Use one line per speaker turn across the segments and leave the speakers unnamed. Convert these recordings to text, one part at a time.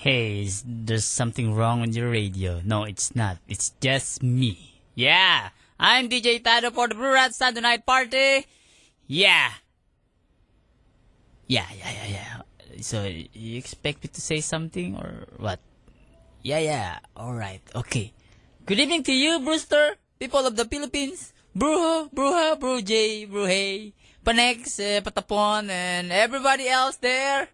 hey, is, there's something wrong on your radio. No, it's not. It's just me. Yeah, I'm DJ Tado for the Blue Rat Sunday Night Party. Yeah. Yeah, yeah, yeah, yeah. So, you expect me to say something or what? Yeah, yeah. Alright, okay. Good evening to you, Brewster, people of the Philippines. Bruho, Bruha, Brujay, Bruhay, Panex, eh, Patapon, and everybody else there.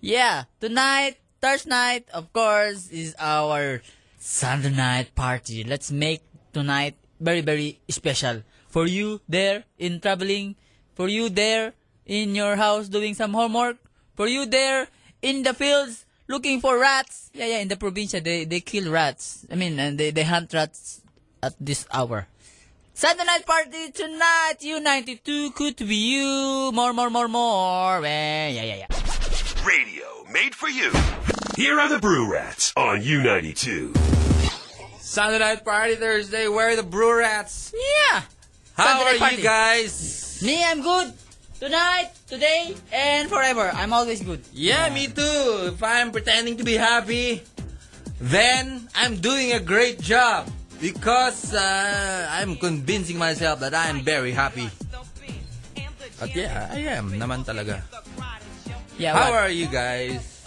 Yeah, tonight, Thursday night, of course, is our Sunday night party. Let's make tonight very, very special for you there in traveling, for you there in your house doing some homework, for you there in the fields looking for rats. Yeah, yeah, in the provincia, they, they kill rats. I mean, and they, they hunt rats at this hour. Sunday night party tonight, U92 could be you. More, more, more, more. Eh, yeah, yeah, yeah.
Radio made for you. Here are the Brew Rats on U92.
Sunday night party Thursday. Where are the Brew Rats?
Yeah.
How
Sunday night
are
party.
you guys?
Me, I'm good. Tonight, today, and forever. I'm always good.
Yeah, me too. If I'm pretending to be happy, then I'm doing a great job because uh, I'm convincing myself that I'm very happy. At yeah, I am naman talaga.
Yeah, what?
How
Hmm.
are you guys?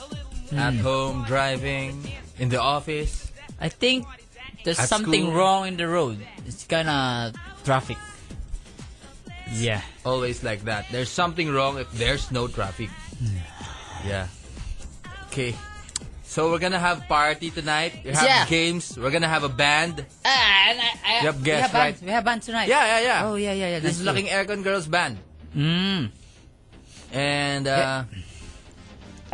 At home, driving, in the office.
I think there's
At
something
school?
wrong in the road. It's kinda traffic. Yeah.
Always like that. There's something wrong if there's no traffic. Yeah. Okay. So we're gonna have party tonight. We have
Yeah.
games. We're gonna have a band.
Ah, and I, I,
Yep,
we
guess
have bands.
right.
We have bands tonight.
Yeah, yeah, yeah.
Oh, yeah, yeah, yeah.
This
that's
is Laking Aircon Girls Band.
true. Mm.
And uh,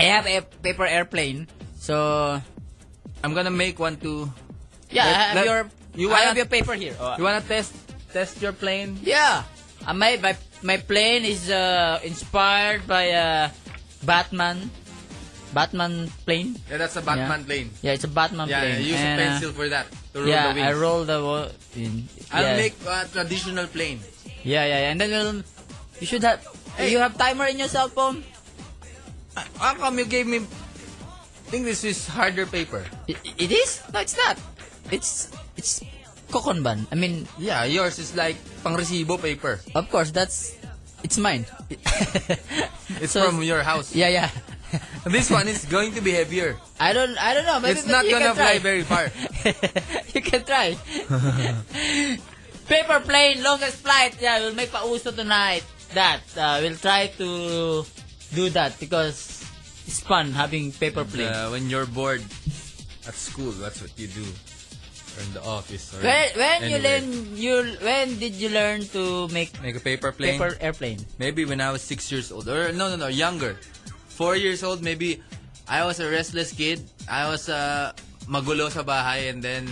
I have a paper airplane. So,
I'm gonna make one too.
yeah,
Let-
I have
let-
your,
you
I
wanna-
have your paper here. Oh,
You wanna test test your plane?
Yeah. Uh, my, my my plane is uh, inspired by uh, Batman. Batman plane.
Yeah, that's a
Batman
plane.
Yeah, it's a Batman
Yeah,
plane.
use
And,
a
uh,
pencil for that to roll
yeah,
the wings.
I roll the wo- in.
I'll
yeah.
make a traditional plane.
Yeah, yeah, yeah. And then you'll, you should have.
Hey.
You have timer in your cell phone.
How Ah, come you gave me? I think this is harder paper.
I- it is? No, it's not. It's it's kokonban. I mean,
Yeah, yours is like pangresibo paper.
of course, that's it's mine.
It's
So,
from your house.
Yeah, yeah.
This one is going to be heavier.
I don't I don't know. Maybe
it's not
you can
gonna
try.
fly very far.
you can try. Paper plane, longest flight. Yeah, we'll make pauso tonight. That uh, we'll try to do that because it's fun having paper plane.
Uh, when you're bored at school, that's what you do, or in the office. Or
when when you
anywhere.
learn you when did you learn to make
Make a paper plane.
paper airplane?
Maybe when I was six years old, or no, no, no, younger, four years old. Maybe I was a restless kid. I was uh, magulo sa bahay, and then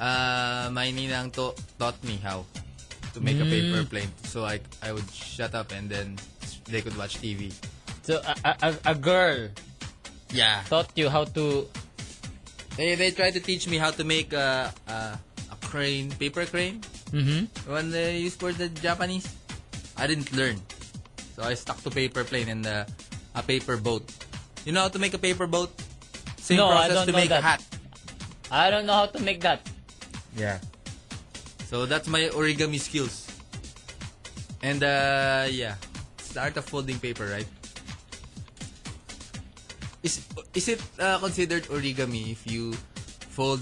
uh, my ninang to taught me how to make a paper
Mm.
plane. So I I would shut up, and then they could watch TV.
So a, a, a- a girl
Yeah.
taught you how to
They they tried to teach me how to make a a, a crane, paper crane.
Mhm.
When they use for the Japanese, I didn't learn, so I stuck to paper plane and uh, a paper boat. You know how to make a paper boat? Same
No, I
process
don't
to
know
make
that.
a hat.
I don't know how to make that.
Yeah. So that's my origami skills. And uh, yeah, it's the art of folding paper, right? Is is it uh, considered origami if you fold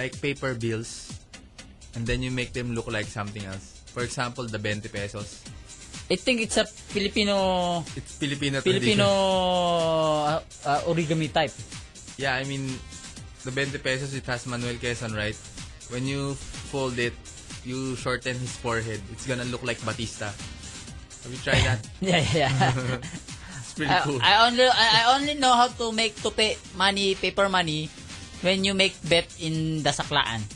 like paper bills and then you make them look like something else? For example, the 20 pesos.
I think it's a Filipino
It's Filipino
Filipino uh, uh, origami type.
tradition. Yeah, I mean, the 20 pesos, it has Manuel Quezon, right? When you fold it, you shorten his forehead. It's gonna look like Batista. Have you tried that?
Yeah, yeah. yeah.
It's pretty
I,
cool.
I only I, I only know how to make to pay money paper money when you make bet in the saklaan.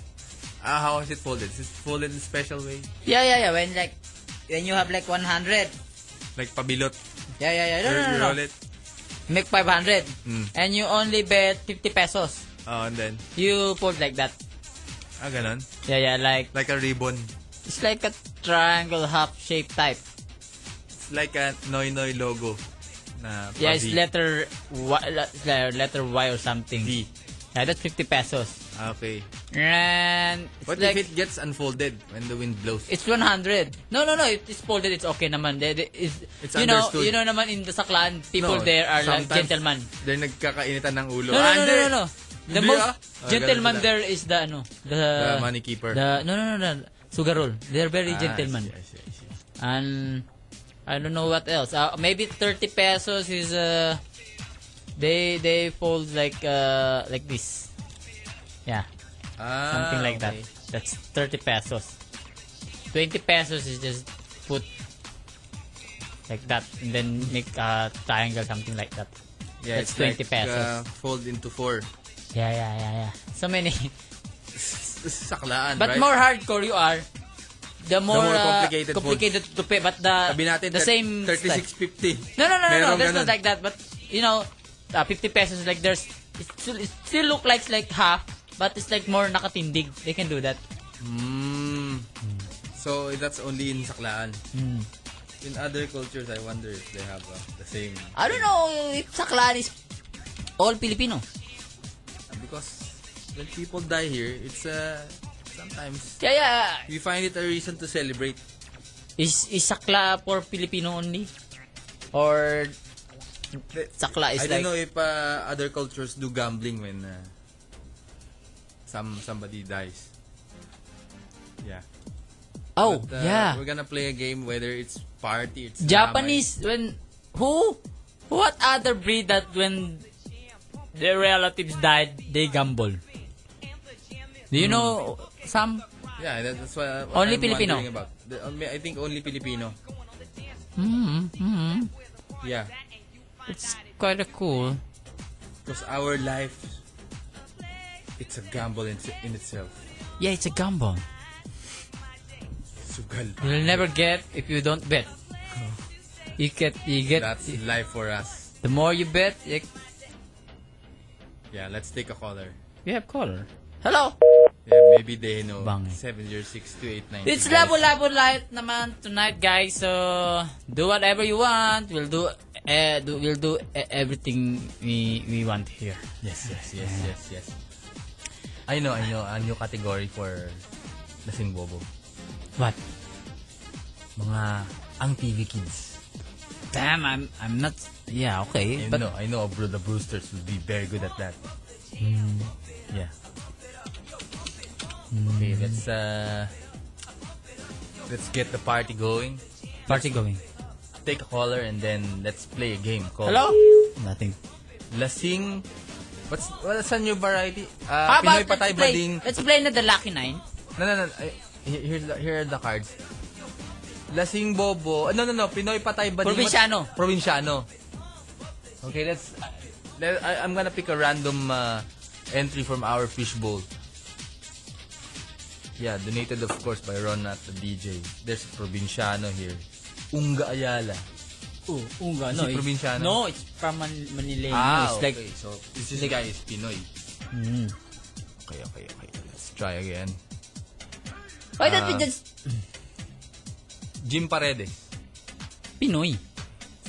Ah, how is it folded? Is it folded in a special way?
Yeah, yeah, yeah. When like when you have like 100.
Like pabilot?
Yeah, yeah, yeah. No,
You-
no, no,
you
no.
roll it?
Make 500
Mm.
and you only bet 50 pesos.
Oh, and then,
You fold like that.
ah, ganon.
Yeah, yeah, like
Like a ribbon.
it's like a triangle half shape type.
It's like a Noy Noy logo. na
Yeah,
pa-V.
it's letter y, le- letter Y or something.
V.
Yeah, that's 50 pesos.
Ah, Okay.
And it's
What
like,
if it gets unfolded when the wind blows?
It's 100. No, no, no. It is folded. It's okay naman. They- they- It's,
It's
you know,
understood.
you know naman in the Saklan, people
No,
there are like
sometimes
gentlemen.
They're nagkakainitan ng ulo.
No, no,
Ah,
no, no,
hindi.
no, no. The
Hindi,
most
ah. Ah,
gentleman
ganun sila.
there is the ano, the,
The money keeper.
The no, no, no, no. Sugarol. They're very
Ah, I
gentlemen.
see, I see, I see.
And I don't know what else. Uh, maybe 30 pesos is uh they they fold like uh like this. Yeah,
Ah,
something like
okay.
that. That's 30 pesos. 20 pesos is just put like that and then make a triangle something like that.
Yeah,
That's
it's like,
20 pesos.
uh, fold into four.
Yeah, yeah, yeah, yeah. So many.
This is Saklaan,
But
right?
more hardcore you are, the more,
more
uh,
complicated food.
complicated to pay. But the
Sabi natin,
the
thir-
same style.
36.50.
No, no, no, no, no.
Merong
There's not
ganun.
like that. But you know, uh, 50 pesos like there's it still, it still look like like half, but it's like more nakatindig. They can do that.
Mm. So, that's only in Saklaan.
Mm.
In other cultures, I wonder if they have uh, the same.
I don't know if Saklan is all Filipino.
Because when people die here, it's uh, sometimes
Yeah, yeah.
we find it a reason to celebrate.
Is is Sakla for Filipino only, or Sakla is
I
like
don't know if uh, other cultures do gambling when uh, some somebody dies. Yeah.
oh
But, uh,
yeah.
We're gonna play a game whether it's party, it's
Japanese when who what other breed that when their relatives died they gamble. Do
Hmm.
you know some?
Damay. Yeah, that- that's what, what
Only
I'm
Filipino.
wondering about. The- only- I think only Filipino.
Mm, mm,
Yeah.
it's quite a cool.
Because our life, it's a gamble in, in itself.
Yeah, it's a gamble.
Sugal.
You'll never get if you don't bet.
Oh.
You get you get
That's life for us.
the more you bet. You,
Yeah, let's take a caller.
we have caller. Hello.
Yeah, maybe they know.
Bang.
7062890.
It's Labo Labo Light naman tonight, guys. So, do whatever you want. We'll do, eh, do we'll do eh, everything we we want here.
Yes, yes, yes, yes, yes. I know, I know. A new category for Lasing Bobo.
What?
Mga ang TV kids.
Damn, I'm I'm not. Yeah, okay.
I
But
know, I know Bro, the Brewsters will be very good at that.
Mm.
Yeah. Okay, let's uh let's get the party going.
party going.
Take a caller and then let's play a game called
Hello. Nothing.
Lasing What's what's a new variety?
How
Uh, Pinoy
about
Patay
let's play,
Bading.
let's play na the Lucky Nine.
No, no, no. I- Here, here- here are the cards. Lasing Bobo. Ah, No, no, no. Pinoy Patay Bading.
Probinsyano.
Provinciano. Okay, let's... let- I, I'm gonna pick a random uh, entry from our fishbowl. Yeah, donated of course by Ron at the DJ. There's Provinciano here. Unga Ayala.
Oh, unga,
Is it probinsyano?
No, it's from Man- Manila. it's like
Ah, okay. So, this is guy is Pinoy.
Mm.
Okay, okay, okay. Let's try again.
Why don't we
Ah.
just
Jim Paredes.
Pinoy?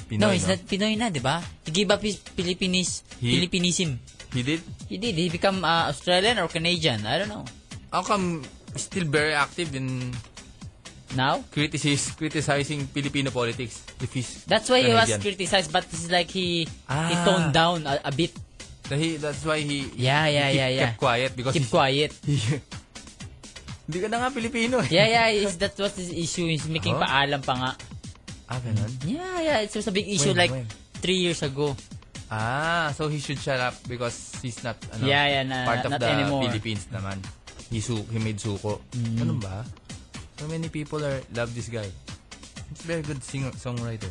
Pinoy,
No, it's not Pinoy na, 'di ba? To give up his Philippines,
He-
Philipinism.
He did?
He did. He become uh, Australian or Canadian. I don't know.
How come still very active in
Now,
criticis criticizing Filipino politics if he's
that's why he was
Canadian?
criticized, but it's like he he
Ah.
toned down a, a bit.
So he- that's why he
Yeah, yeah,
he keep-
yeah, yeah.
kept quiet because
Keep
he's-
quiet.
he- hindi ka na nga Pilipino eh.
Yeah, yeah. Is that what his issue? He's making
Huh?
paalam pa nga.
Ah, ganun?
Yeah, yeah. It was a big issue
When,
like
when?
three years ago.
Ah, so he should shut up because he's not ano,
Yeah, yeah, na-
part of
not
the
anymore. Mm.
Philippines naman. He, su he made suko. Ganun ba? So many people are love this guy. He's a very good singer songwriter.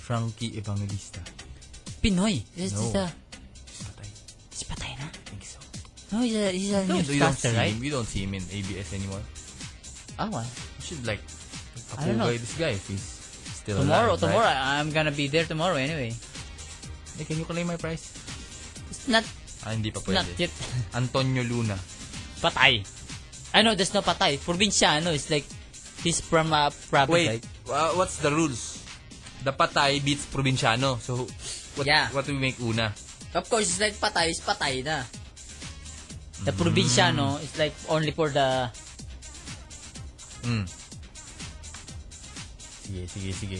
Frankie Evangelista.
Pinoy. This
No.
is a
He's patay. I
is patay na.
think so.
No, he's a he's a
No, you don't see
newscaster, right?
him. You don't see him in ABS anymore.
Oh, well.
You should like
I don't know.
apugay this guy if he's still
Tomorrow,
alive,
tomorrow.
Right?
I- I'm gonna be there tomorrow anyway.
Hey, Eh, can you claim my price?
It's not
Ah, hindi pa
not
pwede.
yet
Antonio Luna.
patay. I know there's no patay. Provinciano is like he's from a province.
Wait,
right?
uh, what's the rules? the Patay beats Provinciano. So, what,
Yeah.
what do we make una?
Of course, it's like patay is patay na.
The Provinciano is like only for the...
Mm.
Sige, sige, sige.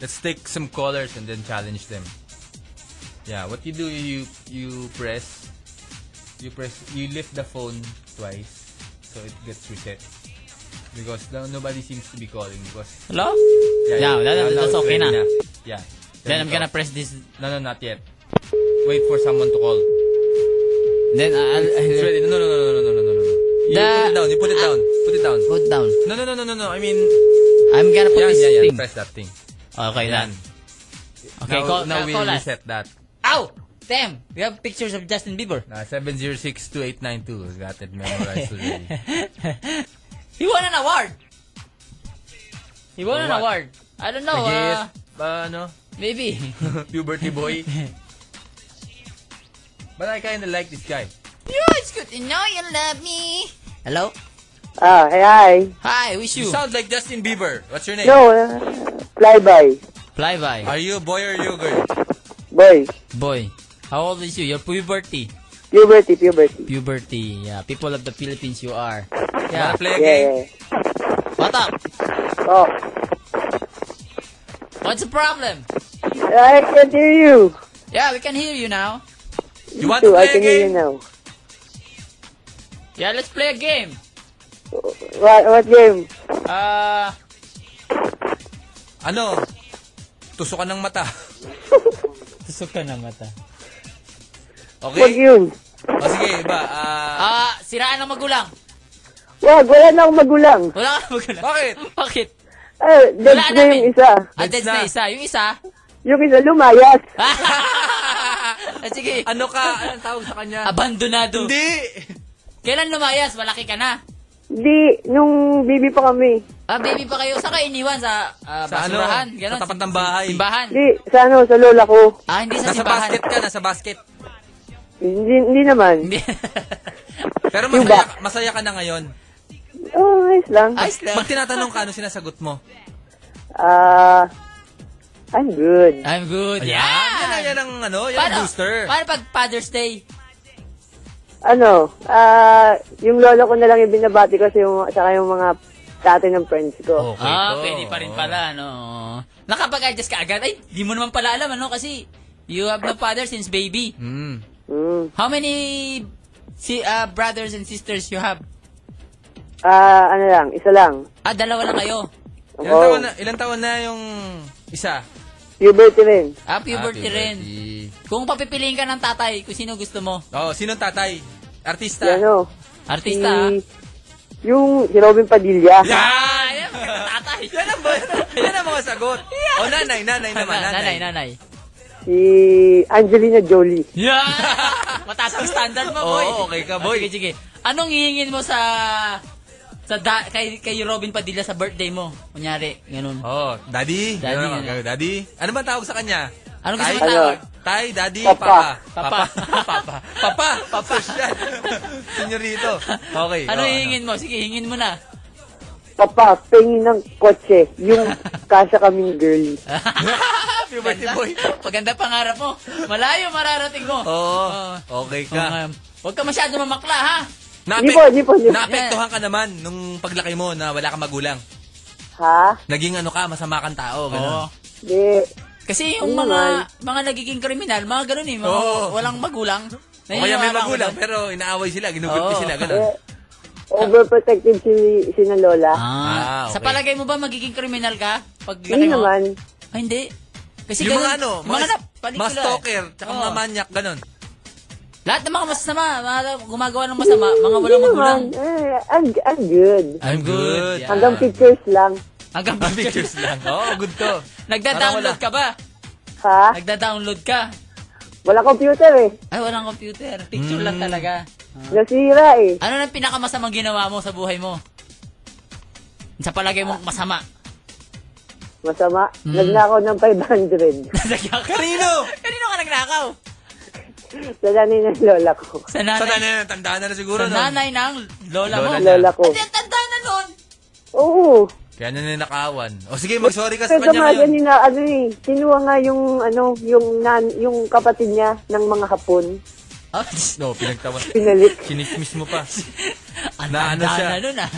Let's take some colors and then challenge them. Yeah, what you do, you you press, you press, you lift the phone twice, so it gets reset. Because no, nobody seems to be calling. Because
Hello? Yeah, that-
now- now
that's
it's
okay
ready
na.
Yeah.
Then I'm
it's
gonna
off.
press this.
No, no, not yet. Wait for someone to call.
Then uh, I'll...
It's
I'll
ready. No, no, no, no, no, no, no, no, no. You
The-
put it down. You put it down. Put it down.
put down.
No, no, no, no, no, no. I mean,
I'm gonna put
yeah,
this
yeah, yeah.
thing.
Press that thing.
Okay,
Yan.
then. Okay,
now,
call-
now
call-
we
call us.
reset that.
Ow! Damn! We have pictures of Justin Bieber.
Uh, 706-2892. Got it memorized already.
He won an award! He won
For
an
what?
award. I don't know,
I guess,
uh,
uh, ano,
maybe.
puberty boy. But I kinda like this guy.
yeah, it's good to know you love me. Hello?
Ah, hey, hi.
Hi, wish you.
You sound like Justin Bieber. What's your name?
Yo, uh, flyby.
Fly by.
Are you a boy or you a girl?
Boy,
Boy, how old is you? You're puberty.
puberty, puberty.
Puberty, yeah. People of the Philippines, you are.
Wanna
Yeah.
play a game?
Yeah, yeah.
What up?
Oh,
What's the problem?
I can hear you.
Yeah, we can hear you now.
You want to
Too, I
play a
can hear
game?
you now.
Yeah, let's play a game.
What, what game?
Uh,
Ano? Tusukan ng mata.
tusok ka na mata.
Wag
Okay?
yun.
O sige, iba. ah,
Ah, siraan ng magulang.
Wag, wala na akong magulang.
Wala ka ng magulang.
Bakit?
Bakit?
Ah, dead
Wala
na
namin.
yung isa.
Ah,
That's
that's
na.
na isa. Yung isa.
Yung isa lumayas.
Ah, sige.
ano ka? Anong tawag sa kanya?
Abandonado.
Hindi!
Kailan lumayas? Malaki ka na.
Di, nung baby pa kami.
Ah, baby pa kayo. Saan ka iniwan? Sa ah,
Sa ano?
basurahan? Ganon.
Sa tapat ng bahay.
Simbahan.
Di, sa ano, sa lola ko.
Ah, hindi sa
Nasa
simbahan.
basket ka, nasa basket.
Hindi, hindi naman.
Hindi.
Pero masaya, ka- masaya ka na ngayon.
Oh, ayos lang.
Ayos lang.
Pag tinatanong ka, ano sinasagot mo?
Ah, I'm good.
I'm good. Ah.
Ayan! Yan, ang- yan ang ano, yan ang
Paano,
booster.
paano pag Father's Day?
Ano, ah, yung lolo ko na lang yung binabati ko sa yung, saka yung mga tatay ng friends ko.
Okay
Ah,
to.
pwede pa rin pala, no? Nakapag-adjust ka agad? Ay, di mo naman pala alam, ano? Kasi you have no father since baby.
Mm.
Oh.
Mm.
How many si ah, brothers and sisters you have?
Ah, ano lang, isa lang. Oh,
Ah, dalawa lang kayo.
Ilan,
Oo.
taon na, ilan taon na yung isa?
Puberty rin.
Ah, puberty rin. Kung papipiliin ka ng tatay, kung sino gusto mo.
Oh, sino tatay? Artista?
Yan o.
Artista, ah. ha?
Hmm. Yung si Robin
Ah,
Padilla.
Yan!
yan, tatay.
Yan ang, ba- yan ang mga sagot. Oh, nanay, nanay naman,
Nanay, nanay,
nanay.
nanay.
Si Angelina Jolie.
Yeah! Mataas ang standard mo, boy.
Oo, okay ka, boy.
Ah, sige, sige. Anong hihingin mo sa sa da, kay kay Robin Padilla sa birthday mo? Kunyari, ganun.
Oh, daddy.
Daddy,
Daddy. Ano,
ano?
daddy? Ano ba tawag sa kanya?
Anong gusto mong
Ano?
tawag?
Tay, daddy, papa.
Papa.
Papa.
Papa. Papa. Papa. Social. Senyorito. Okay.
Ano
oh,
hihingin mo? Sige, hingin mo na.
Papa, pengin ng kotse. Yung kasya kaming girlie.
Puberty
Ganda.
Ano boy.
Paganda pangarap mo. Malayo mararating mo.
Oo.
Oo.
Okay
Oo,
ka.
ma'am. Huwag ka masyado mamakla, ha?
Hindi po, hindi po, hindi po.
Naapektuhan ka naman nung paglaki mo na wala kang magulang.
Ha?
Naging ano ka, masama kang tao.
Oo.
Ganun.
Di.
Kasi yung
Oo,
mga mga nagiging kriminal, mga ganun eh, mga
Oo.
walang magulang.
O kaya may
Naniniwala ako
magulang,
doon.
pero inaaway sila, ginugulpi
Oo.
sila,
Eh,
ganun.
overprotective si, si na lola.
Ah,
Ah,
Sa
okay.
palagay mo ba magiging kriminal ka? Pag
Hindi
mo?
naman.
Ah, hindi.
Eh,
Kasi
yung
ganun,
mga ano,
mga,
mga,
nap-
mga
pelikula.
stalker, tsaka
Oo.
mga manyak, ganun.
Lahat ng mga masama, mga gumagawa ng masama, mga
Hindi
walang magulang.
naman. Eh, I'm, I'm good.
I'm good.
good.
Yeah.
Hanggang pictures lang.
Hanggang
Ah, pictures lang. Oo, oh, good to.
Nagda-download ka
Parang
ba?
Ha?
Nagda-download ka?
Wala computer eh.
Ay, walang computer. Picture
Mm.
lang talaga.
Nasira eh.
Ano na pinakamasamang ginawa mo sa buhay mo? Sa palagay mong masama.
Masama.
Mm.
Nagnakaw ng 500.
Nagyak-
Kanino?
Kanino ka nagnakaw?
Sa nanay ng lola ko.
Sa
Sa
nanay,
nanay, tandaan na na siguro.
sa
no?
nanay ng lola mo.
Lola.
Lola ko.
Ate, ang tanda na nun.
Oo.
Kaya naninakawan. O sige, mag-sorry ka sa
Kasi mga
kanya ngayon.
ganina, ano eh, kinuha nga yung, ano, yung, nan, yung kapatid niya ng mga hapon.
Ah, no, pinagtawan.
Pinalik.
Sinismis mo pa.
Ang
Na- ano
tanda
siya?
na nun ah.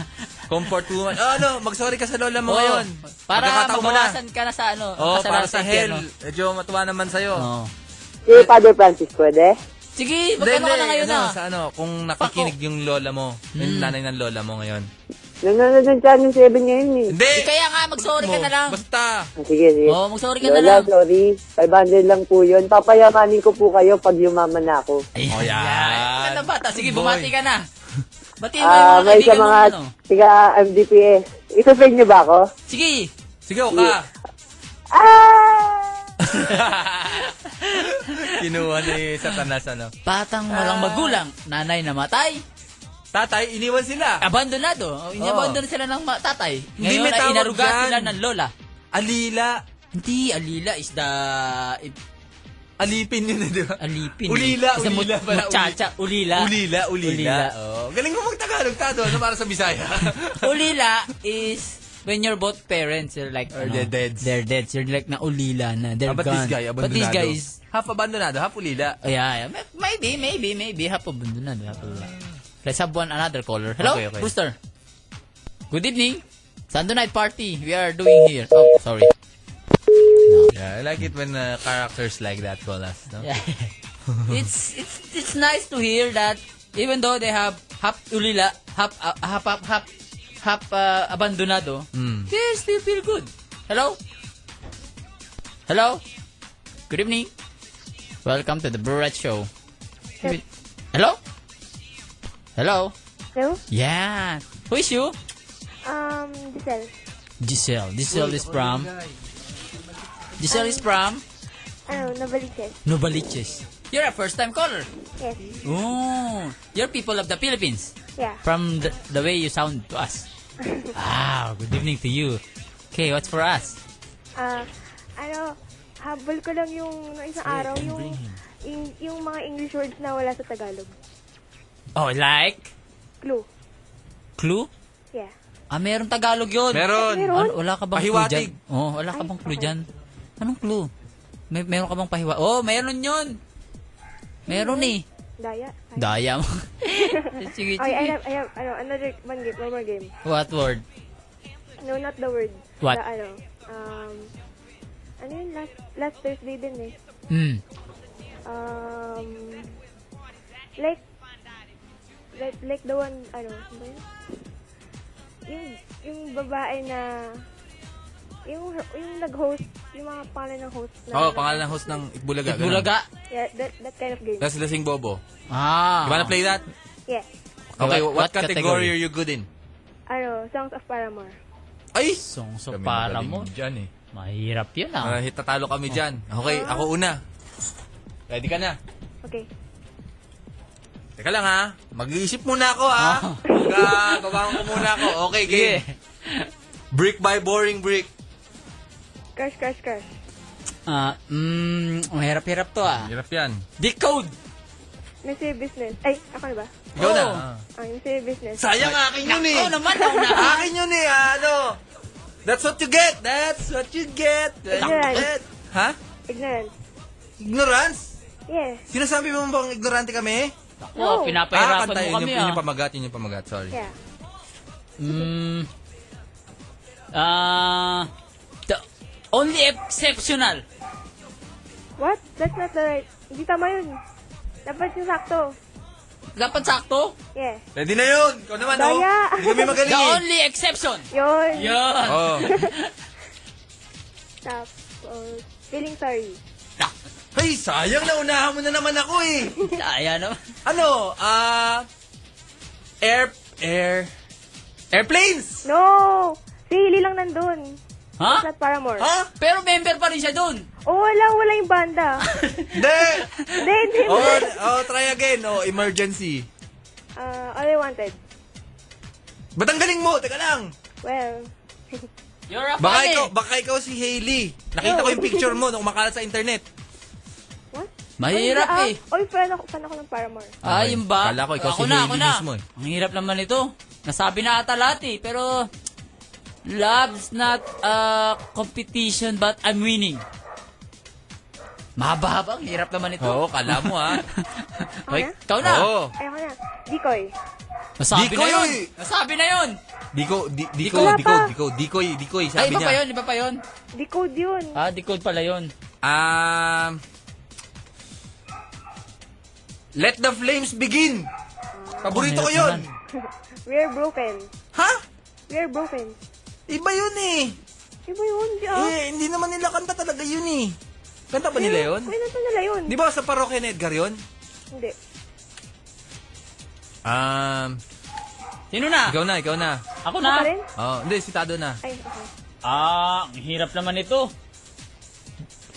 Comfort woman. Oh, ano, mag-sorry ka sa lola mo
Oo,
ngayon.
Oh, Para
Pagkakataon mo na.
mabawasan ka na sa ano. Oh.
Oh,
kasalanan
para sa
impyerno.
hell. Medyo matuwa naman sa'yo.
Oo.
Si Father Francis, pwede?
Sige, magkano ka na ngayon
ano,
ah? Mm.
Sa ano, kung nakikinig yung lola mo, yung nanay ng lola mo ngayon.
Nanonood ng Channel 7 ngayon eh.
Hindi!
Eh, Kaya nga, mag-sorry ka
mo,
na lang.
Basta!
Ah, Sige, sige.
Oo, Oh, mag-sorry ka na
Lola,
lang.
sorry. 500 lang po yun. Papayamanin ko po kayo pag yumaman na ako.
Ayan.
Oh, yan.
Ayan. Ano bata? Sige, bumati
Boy.
ka na. Bati mo yung
Ah, may
mga
sa
kaibigan mo.
mga
Ano.
tiga MDPS. Ito-fake niyo ba ako?
Sige.
Sige, o ka!
Ah!
Kinuha ni Satanas, ano.
Batang walang
Ah.
magulang. Nanay namatay.
Tatay, iniwan sila.
Abandonado. Oh, Inabandon sila ng ma- tatay.
Hindi
Ngayon
may
ay
tawag
inaruga
dyan.
sila ng lola.
Alila.
Hindi, Alila is the...
Alipin yun, eh, di ba?
Alipin.
Ulila,
Is the
ulila
mut-
pala.
Muchacha, ulila.
Ulila, ulila.
Ulila.
Oh, galing mo magtagalog, Tado. Ano para sa Bisaya?
ulila is when you're both parents, you're like,
Or
ano,
they're deads.
They're dead. You're like na ulila na. They're
Ah, but
gone.
this guy, abandonado.
But this guy is,
Half abandonado, half ulila.
oh, yeah, yeah. May- Maybe, maybe, maybe. Half abandonado. Half ulila. Let's have one another caller. Hello,
Okay, okay.
Brewster. Good evening. Sunday night party we are doing here. Oh, sorry.
Yeah, I like it when uh, characters like that call us, no?
Yeah. it's it's it's nice to hear that even though they have hap ulila, hap uh, hap hap hap hap uh, abandonado,
Mm.
they still feel good. Hello. Hello. Good evening. Welcome to the Brewrat Show. Hello. Hello.
Hello?
Yeah. Who is you?
Um, Giselle.
Giselle. Giselle is from. Giselle is from
Ano, Novaliches.
Novaliches. You're a first-time caller.
Yes.
Oh, you're people of the Philippines.
Yeah.
From the, the way you sound to us. wow, good evening to you. Okay, what's for us?
Ah, ano, habol ko lang yung nung isang araw, yung, yung, yung mga English words na wala sa Tagalog.
Oh, like?
Clue.
Clue?
Yeah.
Ah, meron Tagalog yun.
Meron!
Meron?
Ano, wala ka bang clue
Pahiwatig.
dyan? Oh, wala ka
Ay,
bang clue
okay.
dyan? Anong clue? May, meron ka bang pahiwa? Oh, meron yun! Meron eh.
Daya. Ay.
Daya mo. sige,
Okay, I
sige.
have, I have, ano, another one game, one more game.
What word?
No, not the word.
What?
The, ano, um, ano yun, last, last Thursday din eh.
Hmm.
Um, like, like, like the one, ano, ano ba yun? Yung, yung babae na, yung, yung nag-host, yung mga pangalan ng host. Na,
Oh, pangalan ng host ng Itbulaga. ganun.
Bulaga.
Yeah, that, that kind of game.
That's Lasing Bobo.
Ah.
You wanna play that?
yeah.
Okay,
What-
what,
what
category,
category?
are you good in?
Ano, Songs of Paramore.
Ay!
Song so
Kami
para
magaling
mo.
Dyan eh.
Mahirap yun ah.
Ah, hitatalo kami dyan. Okay, ako una. Ready ka na?
Okay.
Teka lang ha. Mag-iisip muna ako ha. Ah, babawang ko muna ako. Okay, game. Brick by boring brick.
Crush, crush, crush.
Ah, mm, mahirap-hirap to ah.
Hirap yan.
Decode!
Mystery Business. Ay, ako na ba?
Ikaw na.
Oh.
Ah.
Ah, Mystery Business.
Sayang akin yun eh.
Ako naman, ako na.
Akin yun eh. ah, Ano? That's what you get. That's what you get. That's what you get. Ha?
Ignorance.
Ignorance?
Yeah.
Sinasabi mo bang ignorante kami?
Wow,
Ah,
pinapahirapan
kanta
mo
yun.
kami
Yun
ah.
yung pamagat. Yun yung pamagat. Sorry.
Yeah.
Mm, ah, the only exceptional.
What? That's not the right. Hindi tama yun. Dapat yung sakto.
Dapat sakto.
Yeah.
Ready na yun. Ikaw naman, oh.
Daya.
Hindi kami
The
magaling eh.
only exception.
Yun.
Yun.
Oh.
Tapos, feeling sorry.
Hey, sayang na unahan mo na naman ako eh.
Ayan naman.
Ano? Ah... air... Air... Airplanes!
No! Si Hili lang nandun.
Ha?
It's not Paramore.
Ha?
Pero member pa rin siya doon.
Oh, wala, wala yung banda.
Hindi!
Hindi, hindi.
oh,
hindi.
oh, try again. Oh, emergency.
Ah, all I wanted.
Ba't ang galing mo? Teka lang.
Well,
You're a
Baka
fan eh.
ikaw, baka ikaw si Hailey. Nakita ko yung picture mo nung kumakalat sa internet.
what?
Mahirap
Ah,
eh.
Oy, fan ako, fan ako ng Paramore.
Ah,
Okay.
yun ba?
Kala ko ikaw si
na,
Hailey
ako na.
mismo eh.
Ang hirap naman ito. Nasabi na ata lahat eh, pero Love's not a competition but I'm winning. Mahaba-haba. Ang hirap naman ito.
Oo, kala mo ha.
ah. Hoy, ikaw Oh, na.
Oo.
Ayoko na. Dikoy.
Nasabi na
Dikoy,
yun.
oy.
Nasabi na yun.
Diko, di,
Wala
diko, diko,
pa.
diko, dikoy, dikoy,
Ay,
eh,
iba
sabi
pa
niya.
yun. Iba pa yun.
Decode yun.
Ah, decode pala yun.
Um, let the flames begin! Paborito
Oh,
ko yun!
hirap
We're broken.
Ha?
We're broken.
Iba yun eh.
Iba yun. Di, ah.
Eh, hindi naman nila kanta talaga yun eh. Kanta ba nila yun?
Kaya natin nila yun.
Di ba sa parokya ni Edgar yun?
Hindi.
Um,
Sino na?
ikaw na, ikaw na.
Ako
Ano
na.
pa rin?
Oh, hindi, si Tado na.
Ay, okay.
Ah, ang hirap naman ito.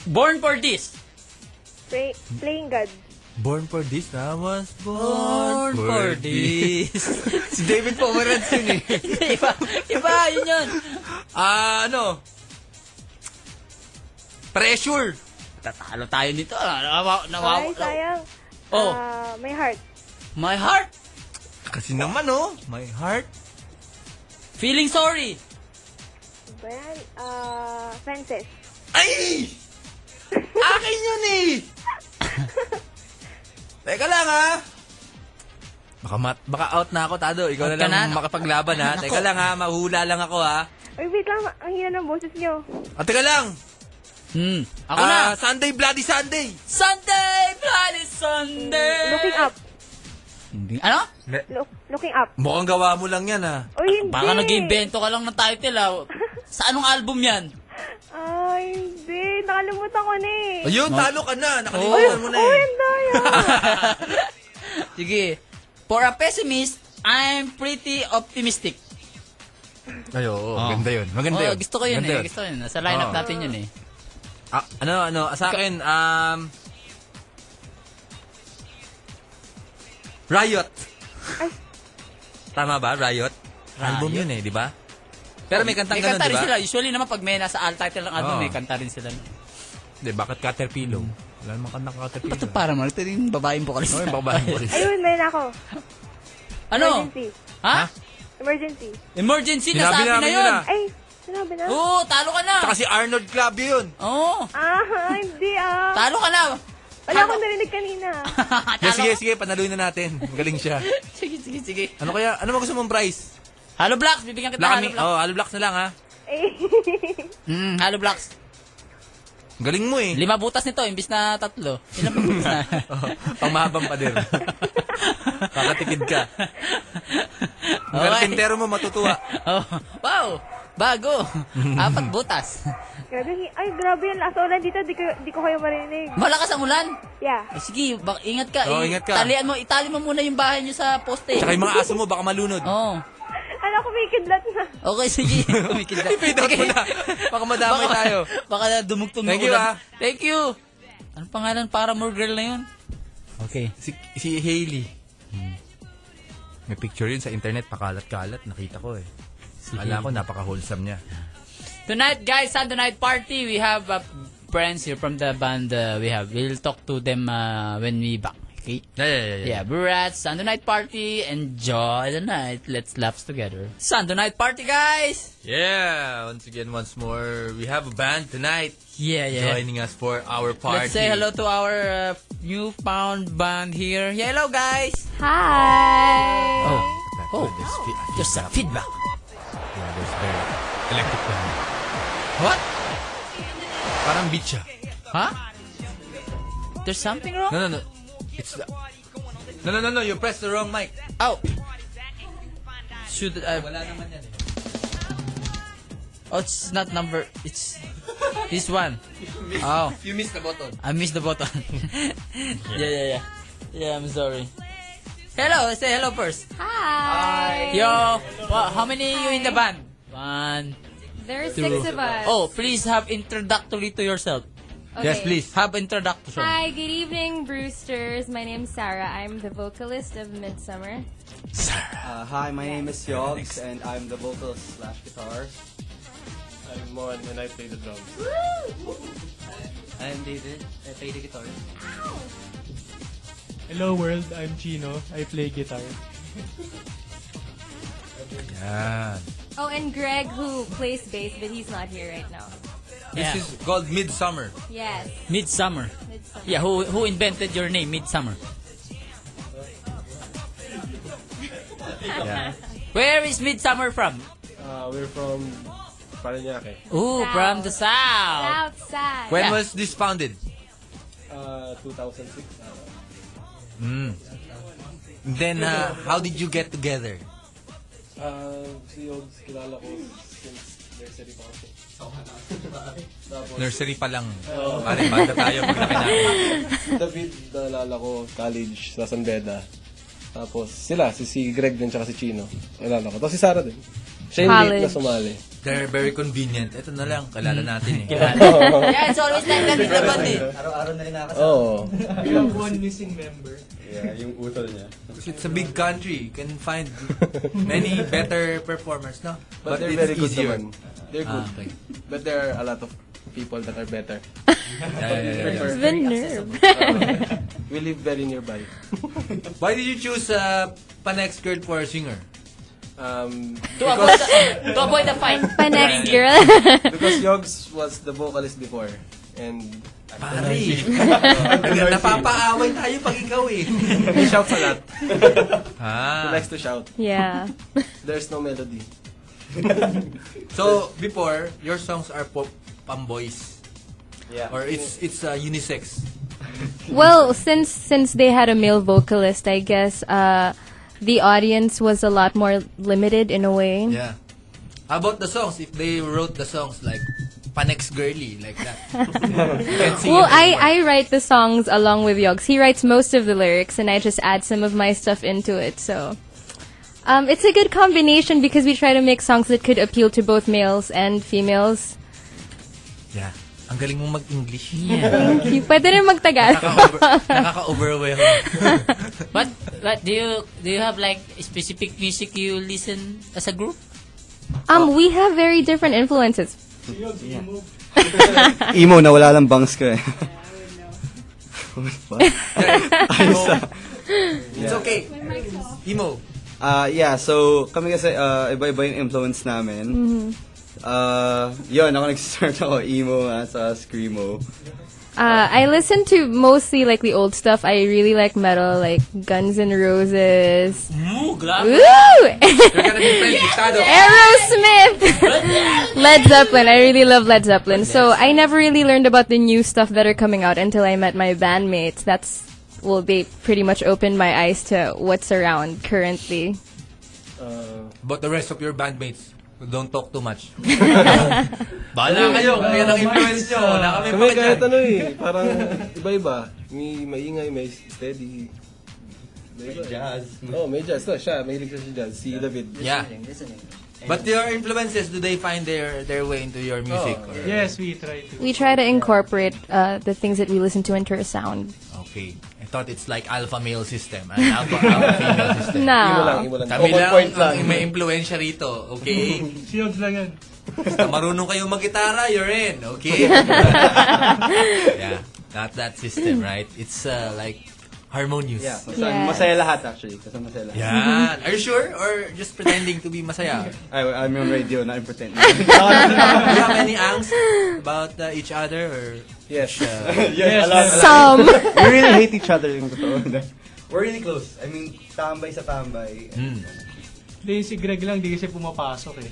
Born for this.
Pray, playing God.
Born for this, I was born,
this.
si David Pomerantz yun eh.
iba, iba, yun yun.
Ah, ano? Pressure!
Tatalo tayo nito. ah. Nawaw, nawaw.
Ay, sayang.
Oh.
Ah, my heart.
My heart.
Kasi naman oh, my heart.
Feeling sorry.
Ba yan? Ah, fences.
Ay! Akin yun eh! Teka lang ah. ha! Baka, mat, baka out na ako, Tado. Ikaw
Out ka
na lang
na.
makapaglaban ha. Teka lang ha, mahula lang ako ha.
Uy, wait lang. Ang hina ng boses nyo.
At Ah, teka lang!
Hmm. Ako na.
Ah, Sunday, bloody Sunday!
Sunday, bloody Sunday.
Looking up.
Hindi. Ano?
Look, looking up.
Mukhang gawa mo lang yan ha.
Uy, hindi.
Baka nag-invento ka lang ng title ah. Sa anong album yan?
Ay, hindi. Nakalimutan ko na eh.
Ayun, talo ka na. Nakalimutan mo na
Oh,
eh.
ang daya.
Sige. For a pessimist, I'm pretty optimistic.
Ay, oo. Ganda yun. Maganda
oh, gusto ko yun eh. Gusto ko yun. Nasa lineup
Oo.
natin yun eh.
Ah, ano, ano, sa akin, um... Riot. Tama ba? Riot? Album yun eh, di ba? Pero may kantang
May
ganun,
kanta
di
rin
ba?
sila. Usually naman pag may nasa alt title ng album,
Oo.
may kanta rin sila.
Hindi, bakit Caterpillar?
Hmm.
Wala namang kantang Caterpillar.
Ito para mo. Ito yung babaeng vocalist.
Oo, yung babae mo.
Ayun, meron ako.
Ano?
Emergency.
Ha?
Emergency.
Emergency na
Sinabi
sabi na
namin
yun.
yun ah.
Ay, sinabi na.
Oo, talo ka na.
Tsaka si Arnold Clavio yun.
Oo,
Ah, hindi ah.
talo ka na.
Wala akong narinig kanina.
talo.
Yeah, sige, sige, panaluin na natin. Magaling siya.
sige, sige, sige.
Ano kaya, ano ba gusto mong prize?
Halo Blocks, bibigyan kita ng Halo
Wala kami,
Blocks.
oh, halo blocks na lang ha.
Eh,
Oh,
Mm, Halo Blocks.
Galing mo eh.
Lima butas nito, imbis na tatlo. Ilang butas na?
Oh, pangmahabang pader. Kakatipid ka. Ang
Okay.
karpintero mo matutuwa.
Oh, wow, bago. Apat butas.
grabe, hi- ay, grabe yung last ulan dito. Di ko, di ko kayo marinig.
Malakas ang ulan.
Yeah.
Ay, sige, bak- ingat ka.
Oo,
I-
ingat ka.
Talian mo, itali mo muna yung bahay niyo sa poste.
Tsaka yung mga aso mo, baka malunod.
Oh.
Ano, kumikidlat na.
Okay, sige. Kumikid na.
I-fade out mo na. Baka madamay
Baka-
tayo.
Baka na dumugtong
Thank
yung
you,
ulan.
ah.
Thank you. Anong pangalan para more girl na yun? Okay.
Si, si Hailey. Hmm. May picture yun sa internet, pakalat-kalat. Nakita ko eh. Kala ko, napaka-wholesome niya.
Tonight, guys, Sunday night party, we have uh, friends here from the band. uh, we have, we'll talk to them uh, when we back. Okay?
Yeah, yeah, yeah.
Yeah, Brats, Sunday night party. Enjoy the night. Let's laugh together. Sunday night party, guys!
Once again, once more, we have a band tonight
Yeah, yeah.
joining us for our party.
Let's say hello to our uh, newfound band here. Yeah, hello, guys!
Hi!
Oh,
Oh,
oh,
there's fe-
just a feedback.
Yeah, there's very electric band.
What?
Parang beach ah.
Huh? There's something wrong?
No, no, no. It's the... No, no, no, no. You pressed the wrong mic.
Oh. Should I...
naman yan eh.
Oh, it's not number. It's this one. Oh,
You missed the button.
I missed the button. yeah, yeah, yeah. Yeah, I'm sorry. Hello, say hello first.
Hi.
Yo, wha- how many you in the band? One,
There are
two.
six of us.
Oh, please have introductory to yourself.
Okay.
Yes, please.
Have introduction.
Hi, good evening, Brewsters. My name's Sarah. I'm the vocalist of Midsummer.
Uh, hi, my name is Yogs, and I'm the vocals slash guitar.
I'm Mon and I play the drums.
I'm David. I play the guitar.
Hello world, I'm Chino. I play guitar.
Yan.
Oh, and Greg, who plays bass, but he's not here right now.
This
Yeah.
is called Midsummer.
Yes.
Midsummer.
Midsummer.
Yeah, who who invented your name, Midsummer?
Yeah.
Where is Midsummer from?
Uh, we're from Parañaque.
Ooh,
South.
from the south.
Outside.
When
Yeah.
was this founded?
Uh, 2006.
Then, uh, how did you get together?
Uh, si Yogs, kilala ko since nursery pa ako.
Oh,
Tapos,
Nursery pa lang.
Oo.
Pare, bata tayo pag laki natin.
David, naalala ko, college sa San Beda. Tapos sila, si, si Greg din tsaka si Chino. Alala ko. Tapos si Sarah din. Siya yung late na
College.
sumali.
They're very convenient. Ito na lang, kalala
Mm.
natin eh.
Yeah, it's always like that in the band eh.
Araw-araw na rin nakakasama.
Oo.
Yeah, yung utol niya.
Kasi it's a big country. You can find many better performers, no?
But, they're
it's
very good
easier.
naman. They're good.
Ah, okay.
But there are a lot of people that are better.
Yeah, yeah, yeah, yeah.
Prefer-
The nerve.
We live very nearby.
Why did you choose uh, Panex girl for a singer?
Um,
To avoid the, to avoid the fight.
Pa next girl.
because Yogs was the vocalist before. And
Pare, napapaaway tayo pag ikaw eh.
he shouts a lot. He
Ah.
likes to shout.
yeah.
There's no melody.
So, before, your songs are pop pamboys.
Yeah.
Or it's it's uh, unisex.
Well, since since they had a male vocalist, I guess uh, the audience was a lot more limited in a way.
Yeah. How about the songs? If they wrote the songs like Panex girly, like that. You can sing
Well,
it
I,
anywhere.
I write the songs along with Yogs. He writes most of the lyrics, and I just add some of my stuff into it. So um, it's a good combination because we try to make songs that could appeal to both males and females.
Yeah. Ang galing mong mag-English.
Thank you. Pwede rin magtagalog.
Nakaka-over- Nakaka-overwhelm.
What what do you do you have like specific music you listen as a group?
um, we have very different influences.
Emo, nawala lang bangs ko eh. What?
It's okay. Emo.
Ah, yeah, so kami kasi ah, iba-iba yung influence namin. Ah, yun, ako nag-start ako, emo at sa screamo.
Uh, I listen to mostly like the old stuff. I really like metal, like Guns N' Roses.
Ooh,
Ooh!
glam.
You're gonna be friends with Tado.
Aerosmith! Led Zeppelin. I really love Led Zeppelin. So I never really learned about the new stuff that are coming out until I met my bandmates. That's, well, they pretty much opened my eyes to what's around currently.
Uh,
But the rest of your bandmates, don't talk too much.
Oh,
Bahala kayo kung yan ang influence nyo. Wala kami pa
kami kahit
dyan.
ano eh. Parang iba-iba. May maingay, may steady. May
Jazz.
Oh, may jazz. No, siya, may siya sa jazz. Si David.
Yeah. But your influences, do they find their their way into your music?
Oh,
or-
yes.
We try to incorporate uh, the things that we listen to into our sound.
Okay. I thought it's like alpha male system and alpha, alpha female system.
Imo lang,
No.
imo lang.
Kami
Focal
lang
point lang.
ang may impluensya rito, okay? Si Yogs lang yan. Basta marunong kayong mag-gitara, you're in, okay? yeah, not that system, right? It's uh, like harmonious.
Yeah,
Yeah.
masaya,
Yes.
masaya lahat actually. Kasi masaya lahat.
Yan. Are you sure? Or just pretending to be masaya?
I, I'm on radio, not in pretend.
Do you have any angst about uh, each other? Or
Yes.
yes,
Some.
We really hate each other yung totoo. We're really close. I mean, tambay sa tambay.
Hindi, si Greg lang, di kasi pumapasok eh.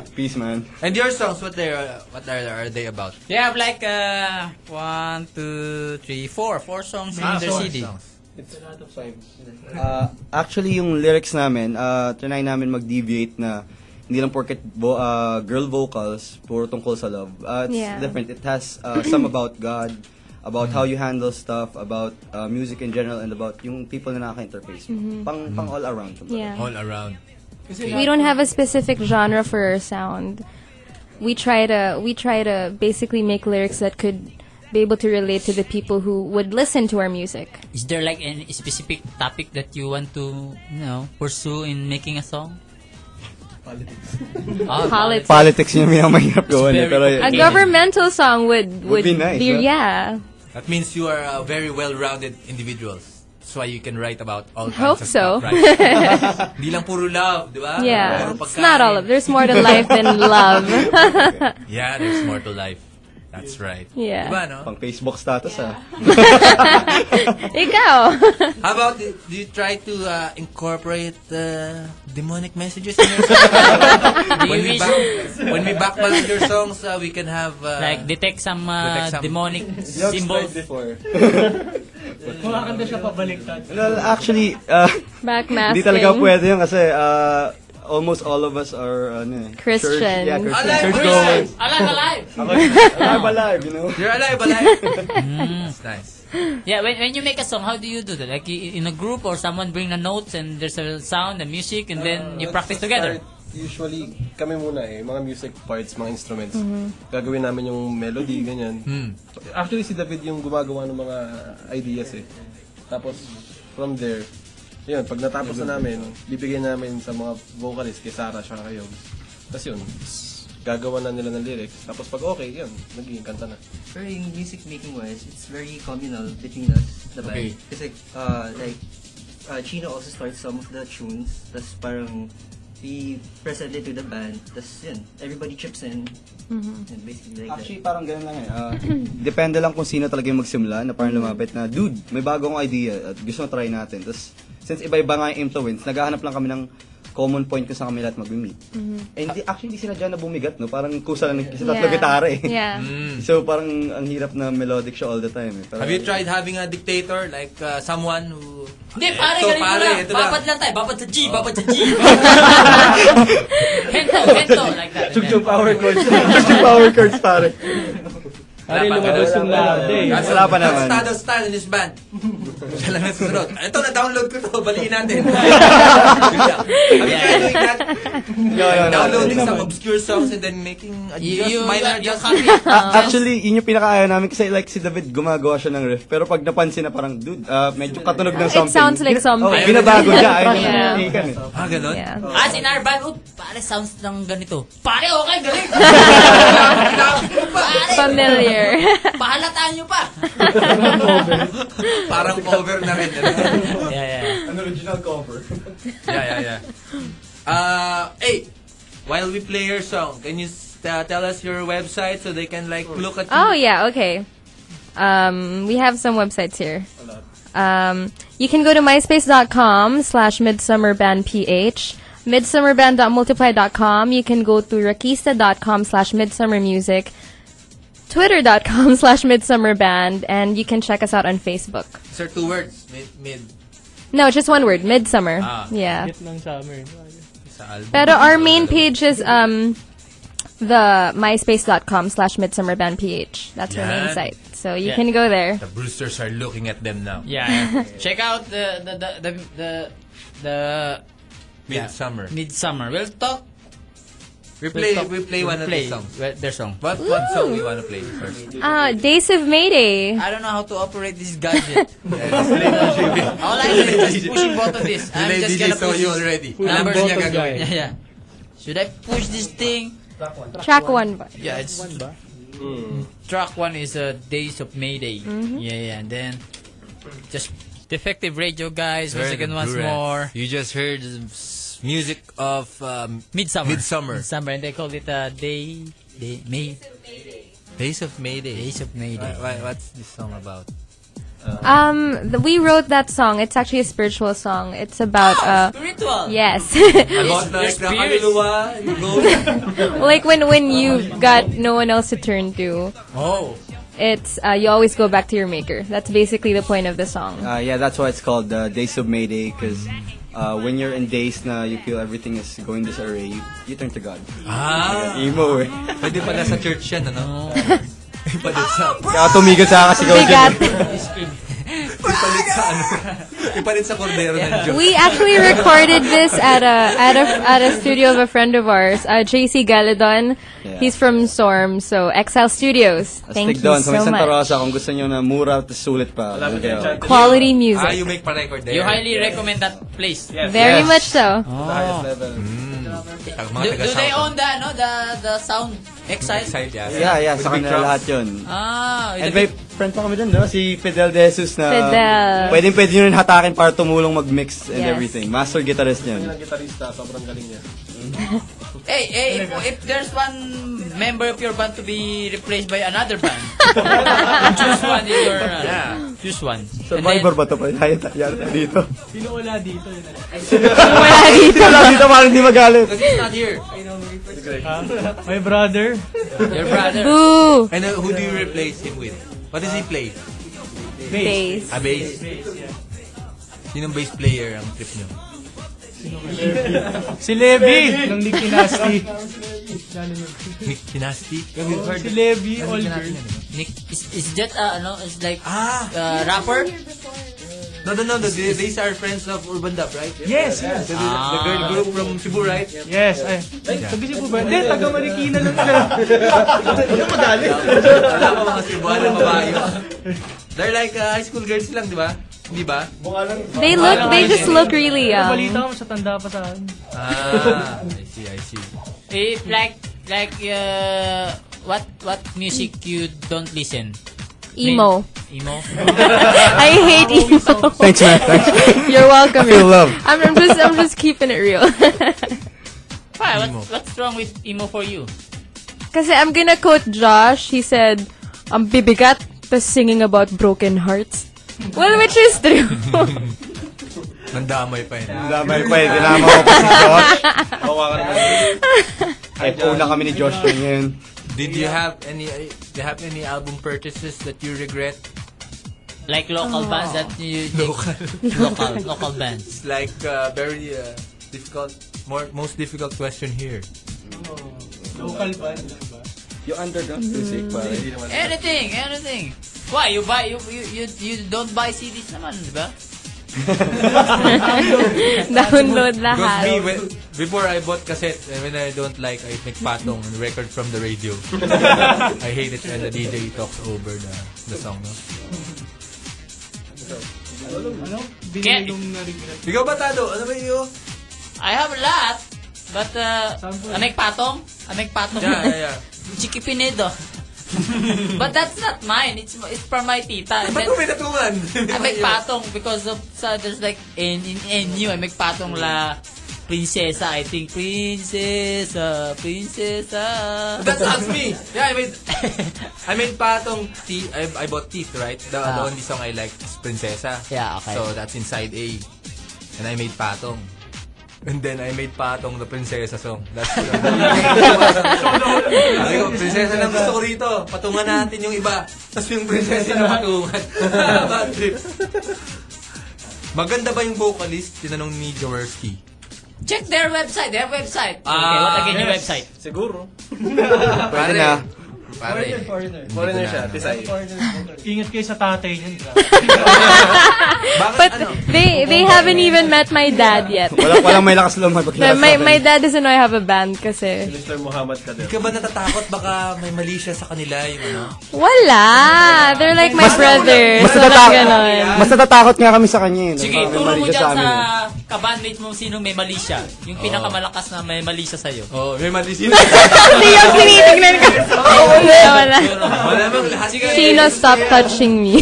Peace, man.
And your songs, what they are, what are, are they about?
You have like uh one, two, three, four, four songs in
Ah,
their CD.
It's a lot of time.
Uh, actually, yung lyrics namin, uh, trinay namin mag-deviate na hindi lang porket bo- uh, girl vocals, puro tungkol sa love. Uh, it's
Yeah.
different. It has uh, some about God, about how you handle stuff, about uh, music in general, and about yung people na nakaka-interface mo. Pang, pang all around. kumbaga.
Mm-hmm. Yeah.
All around.
we don't have a specific genre for our sound. We try to we try to basically make lyrics that could be able to relate to the people who would listen to our music.
Is there like any specific topic that you want to you know pursue in making a song? Politics. oh,
Politics.
Politics yung minamahirap gawin. eh,
very
Pero,
A
Yeah.
governmental song would would,
Would be nice,
be-
huh?
yeah.
That means you are uh, very well-rounded individuals. That's why you can write about all kinds
Hope
of
so.
stuff, right? Hindi lang puro love, di ba?
Yeah.
Puro
It's not all
pagkain.
of there's more to life than love.
yeah, there's more to life. That's right.
Yeah.
Diba, no?
Pang Facebook status, ah.
Ikaw.
How about, do do you try to uh, incorporate uh, demonic messages in your songs?
Do
when,
you
we
wish-
back, when we backband your songs, uh, we can have... Uh,
Like, detect some, uh, demonic
Jokes
symbols.
tried before.
Mga kanta siya pabaliktad.
Well, actually, uh,
Backmasking.
hindi talaga pwede yun kasi uh, almost all of us are ano eh,
Christian.
Church, yeah, Christian.
Alive,
church
alive!
Alive, alive!
alive, alive, you know?
You're alive, alive! That's nice.
Yeah, when, when you make a song, how do you do that? Like, i- in a group or someone bring the notes and there's a sound and music and then you
Uh,
Let's
practice
start.
together.
Usually, kami muna eh, mga music parts, mga instruments.
Mhm.
Gagawin namin yung melody, ganyan. Actually, si David yung gumagawa ng mga ideas eh. Tapos, from there, yun, pag natapos na namin, bibigyan namin sa mga vocalist, kay Sarah, siya kayo. Tapos yun, gagawa na nila ng lyrics. Tapos pag okay, yun, nagiging kanta na.
Pero yung music making wise, it's very communal between us, the band.
Okay.
Kasi, uh, like, uh, Chino also starts some of the tunes, tapos parang we present it to the band, tapos yun, everybody chips in,
Mhm.
and basically like
Actually,
that.
parang ganun lang eh. Ah, depende lang kung sino talaga yung magsimula na parang lumapit na, dude, may bago akong idea at gusto mo try natin. Tapos, since iba-iba nga yung influence, naghahanap lang kami ng common point kung saan kami lahat mag-meet. And di- actually, hindi sila dyan na bumigat, no? Parang kusa lang nagkisa tatlo
Mm-hmm. Yeah.
gitara eh.
Yeah.
So, parang ang hirap na melodic siya all the time eh. Pero-
Have you tried having a dictator? Like, uh, someone who...
Hindi, pare,
Eto,
ganito
pare,
lang.
ito lang. Oh.
Babad lang tayo. Babad sa G, babad sa G. hento, hento, like that.
Chugjug power chords. Chugjug power chords, pare.
Pare, lumabas yung lahat eh.
Wala pa naman.
That's the style in this band. Siya lang nasusunod. Ito, na-download ko to. Baliin natin. Have you tried doing that?
No, no, no.
Downloading
Hindi
some
naman.
obscure songs and then making
You-
adjust,
you-
minor
you- you
adjustments.
Ah, actually, yun yung pinakaayaw namin kasi like si David gumagawa siya ng riff. Pero pag napansin na parang, dude, ah, medyo katunog ng
It
something.
sounds like
Bina-
something.
Oh, binabago niya. Ayaw
Yeah.
niya yeah. ikan eh.
Ah, ganun?
Yeah.
As in our band, oh, pare, sounds ng ganito. Pare, okay, galing. pare,
Familiar.
pahalataan nyo pa.
Parang cover na rin. ano?
Yeah, yeah.
An original cover.
yeah, yeah, yeah. Uh, hey, while we play your song, can you s- uh, tell us your website so they can like look at you?
Oh yeah, okay. Um, we have some websites here. Um, you can go to myspace.com slash midsummerbandph, midsummerband.multiply.com. You can go to rakista.com slash midsummermusic, twitter.com slash midsummerband, and you can check us out on Facebook.
These are two words. Mid, mid
No, just one word, midsummer.
Ah.
Yeah.
Hit ng summer.
sa album.
Pero our main page is um the myspace.com slash midsummerbandph. That's our main
Yan.
site. So you
Yeah.
can go there.
The Brewsters are looking at them now.
Yeah. Check out the, the, the, the, the, the
Midsummer.
Midsummer. We'll talk.
We
we'll
play,
talk-
we play one
we'll
of
play
the songs.
we- Their song.
What, what song we want to play first?
Uh, Days of Mayday.
I don't know how to operate this gadget. All I
Delay
do is just
DJ.
pushing button this. I'm
Delay
just
DJ
gonna
saw
push
you
this.
already.
Push
Number
button
niya gagawin.
guy. Yeah, yeah. Should I push this thing?
Track one ba?
Yeah, it's track one is uh, Days of Mayday.
Mhm.
Yeah, yeah. And then just defective radio guys. One
Heard
second,
of
once
Bluegrass.
more.
You just heard s- music of um,
Midsummer.
Midsummer.
Midsummer, and they call it uh, Day Day May
Days of Mayday.
Days of Mayday.
Why, what's this song about?
Um, the, we wrote that song. It's actually a spiritual song. It's about uh,
spiritual.
yes,
About like the Hallelujah, you go.
like when when you got no one else to turn to.
Oh.
It's uh, you always go back to your maker. That's basically the point of the song.
Uh, yeah, that's why it's called uh, Days of Mayday because uh, when you're in days na you feel everything is going disarray, you, you turn to God.
Ah.
Emo eh.
Pwede pala sa church yan, ano? Ipalit sa...
Kaya tumigil sa kasi gaw
Bigat.
Ipalit sa ano? Ipalit sa kordero ng Diyos.
We actually recorded this at a at a at a studio of a friend of ours, uh, JC Galadon.
Yeah.
He's from SORM, so Exile Studios. Thank
Stick
you
doon. Kung may
so
Santa
much.
Rosa, kung gusto nyo na mura at sulit pa. oh.
Malapit na yung
Okay.
Chantilly.
Quality music.
Ah, you make pa-record there.
You highly recommend that place.
Very
Yes.
much so.
The highest level.
Tag- mga
Do, do
taga-sound.
they own the no the the sound excise?
Side, yeah.
Yeah, yeah. Sa
With big
kanila
drums.
lahat yun.
Ah,
And
the
may,
big-
friend pa kami dun, no? Si Fidel De Jesus na...
Fidel.
Pwedeng pwede nyo rin hatakin para tumulong mag-mix and
Yes.
everything. Master guitarist
Yun
niyan.
ang gitarista, sobrang galing niya.
Hey, hey, if, if there's one member of your band to be replaced by another band, choose one in your... uh, Choose one.
Survivor ba ito pa? Yata, yata dito.
Sino wala dito? Yun na lang.
Wala dito, parang hindi magalit.
he's not here. My brother.
Your brother.
Boo!
And uh, who do you replace him with? What does he play?
Bass.
Ah, bass. Sinong bass player ang trip nyo?
Si Levy! Nung Nicky Nasty.
Nick Kinasti?
Si Levy Olver.
Nick, is, is that, uh, ano, is like,
Ah.
uh, rapper?
No, no, no. no. They, these are friends of Urban Dub, right?
Yes, yes.
The,
Ah.
the girl group from Cebu, right?
Yes, ay. Ay, taga Cebu ba? Hindi, taga Marikina lang sila.
Ano magaling? Wala pa mga Cebuano babae. They're like uh, high school girls lang, di ba? Di ba?
They look, they just look really um,
Balita
young.
ko, sa tanda pa sa akin.
Ah, I see, I see.
If, like, like, uh, what, what music you don't listen?
Emo.
Emo?
I hate emo.
Thanks, man. Thanks.
You're welcome.
I feel
man.
loved.
I'm, I'm just, I'm just keeping it real.
Why? What, what's wrong with emo for you?
Kasi I'm gonna quote Josh. He said, "Ang bibigat, tas singing about broken hearts." Well, which is true.
Nandamay pa yun.
Nandamay pa yun. Tinama ko pa si Josh. Kawawa ka naman. FO na kami ni Josh na ngayon.
Did you have any, uh, do you have any album purchases that you regret?
Like local bands that you
local
local local bands.
It's like uh, very uh, difficult, more most difficult question here.
Local band.
Yung underground music, pare.
Anything, anything. Why? You buy, you, you, you, you don't buy CDs naman, di ba?
Download
Because
lahat.
me, when, before I bought cassette, and when I don't like, I make patong and record from the radio. I hate it when the DJ talks over the, the song. No?
Ano? Binili nung na-regret.
Ikaw ba, Tado? Ano ba yun?
I have a lot, but uh, Amek Patong, Amek Patong.
Yeah, yeah, yeah.
Chicky Pinedo. but that's not mine. It's it's from my tita.
Ba't mo pinatulan?
I make patong because of so there's like in in NU I make patong la princesa I think princesa princesa.
That sounds me! Yeah, I mean, I mean, patong teeth, I, I bought teeth, right? The,
Ah.
the only song I like is Princesa.
Yeah, okay.
So that's inside A. And I made patong. And then I made patong the Princesa song. That's Sabi ko, prinsesa lang gusto ko rito. Patungan natin yung iba. Tapos yung prinsesa na patungan. Bad trip. Maganda ba yung vocalist? Tinanong ni Jaworski. Ah,
Check their website. Their website. okay, what again yung website?
Siguro.
Pwede
na.
Pare.
Foreigner.
Foreigner siya, Pisay.
Ingat kayo sa tatay niyan.
But
ano?
they they haven't even met my dad yet.
Wala, walang may lakas loob
But
magpakilala
my my dad doesn't know I have a band kasi.
Mr. Muhammad Kader.
Ikaw ba natatakot baka may mali siya sa kanila yung ano?
Wala. They're like my brothers.
Mas,
So,
natata-
parang ganon.
mas natatakot nga kami sa kanya. yun.
Sige,
Parang may
turo
mali
mo
siya
dyan sa
amin.
kabandmate mo sino may mali siya. Yung
Oo.
pinakamalakas na may mali siya sa'yo.
Oo, oh, may mali siya.
Hindi yung tinitignan ko. Wala, wala.
Wala bang lahat
Chino, stop touching me.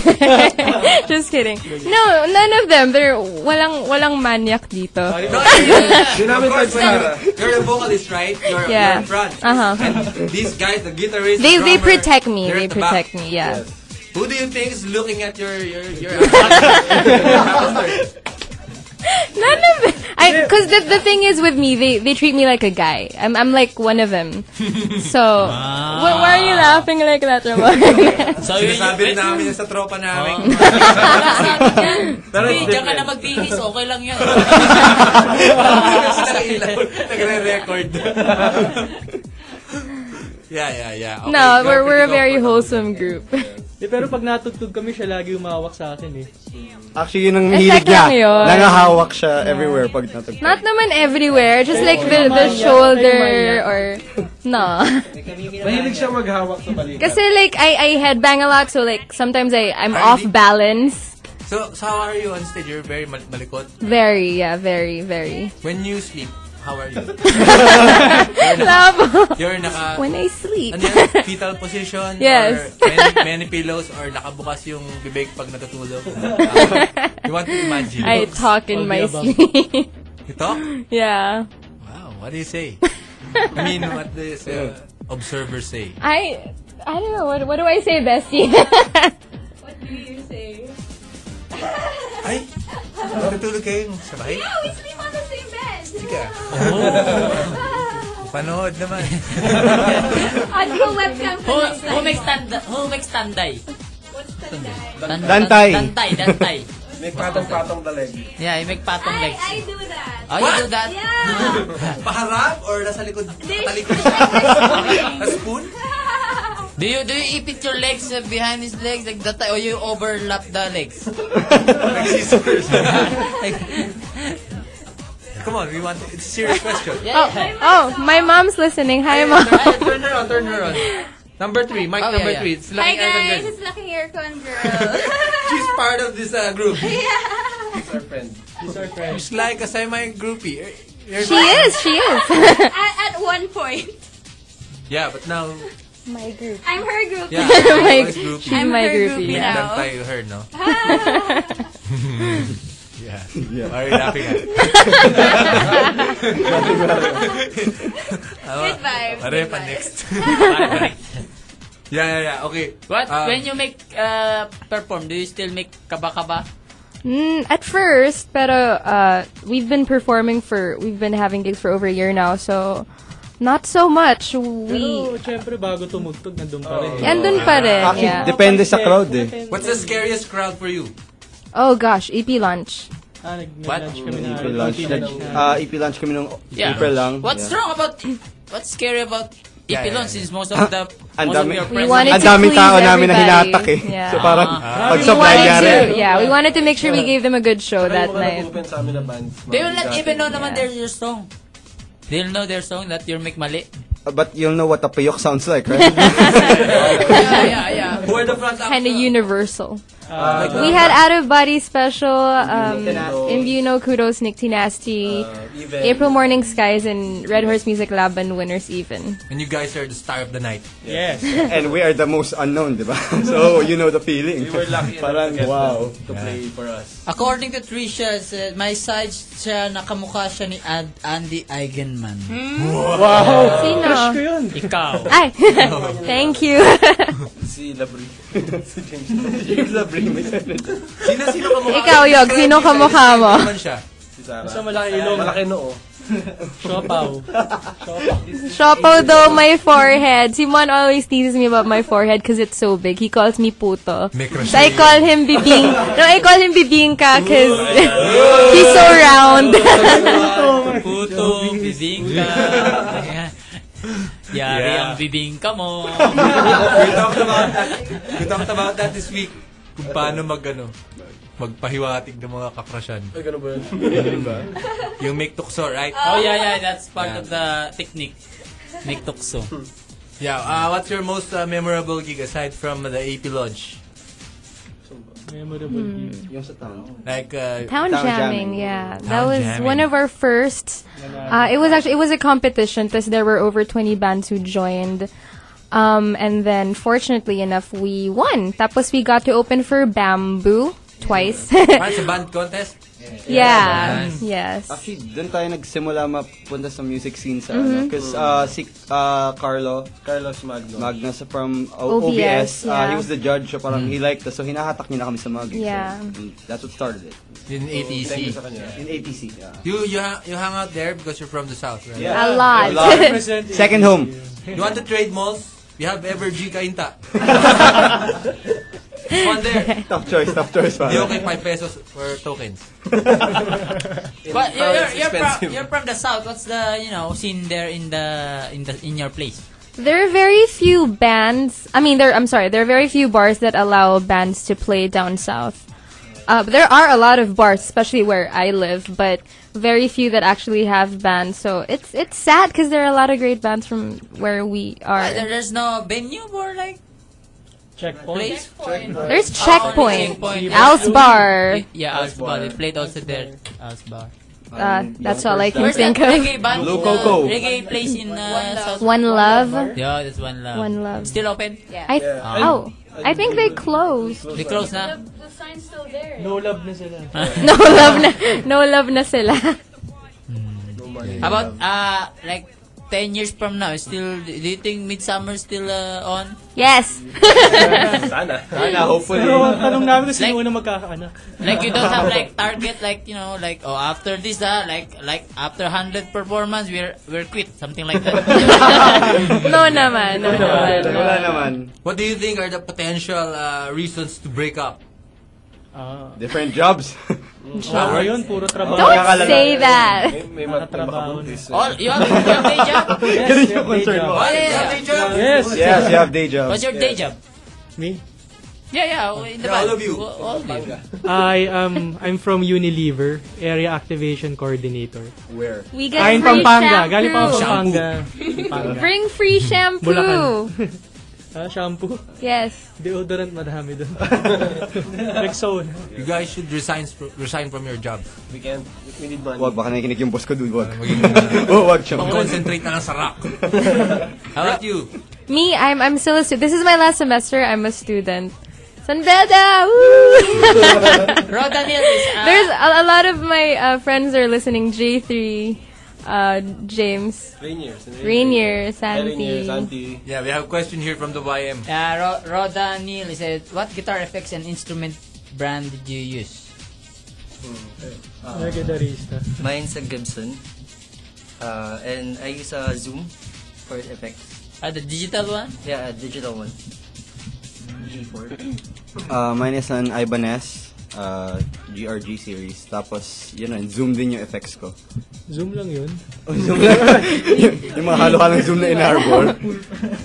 Just kidding. No, none of them. They're walang walang maniac dito.
No, yeah.
Sinabi
Of
ko
course,
sa
you're- You're a vocalist, right? You're,
Yeah.
you're in front.
Uh-huh.
And these guys, the guitarist,
They
drummer,
they protect me.
they're
They
at the back.
protect me. Yeah.
Who do you think is looking at your your your?
None of them. I cuz the the thing is with me, they they treat me like a guy. I'm I'm like one of them. So, wh- why are you laughing like that, Ramon?
So, yun,
Sinasabi rin namin yun sa tropa namin.
Pero diyan ka na magbihis, okay lang yun.
Nagre-record. yeah, yeah, yeah. Okay, go,
no, we're we're a
go for
very
it.
wholesome group.
Eh, pero pag natugtog kami, siya lagi umawak sa akin eh.
Actually, yun ang
Eh,
hilig
teka
niya.
lang yun.
Nangahawak siya everywhere pag natag.
Not naman everywhere, just like the the shoulder or no.
Mahilig siya maghawak sa balikat.
Kasi like I I headbang a lot, so like sometimes I I'm off balance.
So, so how are you on stage? You're very mal- malikot.
Very yeah, very very.
When you sleep, How are you?
Labo.
You're naka...
When I sleep.
Ano yan? Fetal position?
Yes.
Or many, many pillows or nakabukas yung bibig pag natutulog. Ah, you want to imagine.
I talk in
All
my
the above.
sleep.
You talk?
Yeah.
Wow, what do you say? I mean, what does uh, observer say?
I I don't know what what do I say, Bestie? what do you say?
Ay, natutulog kayong sabay?
Oh, we sleep on the same bed.
Tika. Oh. Panood naman.
At
kung webcam
ka
Who,
next time.
who makes tanda, who makes tanday? Tan-
Dantay.
Dantay, dantay.
May patong-patong the leg.
Yeah, you make patong legs.
I do that.
Oh, you do that?
Paharap or nasa likod? Talikod? A spoon?
Do you do you ipit your legs uh, behind his legs like that or you overlap the legs?
Like scissors. Come on, we want it's a serious question.
Oh, oh, my mom's listening. Hi, mom.
Turn her on, turn her on. Number three, mic
Oh, yeah,
number
yeah.
three. It's Lucky Aircon Girl.
it's Lucky Aircon Girl.
She's part of this uh, group.
yeah.
She's our friend. She's our friend.
She's like a semi groupie. Er- er-
She is, she is.
at, at one point.
Yeah, but now
My group.
I'm her group.
yeah,
My-
she's groupie.
she's I'm my her groupie groupie
Yeah,
now.
Dantay you heard, no? yeah.
Yeah.
Why are you laughing at?
Good vibes,
Pare
good
pa
vibes.
next. yeah, yeah, yeah. Okay.
What?
Ah.
Uh,
When you make uh, perform, do you still make kaba-kaba?
Mm, at first, pero uh, we've been performing for, we've been having gigs for over a year now, so not so much. We,
Pero, syempre, bago tumugtog, nandun pa rin.
Andun pa rin,
Actually,
yeah.
depende sa crowd eh.
What's the scariest crowd for you?
oh gosh, EP lunch.
Ah, nag-lunch kami na.
EP lunch.
konti
Nag,
lang.
ah, EP lunch kami nung April lang.
What's
Yeah.
wrong about what's scary about
Yeah,
Ipilon
yeah, yeah.
since most of the
Ang
most of
dami-
your
We
friends
wanted
Ang daming
to please
tao namin na
everybody.
hinatak eh.
Yeah.
So parang
Ah.
pag
We
sa
wanted to-
nangyari.
yeah, we wanted to make sure we gave them a good show that
Kaya yung mga
night.
nag-open sa amin na bands.
They will not even know naman
Yeah.
their your song. They'll know their song that you make mali.
But you'll know what a payok sounds like, right?
yeah, yeah, yeah.
Who are the front actors?
Kind of universal.
Ah,
we had out of body special, um,
Kudos.
Imbuno, Kudos, Nicty Nasty,
Even.
April Morning Skies, and Red Horse Music Lab and Winners Even.
And you guys are the star of the night.
Yes.
And we are the most unknown, di ba? So, you know the feeling.
We were lucky enough
Parang,
to get
wow.
them to play for us.
According to Trisha, said, my side siya nakamukha siya ni Ad- Andy Eigenman.
Sino?
yun.
Ikaw.
Ay! Thank you.
Si Labrie. si James Labrie. James Labrie. May sarili.
Sino, sino ka mukha?
Ikaw, Yog, sino ka mukha mo?
Naman siya.
Si Sarah.
Basta malaki ilong.
Malaki noo.
Siopaw.
Shopo though, my forehead. Simon always teases me about my forehead because it's so big. He calls me puto.
May crush
So I
sa'yo.
call him bibing. No, I call him bibingka because he's so round.
Puto, bibingka. Yari
Yeah.
ang bibingka mo.
we talked about that. We talked about that this week. Kung paano mag, ano, magpahiwatig ng mga kakrasyan.
Ay, ganun ba yun?
Yung make tukso, right?
Oh, yeah, yeah. That's part
Yeah.
of the technique. Make tukso.
Yeah. Uh, what's your most uh, memorable gig aside from the AP launch?
Memorable gig.
Yung sa town.
Like, uh,
Town
Town
jamming,
jamming.
yeah. that
Town
was
jamming.
one of our first. Uh, it was actually it was a competition because there were over 20 bands who joined. Um, and then fortunately enough, we won. Tapos we got to open for Bamboo twice.
parang sa band contest?
yeah. Yes.
Actually, doon tayo nagsimula mapunta sa music scene sa ano. Because uh, si uh, Carlo
Carlos Magno.
Magna sa from O-
OBS,
OBS, uh,
yeah.
he was the judge. So parang he liked us. So hinahatak niya na kami sa mga gigs.
Yeah.
And that's what started it.
In
Oh, Thank you
ATC.
sa kanya.
In ATC. Yeah.
You, you, ha- you hung out there because you're from the south, right?
Yeah.
A lot.
Represent
Second home.
You want to trade malls? We have Evergy Kainta. On there.
Tough choice, tough choice.
Di
Parang.
okay, 5 pesos for tokens.
But you're, you're, you're, from,
expensive.
you're from the south. What's the, you know, scene there in the in the in your place?
There are very few bands. I mean, there. I'm sorry. There are very few bars that allow bands to play down south. Uh, but there are a lot of bars, especially where I live, but very few that actually have bands. So it's it's sad because there are a lot of great bands from where we are.
Uh, there- there's no venue for like
checkpoint.
place.
There's
Oh,
checkpoint,
Checkpoint.
Al's Bar.
Yeah, Al's
Al's Bar.
Bar. We played also there. Al's Bar.
uh,
Um,
that's
young
all I
person.
can
Where's
think
that
of.
reggae band? Low Coco. Reggae place in, uh, South-
One Love.
Yeah, that's One Love.
One Love.
Still open? Yeah.
I th-
Yeah.
oh, I think they closed.
They close na?
The sign's still there.
No love na sila.
no love na, no love na sila.
How about, uh, like, 10 years from now, still, do you think Midsummer still uh, on?
Yes.
Sana.
Sana, hopefully. Pero ang tanong namin kung sino unang magkakaanak.
Like, you don't have, like, target, like, you know, like, oh, after this, ah, like, like, after 100 performance, we're, we're quit. Something like that.
no naman, no naman.
Wala naman.
What do you think are the potential uh, reasons to break up?
Different jobs.
Siya,
Jobs?
yun, puro trabaho.
Don't say that.
May matabuntis.
All, you have, Oh, you have day job?
Ganun yung concern mo.
Oh, yeah, yeah.
Yes. Yes, you have day job.
What's your day job?
Me?
Yeah, yeah, oh, in the
Yeah, all
band.
of you.
All- All of you.
I um I'm from Unilever, Area Activation Coordinator.
Where?
We got
Galing
free
Pampanga,
shampoo.
galing pa ako Pampanga. Pampanga.
Bring free shampoo.
Bulacan. Ah, shampoo.
Yes.
Deodorant madami doon. Rexona.
You guys should resign fr- resign from your job.
We can. We need money.
Wag, baka nakikinig yung boss ko dude, wag. oh, wag siya.
Mag-concentrate na lang sa rock. How about you?
Me, I'm I'm still a student. This is my last semester. I'm a student. San Beda! Woo!
Rodan Hill is, uh,
There's a, a lot of my uh, friends are listening. J3, uh, James.
Rainier. Rainier.
Rainier, Santi.
Yeah, we have a question here from the YM.
Uh, Ro Roda Neal said, what guitar effects and instrument brand did you use?
You're a guitarista.
Mine's a Gibson. Uh, and I use a Zoom for effects.
Ah, the digital one?
Yeah, a digital one. G4.
Uh, mine is an Ibanez uh, GRG series. Tapos, yun na, zoom din yung effects ko.
Zoom lang yun.
Oh, zoom lang. yung, yung mga halo-halong zoom na in-arbor.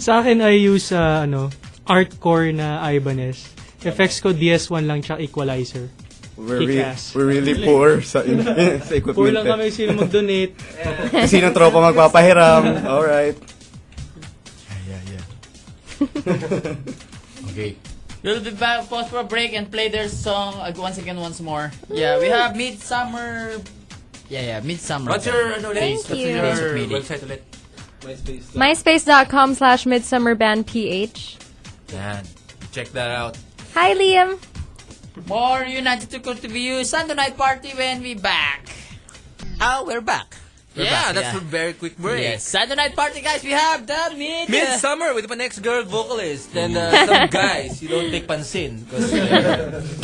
Sa akin, I use uh, ano, artcore na Ibanez. Effects ko, DS1 lang tsaka equalizer.
We're, re-
Kick-ass.
we're really poor sa, in- sa equipment.
Poor lang
eh.
kami sino mag-donate.
Kung Sinong tropa magpapahiram. Alright.
Okay.
We'll be back, pause for a break and play their song ag- once again, once more. Yeah, we have Midsummer. Yeah, yeah, Midsummer.
What's your, ano, ulit?
Days-
What's
you.
Days of
your
Mayday.
website ulit? MySpace.
Myspace.com slash midsummerbandph.
Yan. Check that out.
Hi, Liam.
More United to Cool to Be You Sunday night party when we back. Oh, we're back.
We're
yeah,
back,
that's
yeah. a very quick break.
Yes, Sunday night party, guys. We have the mid. uh,
Midsummer with the next girl vocalist and uh, some guys you don't take pansin because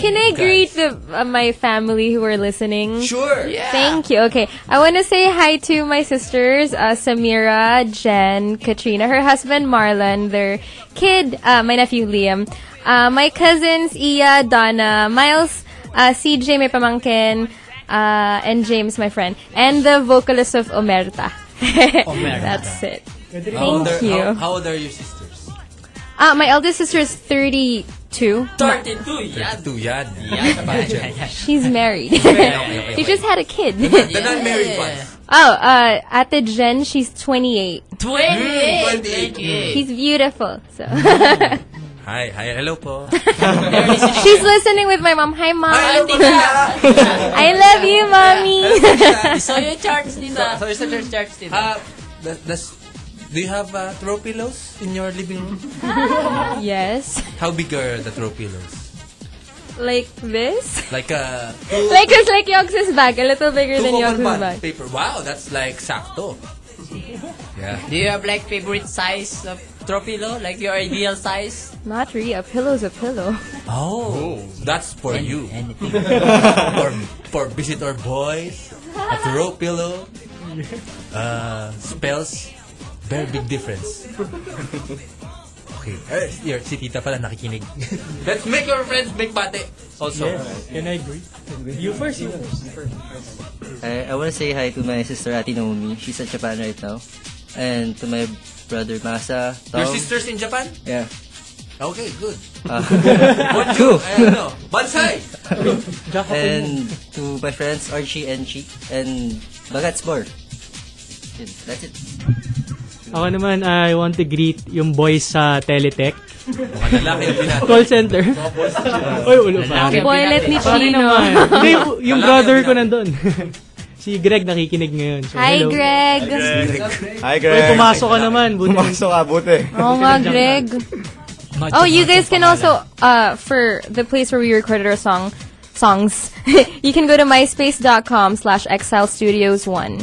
Can I greet the, uh, my family who are listening?
Sure. Yeah.
Thank you. Okay. I want to say hi to my sisters, uh, Samira, Jen, Katrina, her husband, Marlon, their kid, uh, my nephew, Liam, uh, my cousins, Iya, Donna, Miles, uh, CJ, my pamangkin, uh, and James, my friend, and the vocalist of Omerta. That's it.
how old, are,
Thank
how,
you.
how old are your sisters?
Uh, my eldest sister is 32.
32 yan.
Two yan.
She's married.
okay,
she just had a kid.
The non-married ones.
Oh, uh, at the Jen, she's 28.
Hmm, 28.
She's beautiful. So
Hi, hi, hello po.
she's listening with my mom. Hi, mom. I love you, mommy.
so your charts tita. So, so your charts tita.
Uh, does, does, do you have uh, throw pillows in your living room?
yes,
How big are the throw pillows?
like this.
Like uh,
Like this, like Yogs's bag, a little bigger
two
than
common
Yogs's
bond
bag.
paper. Wow, that's like sakto. Yeah.
Do you have like favorite size of trophy lo? Like your ideal size?
Not really. A pillow's a pillow.
Oh, that's for you. for, for visitor boys, a throw pillow, uh, spells, very big difference. Okay, eh, your si tita pala nakikinig. Let's make your friends make bate also.
Can I agree? You first, you first.
I, I want to say hi to my sister Ate Naomi. She's at Japan right now. And to my brother Masa, Tom.
Um,
Your sisters in Japan?
Yeah.
Okay, good.
Uh,
What you? eh, ano?
two.
I don't know. Bansai!
and to my friends Archie and Chi and Bagats Bor. Yun, That's it.
Ako naman, I want to greet yung boys sa Teletech.
Lalaki yung pinatay.
Call center. Oy, ulo pa.
Boylet ni
Sorry
Chino.
naman. Hindi, yung brother ko nandun. Si Greg nakikinig ngayon. So,
Hi,
hello.
Greg. Hi,
Greg. Hi,
Uy, pumasok ka naman. Buti.
Pumasok ka, buti.
Oh nga, Greg. Oh, you guys can also uh for the place where we recorded our song songs. you can go to myspace.com slash exile studios one.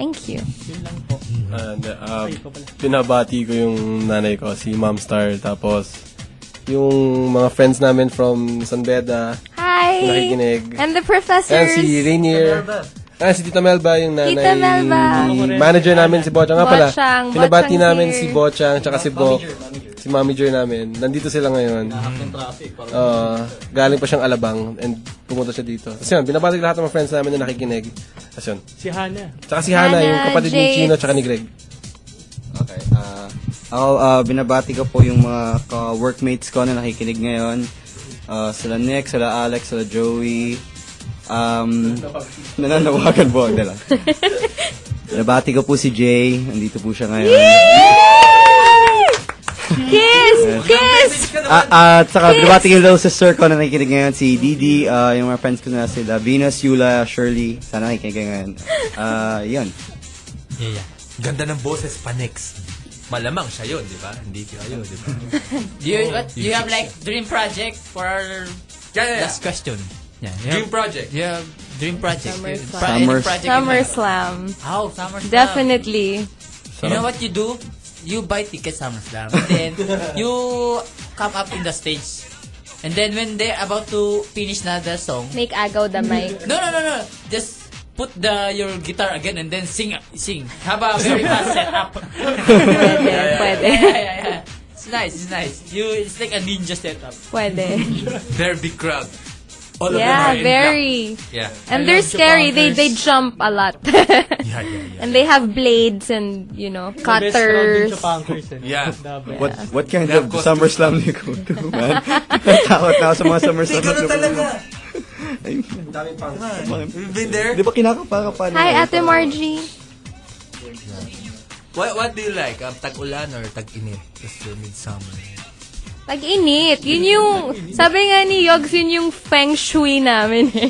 Thank you.
And, uh, pinabati ko yung nanay ko, si Ma'am Star. Tapos, yung mga friends namin from San Beda.
Hi.
Nakikinig.
And the professors.
And si Rainier. Ah, si Tita Melba, yung nanay.
Tita Melba.
Manager namin si Bochang. Nga pala,
Bochang,
pinabati
Bochang
namin
here.
si Bochang, tsaka si Bok. Si Mami Jer namin. Nandito sila ngayon. Oo. galing pa siyang Alabang and pumunta siya dito. Tapos yun, binabati ko lahat ng mga friends namin na nakikinig. Tapos yun.
Si Hannah.
Tsaka si Hannah, yung
Hannah,
kapatid ni
Jates.
Chino, tsaka ni Greg.
Okay. ah, ako, ah, binabati ko po yung mga ka-workmates ko na nakikinig ngayon. Ah, sila Nick, sila Alex, sila Joey. Um, nananawagan po. Hindi lang. Binabati ko po si Jay. Andito po siya ngayon.
Kiss! Kiss!
Ah, ah, at saka binabati ko yung little sister ko na nakikinig ngayon, si Didi. ah, yung mga friends ko na sila Venus, Yula, Shirley. Sana nakikinig kayo ngayon. Ah, yun.
Yeah, yeah. Ganda ng boses pa next. Malamang siya yun, di ba? Hindi kayo, di ba?
Do you,
Oh,
what, do you
yung
have like dream project for our last question? Yeah, you
Dream
have-
project.
You have dream project.
Summer
You-
Slam.
pro- any
Summer-
project you
Summer
have?
Slam.
Oh, Summer Slam.
Definitely.
You know what you do? You buy tickets SummerSlam. And then, you come up in the stage. And then when they're about to finish na the song,
Make agaw damay.
no, no, no, no. Just put the your guitar again and then sing sing. Have a very fast setup.
Pwede, pwede.
Yeah, yeah, yeah. It's nice, it's nice. You it's like a ninja setup.
Pwede.
Very big crowd. All
yeah,
of them are in
very.
black. Yeah.
And they're scary. They they jump a lot. And they have blades and you know cutters.
Yeah.
What what kind
They have
of summer slam do you go to, man? Natakot na ako sa mga summer slam.
Siguro talaga.
Ang daming pang.
You've been there?
Di ba kinakapa ka pa?
Hi, Ate Margie.
What, what do you like?
Uh,
Um, tag-ulan or tag-init? Just for midsummer.
Tag-init. Yun yung, sabi nga ni Yogs, yun yung feng shui namin eh.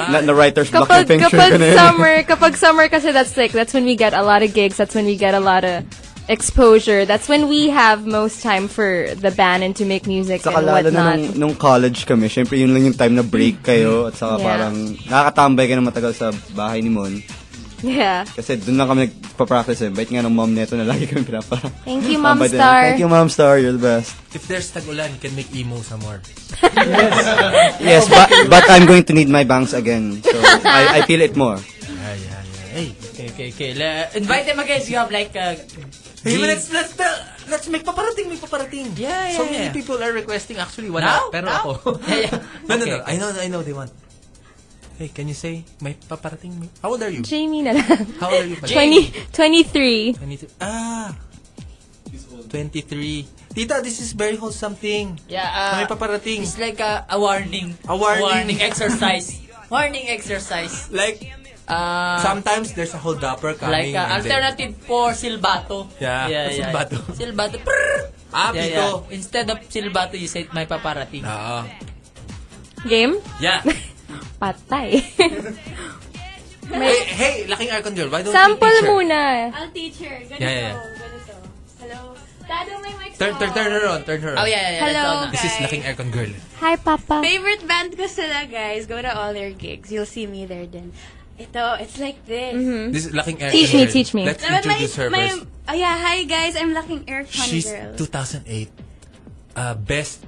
Ah,
Ah. Na, na writer's block
kapag,
ng picture
kapag
ko na yun.
summer, kapag summer kasi that's like, that's when we get a lot of gigs, that's when we get a lot of exposure, that's when we have most time for the band and to make music
Saka
and
lalo na
whatnot. Mm.
nung, nung college kami, syempre yun lang yung time na break kayo at saka
Yeah.
parang nakakatambay ka na matagal sa bahay ni Mon.
Yeah.
Kasi doon lang kami nagpa-practice eh. Bait nga ng mom neto na lagi kami pinapa.
Thank you, Mom
Tambay din.
Star.
Thank you, Mom Star. You're the best.
If there's tag-ulan, you can make emo some more.
Yes, but, but I'm going to need my bangs again. So, I, I feel it more.
Yeah, yeah, yeah.
Hey, okay, okay, okay. Le- invite them again if you have like
uh,
a
Hey, let's, let's, let's make paparating, make paparating.
Yeah, yeah,
So
yeah.
many people are requesting actually.
Now?
Wala. Pero
Now?
ako.
Yeah, yeah.
no, no,
Okay,
no. I know, I know they want. Hey, can you say may paparating? May... How old are you?
Jamie na lang.
How old are you pala?
20, 23.
23. Ah! 23. Tita, this is very wholesome thing.
Yeah, uh,
may paparating.
It's like a, a warning.
A warning.
exercise. warning exercise.
Like,
uh,
Sometimes there's a holdupper
like
coming.
uh,
and then-
alternative for silbato.
Yeah, silbato.
Silbato. Prrr!
Ah,
Yeah,
pito. Ah.
yeah. Instead of silbato, you said may paparating.
Oo.
Game?
Yeah.
Patay.
hey,
May,
hey, laking air control. Why don't you
sample
teacher?
muna.
I'll teach her. Ganito,
Yeah, yeah, yeah.
ganito. Hello? Dado, may mic
Turn, turn, turn her on. Turn her on.
Oh, yeah, yeah, yeah.
Hello,
Let's go na.
This is laking aircon girl.
Hi, Papa.
Favorite band ko sila, guys. Go to all their gigs. You'll see me there then. Ito, it's like this.
This is laking aircon
Teach me,
girl.
teach me.
Let's
Naman, may-
introduce her
may-
first.
Oh yeah, hi guys. I'm Laking Aircon
She's
Girl.
2008. Uh, best,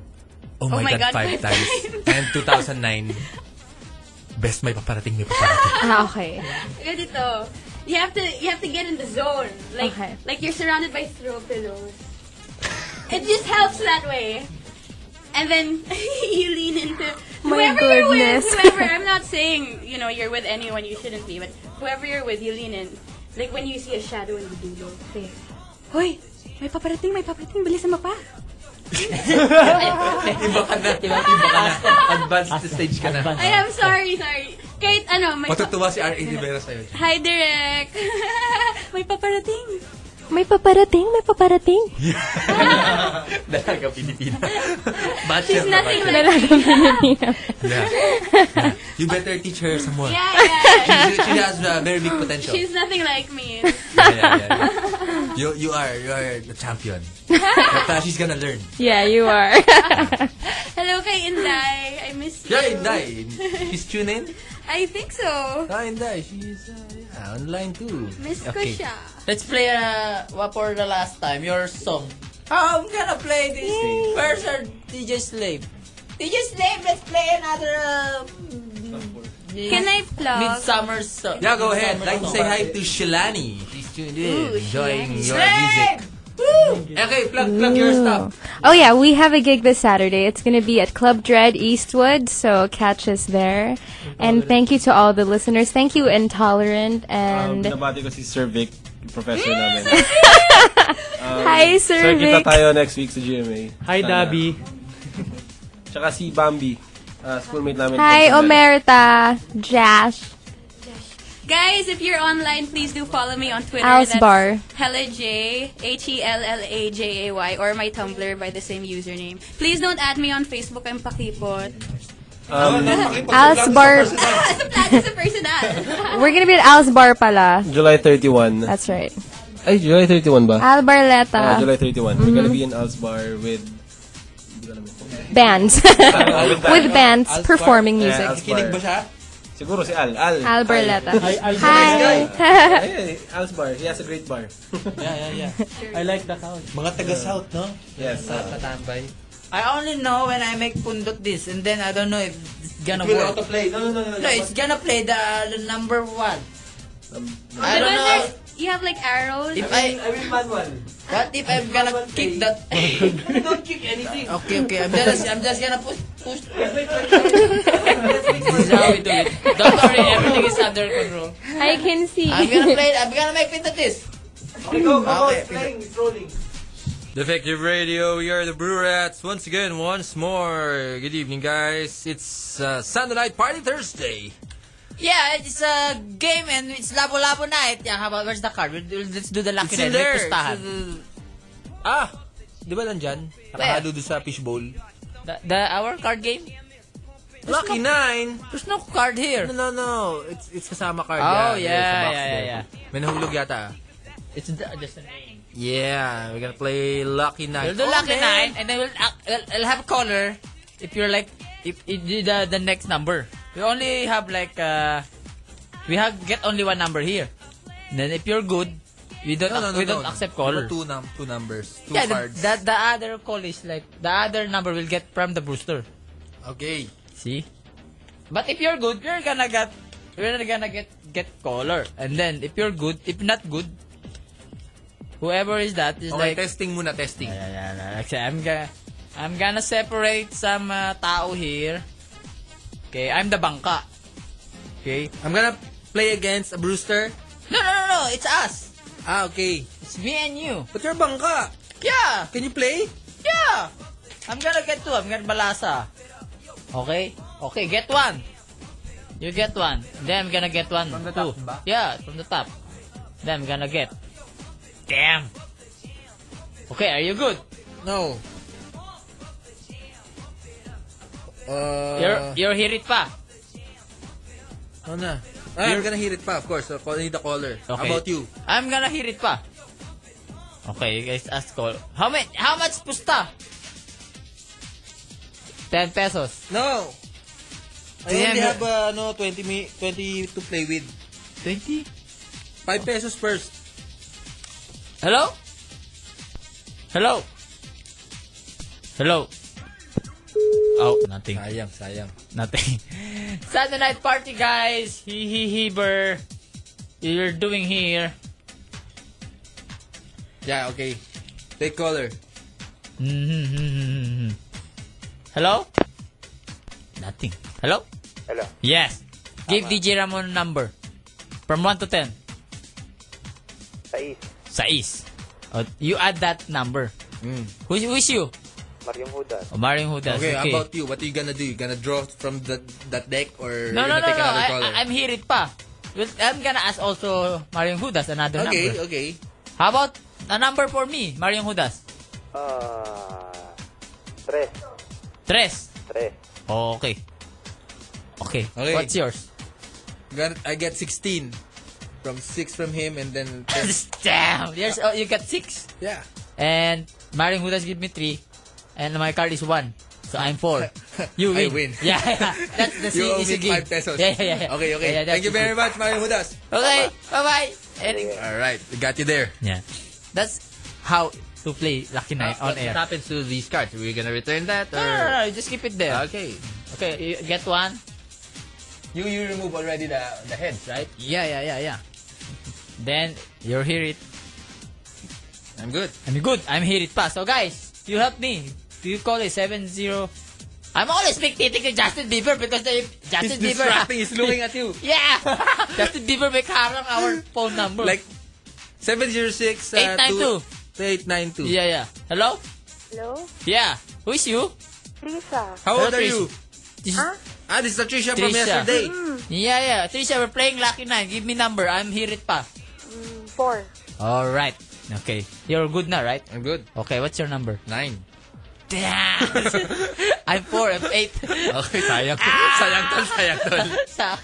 Oh
oh, my,
my
God,
God, five
five times. And 2009, best may paparating, may paparating.
Ah, okay.
Ganito. You have to you have to get in the zone. Like
Okay.
like you're surrounded by throw pillows. It just helps that way. And then you lean into
My
whoever you're with,
goodness.
whoever. I'm not saying, you know, you're with anyone you shouldn't be, but whoever you're with, you lean in. Like when you see a shadow in the dulo. Say, Hoy, may paparating, may paparating, bilisan mo pa.
iba ka na, iba, iba ka na. Advanced stage ka na.
Ay, I'm sorry, sorry. Kahit ano, may...
Matutuwa si R.A. Rivera sa'yo.
Hi, Derek! May paparating!
May paparating, may paparating.
Dalaga Pilipina.
She's nothing like
Dalagang Pilipina.
Yeah. You better teach her some more.
Yeah, yeah.
She, she has a very big potential.
She's nothing like me.
Yeah, yeah, yeah, You, you are, you are the champion. But uh, she's gonna learn.
yeah, you are.
Hello kay Inday. I miss you.
Yeah, Inday. She's tuned in?
I think so.
Ah, Inday. She's uh, yeah, online too.
Miss ko
Okay.
siya.
Let's play uh, what for the last time, your song. Oh, I'm gonna play this. Where's our DJ Slave? DJ Slave, let's play another... Uh,
Can I plug?
Midsummer song.
Yeah, go ahead. Like say hi to Shilani. She's tuned in.
Ooh,
enjoying
Shilani.
your
Shilani!
music. Okay, plug, plug your stuff.
Oh yeah, we have a gig this Saturday. It's going to be at Club Dread Eastwood, so catch us there. And thank you to all the listeners. Thank you Intolerant
Um,
and
binabati ko si Sir Vic, yung professor namin. Um,
Hi, Sir
Sir, kita
Vic.
tayo next week sa GMA.
Hi, Dabi.
Tsaka si Bambi, ah, schoolmate namin.
Hi
From Sudan.
Omerta, Jash.
Guys, if you're online, please do follow me on Twitter.
Al's
That's
Bar.
Hella J, H-E-L-L-A-J-A-Y, or my Tumblr by the same username. Please don't add me on Facebook. I'm pakipot.
Um,
Al's Bar.
That's a personal.
We're going to be at Al's Bar pala.
July 31.
That's right.
Ay, July 31 ba?
Al
Ah,
Barleta
July 31. We're
Mhm.
gonna be in Al's Bar with...
bands. With bands performing music.
Kinig ba siya? Siguro si Al. Al.
Al Barleta. Hi,
Hi.
Al
Hi.
Barleta. Hi.
Hey, Al's Bar. He has a great bar.
yeah, yeah,
I
yeah.
like the couch.
Mga taga-South, no?
Yes.
South na tambay.
I only know when I make pundot this, and then I don't know if it's gonna
It will
work.
autoplay. No, no, no, no,
No, it's gonna play the, the number one. I don't
Because
know
there's- You have like arrows.
if I. What if I'm gonna kick that? don't kick anything. Okay, okay. I'm just, I'm just gonna push, push. this is how we do it. Don't worry, everything is under control.
I can see.
I'm gonna play. I'm gonna make pindot this. Okay,
go, go,
okay. playing. It's rolling.
Defective Radio, we are the Brew Rats once again, once more. Good evening, guys. It's uh, Sunday Night Party Thursday.
Yeah, it's a game and it's labo-labo night. Yeah, how about, where's the card? We'll- we'll- Let's do the lucky
It's
red. May
in there.
pustahan.
It's Ah! Di ba nandyan? Nakahalo doon sa fishbowl.
The, the our card game?
Lucky Nine?
There's no card here.
No, no, no. It's, it's kasama card.
Oh, yeah,
sa box
yeah,
there.
yeah,
May nahulog yata. ah.
It's the, just the name.
Yeah, we're gonna play Lucky Nine.
We'll do
Oh,
lucky
man.
nine and then we'll, uh, we'll, we'll have caller if you're like if, if you- the the next number. We only have like uh we have get only one number here. And then if you're good, we don't
Oh, No, no, no,
we don't
no.
accept caller.
Two, num two numbers. Two
yeah, the,
cards.
the, the other call is like the other number will get from the booster.
Okay.
See? But if you're good, you're gonna get you're gonna get get caller. And then if you're good, if not good, whoever is that is
Okay,
like
testing muna, testing.
Okay, nah, I'm gonna I'm gonna separate some uh, tao here. Okay, I'm the bangka. Okay?
I'm gonna play against a Brewster.
No, no, no, no, it's us.
Ah, okay.
It's me and you.
But you're bangka.
Yeah,
Can you play?
yeah. I'm gonna get two. I'm gonna balasa. Okay? Okay, get one. You get one. Then I'm gonna get one. From the two. Yeah, from the top. Then I'm gonna get. Damn. Okay, are you good?
No. Uh,
you're you're here it pa.
ano na? Ah, you're gonna hear it pa, of course. So, call- need the caller. How
Okay.
about you?
I'm gonna hear it pa. Okay, you guys ask call. How much how much pusta? 10 pesos.
No! I
Yeah,
only
no.
have, uh, no, 20, mi- 20 to play with.
20?
5 pesos first.
Hello? Hello? Hello? Oh, nothing.
Sayang, sayang.
Nothing. Saturday night party, guys. Hee hee hee burr. You're doing here.
Yeah, okay. Take caller.
Mhm. Hello? Nothing. Hello?
Hello.
Yes. Give DJ Ramon number. From 1 to 10.
Sais.
Sais. Oh, you add that number.
Mm.
Who wish you?
Mariam Hudas.
Oh, Maring Hudas.
Okay,
Okay,
how about you? What are you gonna do? You gonna draw from the, that deck or
No,
you're
no,
gonna
no,
take
no.
another
I,
caller?
I- I'm here it pa. Well, I'm gonna ask also Maring Hudas another
okay,
number.
okay.
How about A number for me, Mariam Hudas.
Ah, tres.
Tres.
Tres.
Okay. Okay.
Okay.
What's yours?
Got, I get 16 from 6 from him and then 10.
Damn! Yours, oh, you got six.
Yeah.
And Mariam Hudas give me three. And my card is one. So I'm four. You
I
win.
win.
Yeah, yeah. That's the
You owe
easy
me
game.
5 pesos.
Yeah, yeah, yeah.
Okay, okay.
Yeah, yeah, that's
Thank you
easy.
very much, Mario Hudas.
Okay. Bye-bye. Eric.
All right, we got you there.
Yeah. That's how to play Lucky Night on
What
air.
happens to these cards? We're gonna return that
No,
or
no, no, no, you just keep it there.
Okay.
Okay, you get one.
You you remove already the the heads, right?
Yeah, yeah, yeah, yeah. Then you hear it.
I'm good.
I'm good. I'm hear it pa. So guys, you help me. You call it 70. I'm always big titik to Justin Bieber because they, Justin
He's
Bieber.
distracting. He's looking at you.
yeah. Justin Bieber may karang our phone number.
Like 706 uh,
892.
892.
Yeah, yeah. Hello?
Hello?
Yeah. Who is you?
Lisa.
How old
Hello,
are
Trish.
you? Ah, this is Patricia Mm. from
Trisha.
yesterday.
Yeah, yeah. Trisha, we're playing Lucky Nine. Give me number. I'm hear it pa.
Mm, four.
All right. Okay. You're good now, right?
I'm good.
Okay, what's your number?
Nine.
Damn! I'm four, I'm eight. Ah!
Okay, sayang. Sayang tol, sayang tol.
Sa-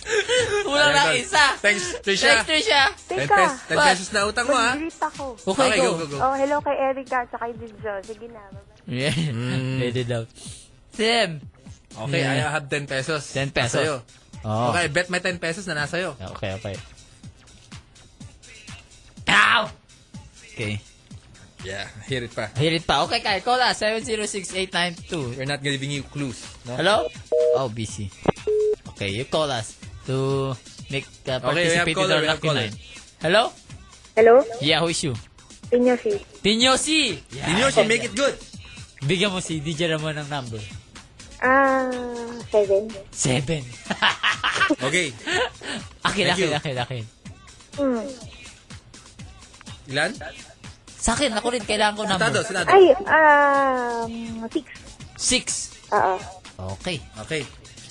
Kulang
Sayang
lang
tol.
isa.
Thanks, Trisha.
Thanks, Trisha.
Ten
Teka.
pes- ten
What?
pesos na utang mo, ha?
Mag-greet ako.
Okay,
Okay,
go.
go, go, go.
Oh, hello kay Erica at kay Didjo. Sige na, bye-bye.
Yeah. Let it out. Tim.
Okay, I have 10 Oh. pesos.
10 pesos.
Nasa'yo.
Oh.
Okay, bet my 10 pesos na nasa'yo.
Okay, okay. Ow! Okay.
Yeah, hear it pa.
Hear it pa. Okay, Kyle. Call us. 706-892.
We're not giving you clues. No?
Hello? Oh, busy. Okay, you call us to make uh,
Okay, we have
participate in
caller,
our
we have
Lucky
caller.
Nine. Hello?
Hello?
Yeah, who is you?
Pinyosi.
Pinyosi!
Pinyosi, make it good!
Bigyan mo si DJ Ramon ng number.
Ah, seven.
Seven.
Okay.
Akin,
Thank
akin,
you.
akin, akin.
Mm.
Ilan?
Sa akin, ako rin. Kailangan ko number.
Sinado, sinado.
Ay, um, six.
Six.
Oo.
Okay.
Okay.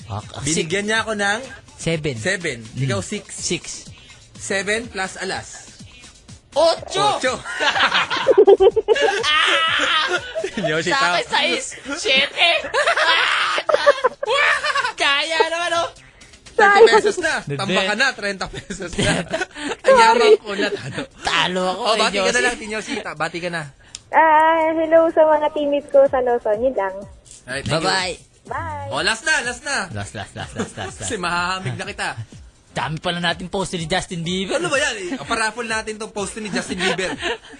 Okay.
Binigyan niya ako ng
Seven.
7. Ikaw 6.
6.
7 plus alas.
Ocho!
Ocho! Yoshi,
Sa
tao.
akin, sais. Siete. Kaya naman, oh.
30 pesos na.
Bebe.
Tamba ka na, 30 pesos na. Ang yaman ko na talo.
Talo ako.
Oh,
eh,
bati ka na
Josie.
lang, Tinyosi. Ta- Bati ka na.
Ah, hello sa mga teammates ko sa Luzon. Yun lang.
Alright, thank you.
Bye-bye.
Bye.
Oh, last na, last na.
Last, last, last, last, last.
Kasi
last.
mahahamig na kita.
Dami pala natin poster ni Justin Bieber.
Ano ba yan? Eh? Parapol natin tong post ni Justin Bieber.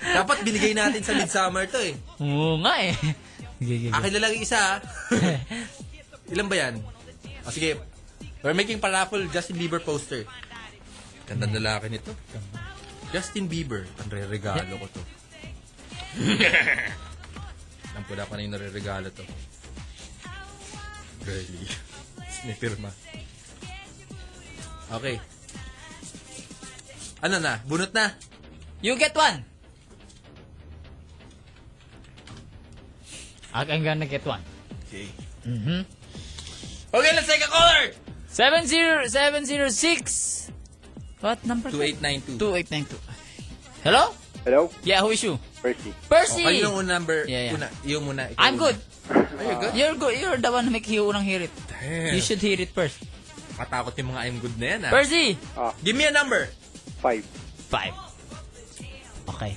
Dapat binigay natin sa midsummer to eh.
Oo nga eh. Sige, sige.
Akin na lang yung isa ah. Ilan ba yan? O sige, we're making parapol Justin Bieber poster. Ganda na lalaki nito. Justin Bieber. Ang regalo ko to. Alam ko na kung ano yung nare-regalo to. Girly. Sinipirma. Okay. Ano na? Bunot na?
You get one. Ak- I'm gonna get one.
Okay.
Mm-hmm.
Okay, let's take a caller!
70706. What number?
2892.
2892. Hello?
Hello?
Yeah, who is you?
Percy.
Percy!
Okay, Oh, yung unang number.
Yeah, yeah.
Una, yung muna. ikaw
I'm
una.
good.
Are you Oh, good?
You're good. You're the one who make you unang hear it.
Damn.
You should hear it first.
Katakot yung mga I'm good na yan, ah.
Percy!
Give me a number.
Five.
Five. Okay.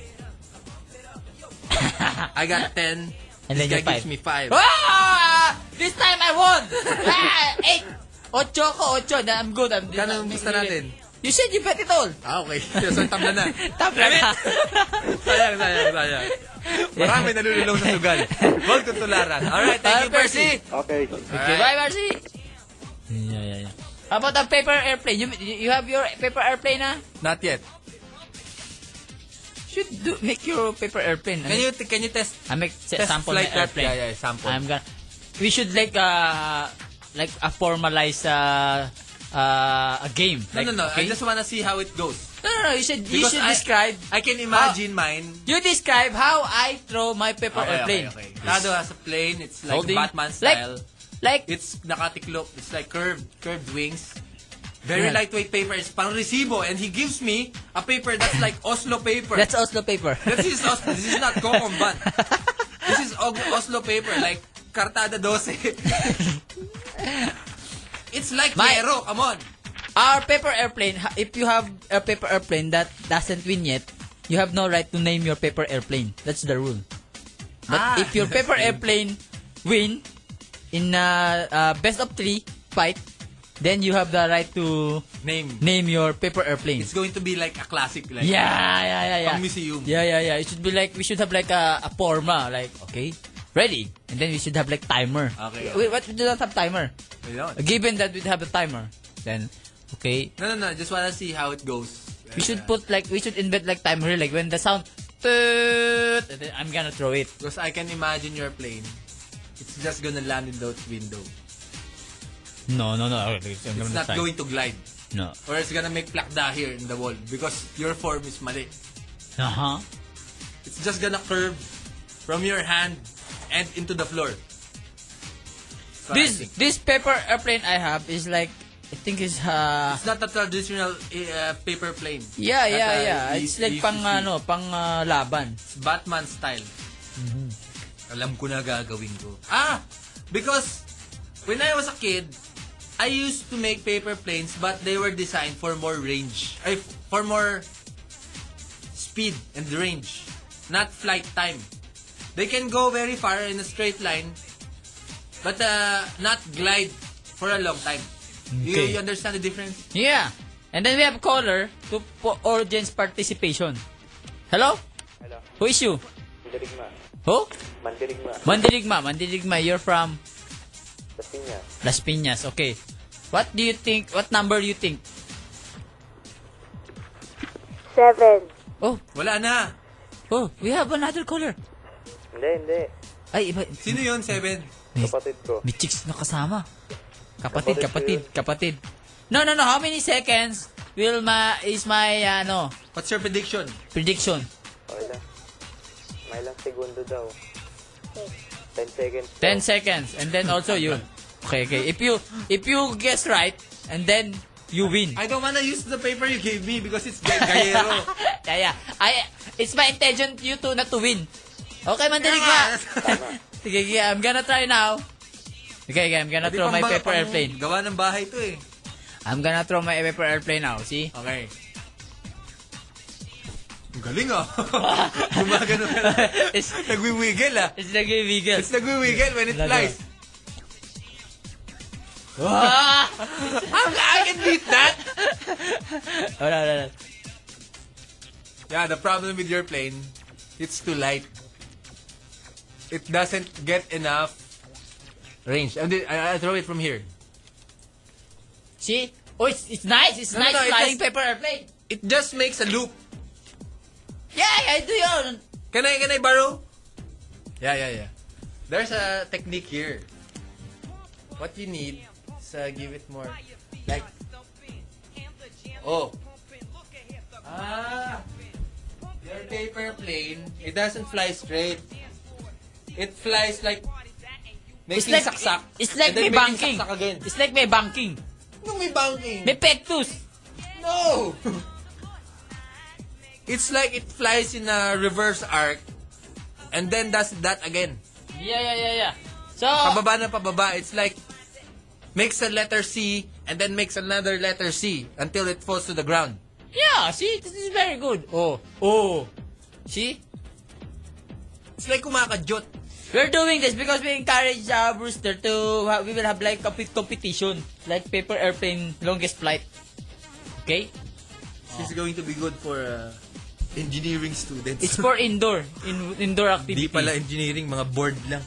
I got 10.
And then
This guy
you five.
gives me 5.
Ah! This time I won! ah, eight! Ocho ko, ocho. Na, I'm good. I'm
Kano
I'm-
gusto natin?
You said you bet it all.
Ah, okay. So, tabla na.
Tabla na.
sayang, sayang, sayang. Marami nalululong sa sugal. Huwag tutularan. Alright, thank you,
Bye, Ah, Percy.
Percy.
Okay.
Okay, bye, Marcy. Yeah, yeah, yeah. How about the paper airplane? You you have your paper airplane na?
Not yet.
Should do make your paper airplane.
Can you, can you test?
I make sa-
Test
sample
flight
na airplane.
Yeah, yeah, sample.
I'm gonna. We should like uh like a formalize uh, uh a game.
no,
Like,
no, no. I
okay?
just wanna see how it goes.
no, no, no. You should you
Because
should
I-
describe. Oh.
I can imagine mine.
You describe how I throw my paper airplane.
okay. Tado has a plane. It's like
Oh, Holding-
Batman
like-
style.
Like
It's nakatiklop. It's like curved, curved wings. Very
Yan.
lightweight paper. It's parang resibo. And he gives me a paper that's like Oslo paper.
That's Oslo paper.
This is Oslo. This is not Kokomban. this is Og- Oslo paper. Like, Cartada 12. It's like Piero. Come on.
Our paper airplane, ha- if you have a paper airplane that doesn't win yet, you have no right to name your paper airplane. That's the rule. But
Ah,
if your
that's
paper airplane win in a uh, best of three fight, then you have the right to
name
name your paper airplane.
It's going to be like a classic. Like,
yeah, yeah, yeah, yeah.
Pang museum.
Yeah, yeah, yeah. It should be like we should have like a, a forma, like okay, ready, and then we should have like timer.
Okay.
Wait, what? We do not have timer.
We don't.
Given that we have a timer, then okay,
No, no, no. Just wanna see how it goes.
we should put like we should invent like timer like when the sound toot, and then I'm gonna throw it.
Because I can imagine your plane. It's just gonna land in those window.
No, no, no. Okay, I'm
It's
gonna
not
try.
going to glide.
No.
Or it's gonna make plakda here in the wall because your form is mali.
Uh huh.
It's just gonna curve from your hand and into the floor. So I
This
think
this paper airplane I have is like I think is uh
It's not a traditional uh, paper plane.
yeah
Not
yeah
a
yeah.
E-
It's like
ECC.
pang ano pang uh, laban.
It's Batman style. Alam ko na gagawin ko. Ah! Because when I was a kid, I used to make paper planes but they were designed for more range. Ay, f- for more speed and range. Not flight time. They can go very far in a straight line but uh, not glide for a long time. You-
Okay.
You, understand the difference?
Yeah. And then we have caller to po- audience participation. Hello?
Hello.
Who is you?
Mandirigma.
Who?
Mandirigma.
Mandirigma. Mandirigma, you're from
Tasinga.
Las Piñas. Okay. What do you think? What number you think?
Seven.
Oh.
Wala na.
Oh, we have another caller.
Hindi, hindi.
Ay, iba.
Sino yun, Seven?
Kapatid ko.
May chicks na kasama. Kapatid, kapatid, kapatid. No, no, no. How many seconds will ma is my ano?
What's your prediction?
Prediction.
Okay lang. May lang segundo daw. 10 seconds.
10 seconds and then also you okay okay if you if you guess right and then you win
I don't wanna use the paper you gave me because it's ga- gayero.
yeah yeah I it's my intention you to not to win okay mandinig ka sige sige I'm gonna try now okay okay I'm gonna
Pwede
throw my
pang-
paper
pang-
airplane
Gawa ng bahay to eh.
I'm gonna throw my paper airplane now see
okay Ang galing ah. Gumagano ka
It's
nagwiwiggle ah.
It's nagwiwiggle.
It's nagwiwiggle when it
Talaga.
flies.
Ah!
Ang I can beat that!
wala wala wala.
Yeah, the problem with your plane, it's too light. It doesn't get enough range. And then, I, I throw it from here.
see oh it's, it's nice it's
No,
nice
no, no, it
flying
just-
paper airplane
It just makes a loop.
yeah I do yun
Can I, can I borrow? Yeah, yeah, yeah. There's a technique here. What you need is uh, give it more. Like, oh. Ah, your paper plane, it doesn't fly straight. It flies like making
like-
saksak.
it's like
and then
may
making
banking.
saksak again.
It's like may banking.
No, may banking.
May pectus.
No! it's like it flies in a reverse arc and then does that again.
Yeah, yeah, yeah, yeah. So,
Pababa na pababa. It's like makes a letter C and then makes another letter C until it falls to the ground.
yeah, see, this is very good. Oh, oh. See?
It's like kumakajot.
We're doing this because we encourage uh, Brewster to, ha- we will have like a pit- competition. Like paper airplane longest flight. Okay?
This is going to be good for uh, engineering students.
It's for indoor. In, indoor activity.
Di pala engineering, mga board lang.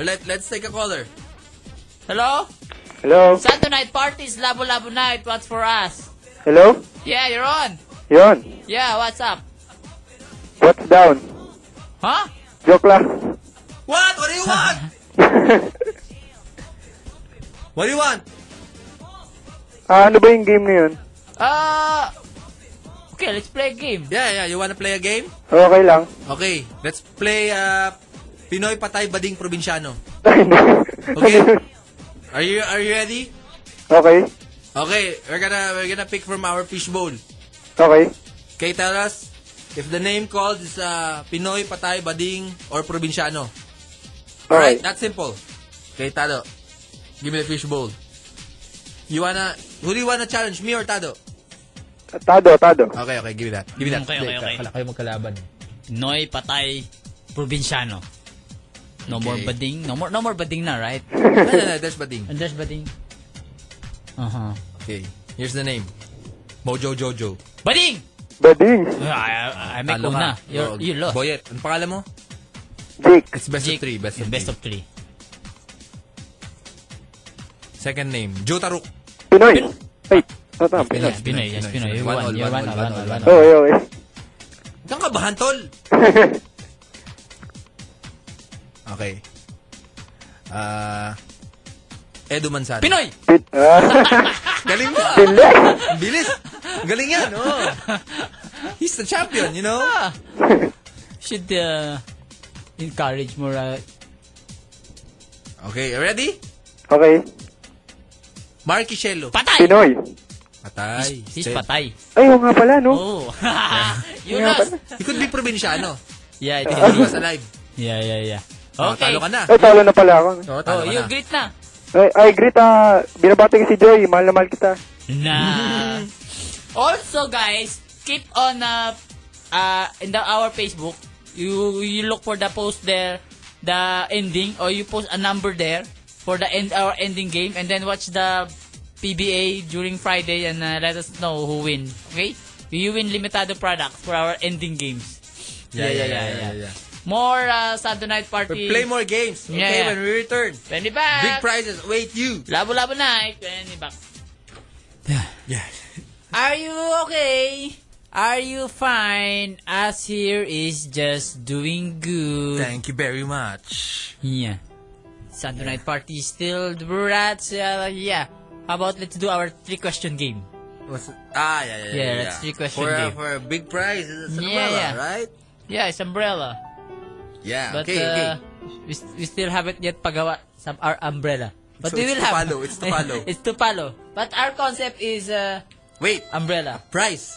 Let, let's take a caller.
Hello?
Hello?
Saturday night parties, Labo Labo night. What's for us?
Hello?
Yeah, you're on.
Yon.
Yeah, what's up?
What's down?
Huh?
Joke lang.
What? What do you want? what do you want?
ah, ano ba yung game na yun?
Uh, okay, let's play a game.
Yeah, yeah. You wanna play a game?
Okay lang.
Okay, let's play uh, Pinoy Patay Bading Probinsyano.
okay.
Are you are you ready?
okay.
Okay, we're gonna we're gonna pick from our fishbowl.
Okay.
Okay, tell us if the name called is uh, Pinoy, Patay, Bading, or Probinsyano. Alright, that's simple. Okay, Tado. Give me the fishbowl. You wanna... Who do you wanna challenge? Me or Tado?
Tado, tado.
Okay, okay. Give me that. Give me that.
Okay, okay, okay.
Wala kayo magkalaban.
Noy, patay, probinsyano. No more
Okay.
bading. No more, no more bading na, right?
no, no, no. There's Bading.
And there's Bading. Uh-huh.
Okay. Here's the name. Mojo Jojo.
Bading! Ah,
Bading!
I, I make
Talo
una.
ka.
You're,
Oo.
you lost.
Boyet, ang pangalan mo?
Jake.
It's best of three. Best of best three. Second name, Joe Taruk.
Pinoy. Ay, tama, Pinoy.
Pinoy, yes, Pinoy. You
One
won,
all,
you
one
won,
all,
you won,
one
you won.
all.
Oh,
Okay, okay.
eh.
Huwag kang kabahan, tol! okay. Ah... Edu Manzano.
Pinoy!
Galing mo! ah.
Bilis!
Bilis! Galing yan, oh! He's the champion, you know?
Should uh, encourage more. Uh,
Okay, ready?
Okay.
Marquishello.
Patay!
Pinoy.
Patay.
He's patay.
Ay, oo nga pala, no?
Oh. you lost.
He could be probinsyano.
Yeah, it
He was
is.
alive.
yeah, yeah, yeah.
Oh,
Okay.
talo ka na.
Ay, talo na pala ako.
Oh,
Oh,
talo ka
you
na.
great na.
Ay, ay great, ah. Binabati ko si Joy. Mahal na mahal kita.
Nah. also, guys, keep on uh, uh, in the, our Facebook. You you look for the post there, the ending, or you post a number there for the end our ending game, and then watch the PBA during Friday and uh, let us know who win. Okay, you win limitado products for our ending games.
Yeah, yeah, yeah, yeah, yeah.
More uh, Saturday night party.
Play more games.
Yeah,
okay,
yeah. Uh,
when we return.
Penny back.
Big prizes await you.
Labo-labo night. Penny back.
Yeah.
Are you okay? Are you fine? Us here is just doing good.
Thank you very much.
Yeah. Saturday night party is still the rats. Uh, yeah. How about let's do our three question game?
What's ah yeah yeah
Yeah,
yeah.
that's three question
for, a-
game.
for a big prize. It's an
Yeah,
umbrella,
yeah.
right?
Yeah, it's umbrella.
Yeah.
But
okay,
uh,
okay.
We, st- we still haven't yet pagawa some our umbrella. But
So
we
it's
will
to
have.
follow, it's to follow.
it's to follow. But our concept is uh,
Wait,
umbrella.
prize.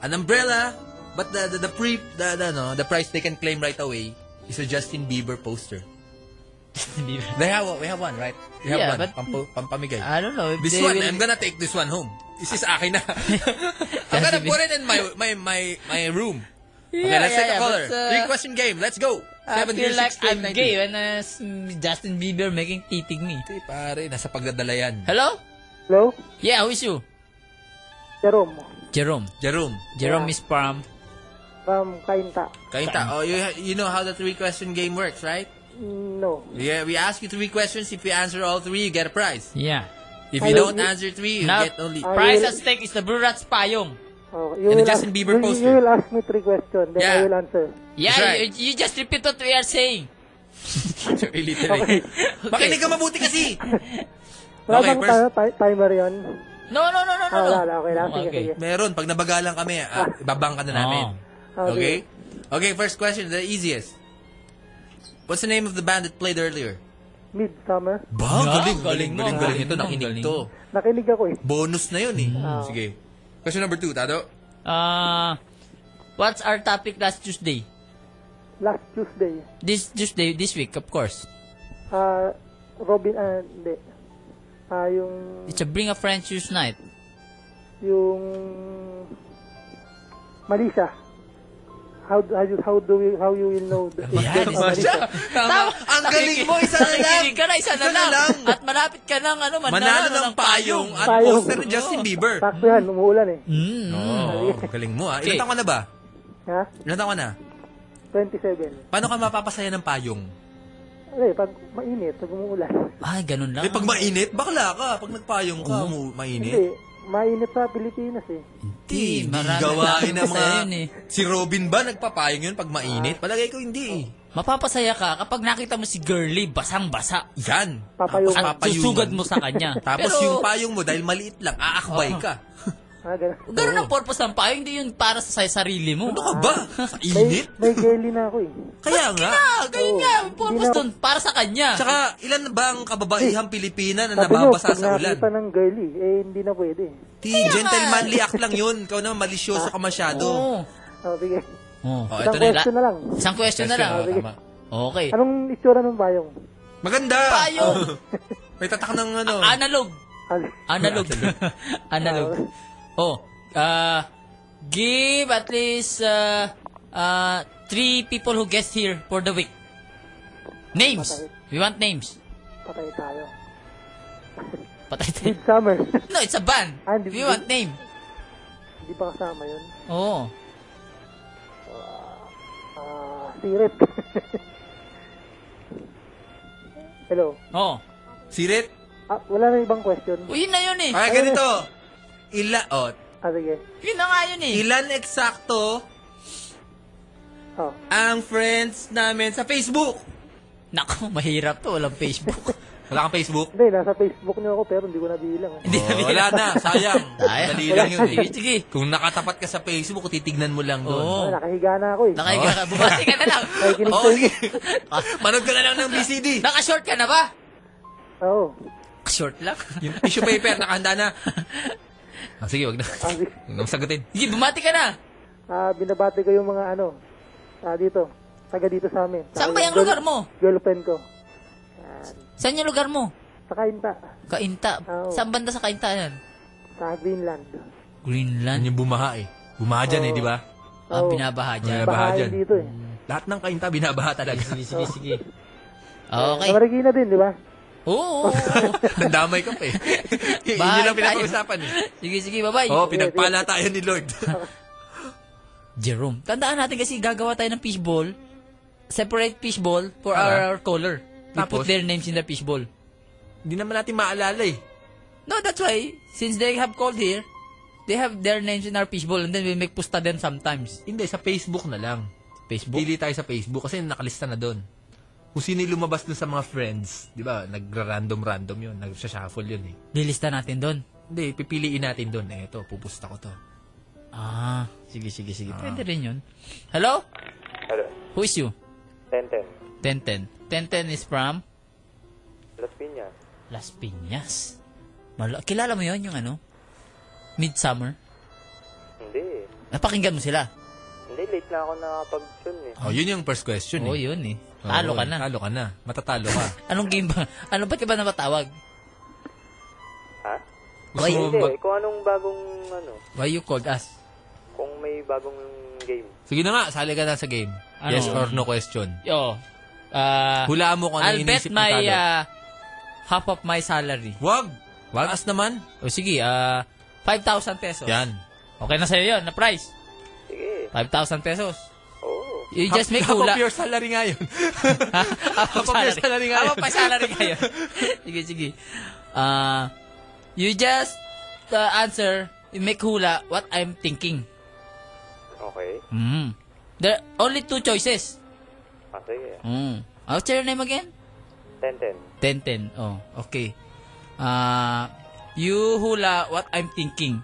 An umbrella, but the the, the pre the, the no the prize they can claim right away is a Justin Bieber poster. They have we have one right? We have
Yeah,
one.
but-
Pampo- pampamigay.
I don't know. If
This
they
one,
will-
I'm gonna take this one home. This is akin na. I'm gonna put it in my my my my room. Okay,
Yeah,
let's
yeah,
take a
yeah,
color.
but, uh,
Three question game. Let's go.
I
Seven
feel
years,
like
16,
I'm
19.
gay when uh, s- Justin Bieber making titig me.
Pare, nasa pagdadala yan.
Hello?
Hello?
Yeah, who is you?
Jerome,
Jerome.
Jerome.
Jerome is from...
from Kainta.
Kainta, oh, you, you know how the three question game works, right?
No.
Yeah, we ask you three questions. If you answer all three, you get a prize.
Yeah.
If you don't answer three, you
Oh, Now, oh,
get only.
price at stake is the Blue Rats Payong.
Okay,
And
will
Justin
ask-
Bieber
Oh, you-
poster.
You will ask me three questions, then
Yeah.
I will answer.
Yeah,
That's right.
you, you just repeat what we are saying.
Illiterate. Makinig ka mabuti kasi!
Wala
Okay,
bang
first- Oh,
ti- ti- timer yun?
No, no, no, no, no.
Ah, wala,
no.
wala, okay lang. Sige, sige.
Meron, pag nabagalan kami, ah, ibabang ka na namin.
Oh.
Okay? Okay, first question, the easiest. What's the name of the band that played earlier?
Midsummer.
Ba,
Yeah,
galing, galing,
galing mo,
galing, galing.
galing
Ito,
mo,
nakinig
galing. Mm.
to.
Nakinig ako eh.
Bonus na yun eh. Sige. Question number two, Tado.
Uh, what's our topic last Tuesday?
Last Tuesday.
This Tuesday, this week, of course.
Ah, Robin, ah, hindi. Ah, yung,
It's a Bring a Friend Tuesday night.
yung, Malisa. How, how, you- how do you, how you will know the existence
Yeah,
of
tama
Malisa?
Tama. Ang galing mo, isa na lang.
Nakikinig ka na, isa, na, lang. At malapit ka ng Oh. ano, manalo,
Manalo ng payong at poster ni Justin Bieber.
Sakto yan, umuulan eh.
Mm. Oh.
Oo, galing mo ah. Ilan
Okay.
taon ka na ba?
Ha?
Ilan taon ka na?
27.
Paano ka mapapasaya ng payong?
Eh, pag mainit, pag umuulan.
Ay, ganun lang.
Eh, pag mainit, bakla ka. Pag nagpayong ka, mu- mainit.
Hindi, mainit sa Pilipinas eh.
Hindi, marami
Gawain ng
tao
mga...
sa'yo yun eh.
Si Robin ba nagpapayong yun pag mainit? Palagay ko hindi eh.
Mapapasaya ka kapag nakita mo si girly basang-basa.
Yan.
Papayong.
At
Papayungan.
susugad mo sa kanya.
Tapos
Pero,
yung payong mo, dahil maliit lang, aakbay ka.
Ah,
Ganun ang purpose ng payo, hindi yun para sa sa sarili mo. Ano ka ba? Sa
Init? May, may jelly na ako eh.
Kaya nga. Kaya nga, ang purpose doon, para sa kanya.
Tsaka, ilan ba ang kababaihang Pilipina na
Sabi niyo,
nababasa
pag
sa ulan?
nakakita ng girly, eh hindi na pwede.
Ti, gentlemanly act lang yun. Ikaw naman, malisyoso ka masyado.
Oo. Oh, sige.
Oh,
Isang question na lang.
Isang question na lang.
Oh, sige.
Okay.
Anong itsura ng bayong?
Maganda!
Payo!
May tatak ng ano.
Oh. analog. Analog. Analog. Oh, uh, give at least uh, uh, three people who guest here for the week. Names. We want names.
Patay tayo.
Patay tayo.
Summer.
No, it's a ban. We want name. Oh.
Hindi pa kasama yun.
Oo.
Ah, sirit. Hello.
Oo.
Sirit?
Ah, wala na ibang question.
Uy, Oh. yun na yun eh.
Ay, ganito. Ila, oh,
Ah, sige.
Yun na nga yun eh.
Ilan eksakto
Ah,
ang friends namin sa Facebook?
Nako, mahirap to. Walang Facebook.
Oh, Wala kang Facebook?
Hindi, nasa Facebook niyo ako pero hindi ko nabilang.
Hindi
Oh, wala na, sayang.
Sayang.
Dali lang yun eh.
Sige, sige. Oh,
Kung nakatapat ka sa Facebook, titignan mo lang doon.
Ah, nakahiga na ako eh.
Nakahiga
Oh.
ka. Bumati ka na lang. Oh,
Nakikinig
Oo,
kayo.
sige. Manood ka na lang ng BCD.
Naka-short ka na ba?
Oo.
Short lang.
Yung tissue paper, nakahanda na. Ah, sige, wag na. Huwag na masagutin.
Sige, bumati ka na.
Ah, binabati ko yung mga ano, ah, dito. Taga dito sa amin.
Saan ba
Saka
yung
yung girl-
lugar mo?
Girlfriend ko.
Saan yung lugar mo?
Sa Kainta.
Kainta. Saan banda sa Kainta yan?
Sa Greenland.
Greenland.
Yung bumaha eh. Bumaha dyan eh, di ba?
Ah, binabaha dyan.
Binabaha
Bahay
dyan.
dito eh.
Mm.
Lahat ng kainta binabaha talaga. Sige,
sige, sige.
Okay.
Sa Marikina din, di ba?
Oo. oo, oo.
Nandamay ka pa eh. Yun
Bahay
lang
tayo.
pinag-uusapan eh.
Sige, sige, bye-bye.
Oo, pinagpala tayo ni Lord.
Jerome. Tandaan natin kasi gagawa tayo ng fishball. Separate fishball for our, our caller. We
Tapos?
put their names in the fishball.
Hindi naman natin maalala eh.
No, that's why, since they have called here, they have their names in our fishball and then we make pusta them sometimes.
Hindi, sa Facebook na lang.
Facebook?
Pili tayo sa Facebook kasi nakalista na doon. Kung sino yung lumabas doon sa mga friends, di ba, nagra-random-random yun, nagsha-shuffle yun eh.
Lilista natin doon.
Hindi, pipiliin natin doon. Eh, ito, pupusta ko to.
Ah, sige, sige, sige. Pwede rin yun. Hello?
Hello.
Who is you?
Tenten.
1010. 1010 is from
Las Piñas.
Las Piñas. Malo- Kilala mo yon yung ano? Midsummer?
Hindi.
Napakinggan mo sila.
Hindi, late na ako nakapag-tune eh.
Oh, yun yung first question eh.
Oo, yun eh. Talo
Oo,
ka na.
Talo ka na. Matatalo ka.
Anong game ba? Ano ba't ka ba napatawag?
Ha?
Gusto
Ay,
mo
hindi.
ba-
Eh, Kung anong bagong ano,
Why you called us?
kung may bagong game.
Sige na nga, sali ka na sa game.
Ano?
Yes or no question.
Yo. ah
Hulaan mo kung ano
I'll
yung
bet
inisip ni
my
Talo.
ah, half of my salary.
Wag! Wag! Taas naman.
O sige, ah 5,000 pesos.
Yan.
Okay na sa'yo yun, na price.
Sige.
5,000 pesos.
Oh.
You just make
Half
hula.
of your salary nga yun.
Half
of your salary nga
Half of my salary nga yun. sige, sige. Ah, you just ah, answer, you make hula what I'm thinking.
Okay.
Mm. There are only two choices.
Ah, sige.
Mm. What's your name again?
Tenten.
10-10. Oh, okay. Ah, you hula what I'm thinking.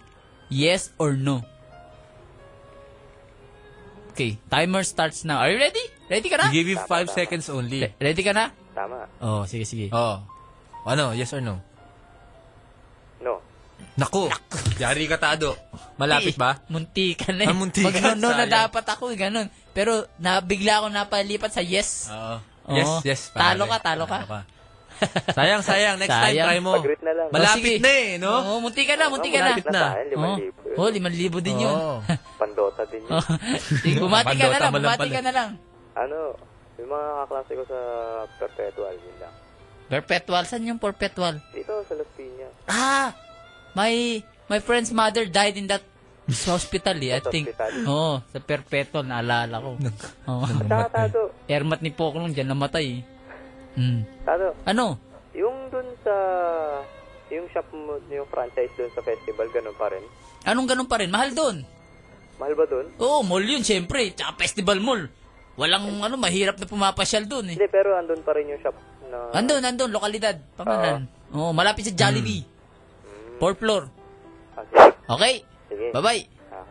Yes or no? Okay, timer starts now. Are you ready? Ready ka na?
We give you 5 seconds only.
Ready ka na?
Tama.
Oh, sige, sige.
Oh. Ano, yes or no?
No.
Naku! Yari ka, Tado. Malapit ba?
Munti ka na. eh.
Ah, munti ka.
Mag- no, na
Sayang.
dapat ako, eh, ganun. Pero nabigla ako napalipat sa yes.
Oo.
Oo.
Yes, yes.
Talo
pare.
ka, talo ka.
Sayang, sayang. Next time,
Sayang.
try mo.
Pag-rate na lang.
Malapit
Oh, sige.
na eh, no?
Oo, munti ka na, munti ka na.
Malapit na.
Malapit na tayo,
libo.
Oh, 5,000 din yun.
Oo.
Pandota din yun.
Sige, bumati ka na lang,
Pandota mo lang
bumati
pala.
ka na lang.
Ano, yung mga kaklase ko sa perpetual, yun lang.
Perpetual, saan yung perpetual?
Dito, sa Las Piñas.
Ah, my my friend's mother died in that hospital eh, I think. Oo, sa perpetual, naalala ko. Oo.
Tsaka, Tado,
Ermat ni Poklong, dyan namatay eh. Mm.
Tado,
Ano?
yung dun sa, Ah, yung shop mo, yung franchise dun sa festival, ganun pa rin.
Anong ganun pa rin? Mahal doon.
Mahal ba dun?
Oo, mall yun, syempre. Tsaka festival mall. Walang ano, mahirap na pumapasyal doon eh.
Hindi, pero andun pa rin yung shop na...
Andun, andun, lokalidad.
Ah. Hmm.
Pamanan. Oo, malapit sa Jollibee. Fourth floor. Okay,
Sige.
Bye-bye.
Ah.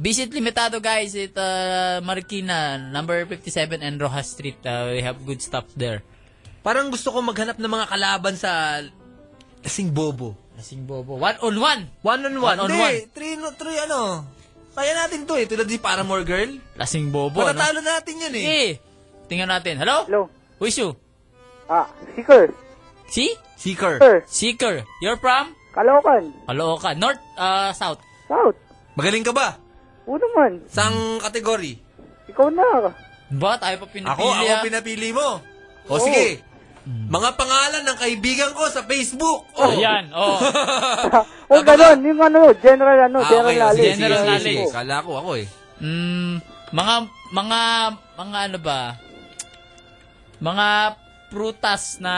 Visit Limitado guys at uh, Marikina, number 57 and Rojas Street. Uh, we have good stuff there.
Parang gusto ko maghanap ng mga kalaban sa Lasing Bobo.
Lasing Bobo. One on one.
One on one.
One on
Hindi,
one.
Three, no, three ano. Kaya natin to eh. Tulad ni Paramore Girl.
Lasing Bobo.
Matatalo natin yun eh.
Eh, tingnan natin. Hello?
Hello.
Who is you?
Ah, Seeker.
Si?
Seeker.
Seeker. You're from?
Kalokan.
Caloocan. North, uh, South.
South.
Magaling ka ba?
Oo naman.
Sang kategory?
Ikaw na.
Ba, tayo pa pinapili
Ako, ako
ah.
pinapili mo. O
Oh.
Oo.
sige. Mga pangalan ng kaibigan ko sa Facebook. Oh.
Ayan, oh.
Huwag ganun. Yung ano, general ano,
Ah,
general
okay.
knowledge.
Sige, general
General
knowledge.
knowledge.
Kala ko ako eh.
Mm, mga, mga, mga ano ba? Mga prutas na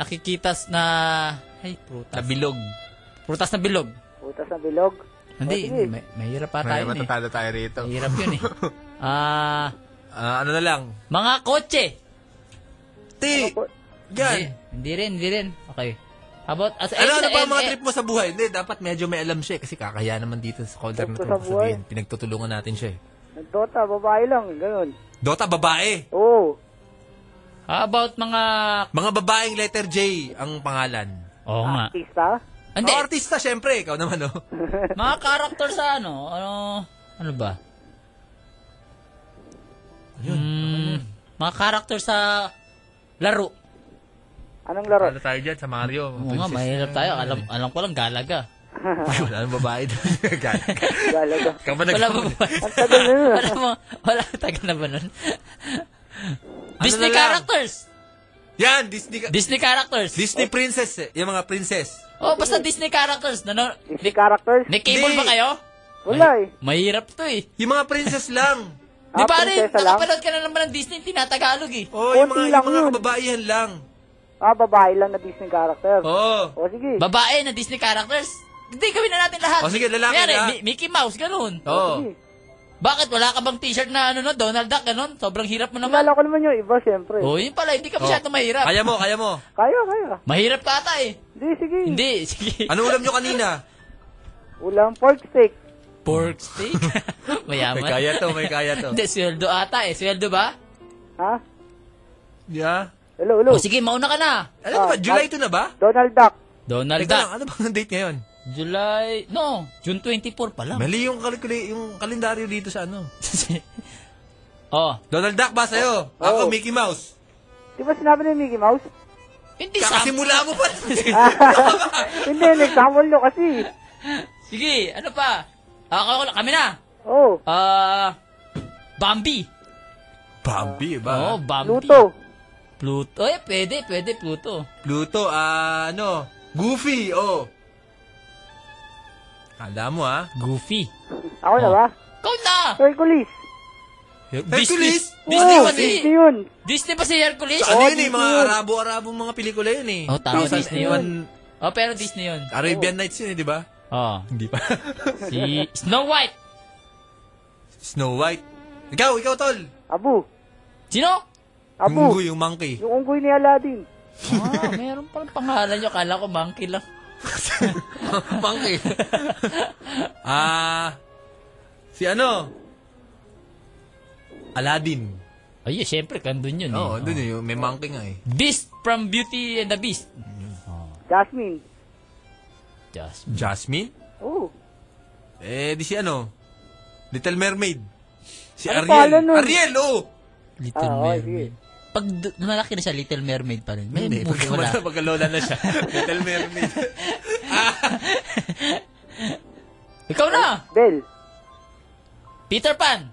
nakikitas na, ay, prutas. Na
bilog.
Prutas na bilog.
Butas na bilog.
Hindi,
O, sige.
may, mahirap pa tayo. yun eh.
matatalo tayo rito.
Hirap yun eh. Ah,
ano na lang?
Mga kotse.
Ti.
Hindi, hindi rin, hindi rin. Okay. How about, as,
Ano, ano
eh,
pa
eh,
ang mga
eh,
trip mo sa buhay? Hindi, dapat medyo may alam siya eh, kasi kakaya naman dito sa caller na
Trip ko
to.
sa buhay.
Sabihin, pinagtutulungan natin siya eh.
Dota, babae lang. Ganun.
Dota, babae.
Oo.
How about mga...
Mga babaeng letter J ang pangalan.
Oo nga.
Artista?
Ah, Hindi.
artista, syempre. Ikaw naman, oh. no?
mga character sa ano, ano, ano ba? Hmm, mga character sa laro.
Anong laro?
Ano tayo dyan sa Mario?
Oo nga, mahirap tayo.
Ah,
Alam, alam ko lang, galaga.
Wala nang babae doon. galaga.
Galaga.
Ikaw ba
Wala ba
nag-
ba? wala mo, wala tagal na ba nun? Disney
Ano na lang?
characters!
Yan, Disney.
Disney characters.
Disney
Oh.
princess eh. Yung mga princess.
Oh, basta Disney characters. Nano,
Disney characters?
Nick Cable ba kayo?
Wala eh.
Mahirap to eh.
Yung mga princess lang.
Di
Ah,
ba rin,
prinsesa lang?
nakapanood ka na naman ng Disney, tinatagalog eh.
Oo,
Oh, yung Konti mga- lang yung mga yun.
kababaihan lang. Oh.
Ah, babae lang na Disney character.
Oo.
O, sige.
Babae na Disney characters. Hindi, gawin na natin lahat.
O, sige, lalaki
Kunyari,
na.
Mi- Mickey Mouse, ganun.
Oo.
Bakit? Wala ka bang t-shirt na ano no, Donald Duck, ganun? Sobrang hirap mo naman.
Kilala ko naman yung iba, syempre.
Oo,
Oh.
yun pala, hindi ka masyado mahirap.
Kaya mo, kaya mo.
Kaya, kaya.
Mahirap ka ata eh.
Hindi, sige.
Hindi, sige.
Ano ulam nyo kanina?
Ulam pork steak.
Pork steak? Mayaman.
May kaya to, may kaya to.
Hindi, sweldo ata eh. Sweldo ba?
Ha?
Yeah.
Hello,
Oh,
hello.
O sige, mauna ka na.
Alam
Ah,
mo ba, July to na ba?
Donald Duck.
Donald
Teka
Duck.
lang, ano bang date ngayon?
July, no, June 24 pa lang.
Mali yung, kalkuli, yung kalendaryo dito sa ano.
oh.
Donald Duck ba
Oh.
sa'yo? Ako, Mickey Mouse.
Di ba sinabi ni Mickey Mouse?
Hindi,
Kakasimula mo pa.
Hindi, nagsamol nyo kasi.
Sige, ano pa? Ako, ako kami na.
Oh.
Ah, Bambi.
Bambi
Oo,
ba?
Oh, Bambi.
Pluto.
Pluto. Eh, pwede, pwede, Pluto.
Pluto, ah, ano? Goofy, oh. Alam mo, ah.
Goofy.
Oh.
Ako na ba?
Ikaw na!
Hercules.
Hercules?
Disney
Oo,
pa si...
Disney yun.
Disney pa si Hercules?
Sa ano yun eh, mga arabo-arabong mga pelikula yun eh.
Oh, tama,
Sa
Disney yun. Oh, pero Disney yun.
Arabian Nights yun eh, di ba?
Oo.
Hindi pa.
Si Snow White.
Snow White. Ikaw, ikaw, tol.
Abu.
Sino?
Abu.
Yung unggoy, yung monkey.
Yung unggoy ni Aladdin.
Ah, meron pang pangalan nyo. Kala ko monkey lang.
monkey. Ah, si ano? Aladdin.
Ay, siyempre, kandun yun eh.
Oo, dun eh. May monkey nga eh.
Beast from Beauty and the Beast.
Jasmine. oh,
Jasmine.
Jasmine?
Oo.
Eh, di si ano? Little Mermaid. Si
Ano pangalan
Ariel.
nun?
Ariel, oo!
Little Mermaid. Pag d- lumalaki na siya, Little Mermaid pa rin. May
Hindi,
movie
pagka-
wala.
pagka lola na siya. Little Mermaid.
Ikaw na!
Bell.
Peter Pan!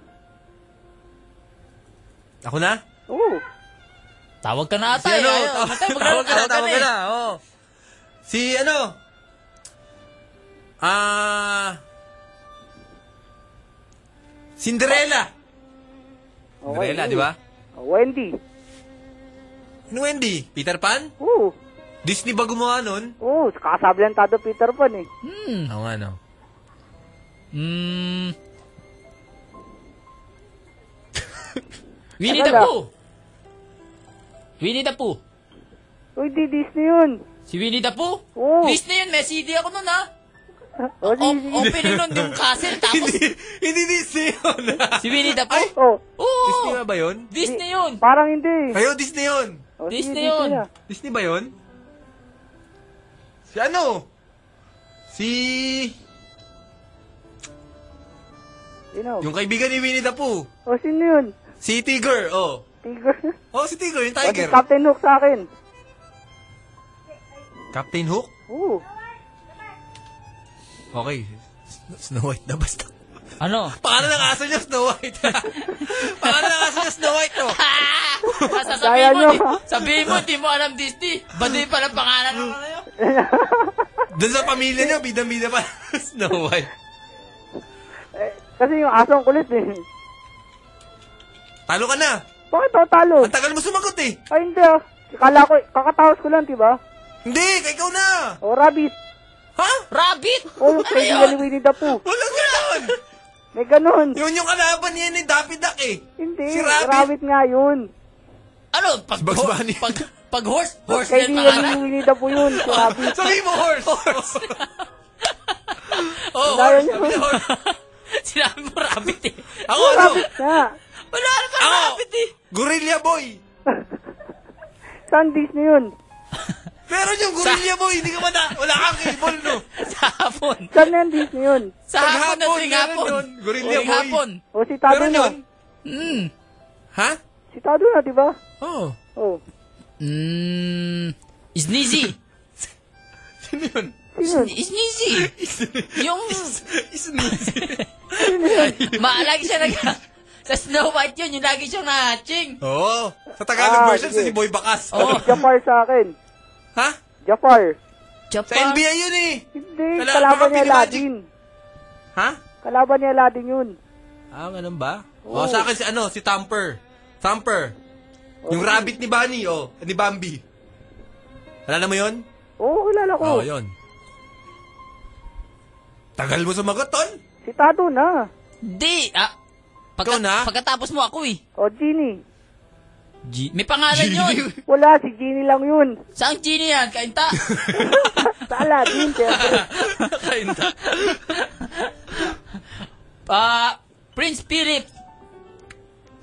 Ako na?
Oo.
Tawag ka na ata
Si
eh.
ano?
Ayaw,
Tawag-
matay, magkaroon
Tawag ka na,
ng
tawag ka
eh.
na. oo. Si ano? Ah... Cinderella. Cinderella, di ba?
Wendy.
Ano Wendy? Peter Pan?
Oo.
Disney ba gumawa nun?
Oo, kasablantado Peter Pan eh.
Hmm.
Oo nga, no.
Hmm. Winnie the
Tagal ah.
Pooh! Winnie the Pooh!
Uy, di Disney yun.
Si Winnie the Pooh?
Oo.
Disney yun, may CD ako nun ha! opening nun yung castle, tapos...
hindi Disney yun.
si Winnie the Pooh? Oo.
Disney nga ba yun?
Disney yun.
Oh, Parang hindi. Oh,
Kayo, Disney yun.
Disney yun.
ah.
Disney ba yun? Si ano? Si...
Sino?
Yung kaibigan ni Winnie the Pooh.
O, sino yun?
Si Tiger, oh.
Tiger.
Oh, si Tiger, yung
O, si
Tiger.
Captain Hook sa akin.
Captain Hook?
Oo.
Okay. Snow- Snow White na basta.
Ano?
Paano ng aso niya Snow White? Paano ng aso niya Snow White, oh. no?
Sasabihin mo,
Kaya
di,
nyo, ha?
sabihin mo, di mo alam Disney. Baduy pala pangalan ng ano yun.
Doon sa pamilya niya, bidang-bida pa Snow White.
Kasi yung asong kulit eh.
Talo ka na.
Bakit ako talo? Ang
tagal mo sumagot eh.
Ay, hindi ah. Kala ko, kakatawas ko lang, di ba?
Hindi, ikaw na!
O, rabbit.
Ha?
Rabbit?
Ano
O, yung kaibigan ni Winnie the Pooh.
Walang ganon!
May ganon.
Yun yung kalaban niya ni Daffy Duck eh.
Hindi,
Si Rabbit.
rabbit nga yun.
Ano? Pag, Bugs Bunny. Pag, pag horse? Horse na yung
Kaibigan
pangalan.
ni Winnie the Pooh yun, si rabbit.
Sabi mo horse!
Horse. oh,
Dahil
horse. Sabi
yun.
mo horse. Sinabi mo rabbit eh.
Ako ano?
Rabbit nga.
Wala na pa rabbit eh.
Gorilla Boy!
Saan Disney yun?
Pero yung Gorilla Boy, hindi ka mata... Wala kang cable, no?
Sa hapon.
Saan yan Disney yun?
Sa hapon na tuwing
meron
hapon.
yun. Gorilla
Tuwing
Boy.
hapon.
O, si Tado
Meron
na.
yun. Mm.
Ha?
Si Tado na, di ba?
Oo.
Oh.
Mm. Sneezy.
Sino yun?
Sino yun?
Sneezy. Yung...
Sneezy.
Maalagi siya nag... Sa Snow White yun, yung lagi siyang nahaching.
Oo. Sa Tagalog
Ah,
version,
sige.
si Boy Bakas.
Oo.
Jafar sa akin.
Ha?
Jafar.
Jafar?
Sa NBA yun eh.
Hindi,
Wala,
kalaban
baka
niya
pinimagine.
Aladdin.
Ha?
Kalaban niya Aladdin yun.
Ah, ganun ba?
Oo.
Oo, sa akin si ano, si Tamper. Tamper. Yung rabbit ni Bunny, oh. Ni Bambi. Alala mo yun?
Oo, kilala ko.
Ah,
Oo, yun. Tagal mo sumagot, Tol.
Si Tado na.
Di. Ah. Pagka, Pagkatapos mo ako eh.
O, Genie.
G- May pangalan yun.
Wala, si Genie lang yun.
Saan Genie yan? Kainta.
Sa Aladdin, siyempre.
Kainta. Ah, Prince Philip.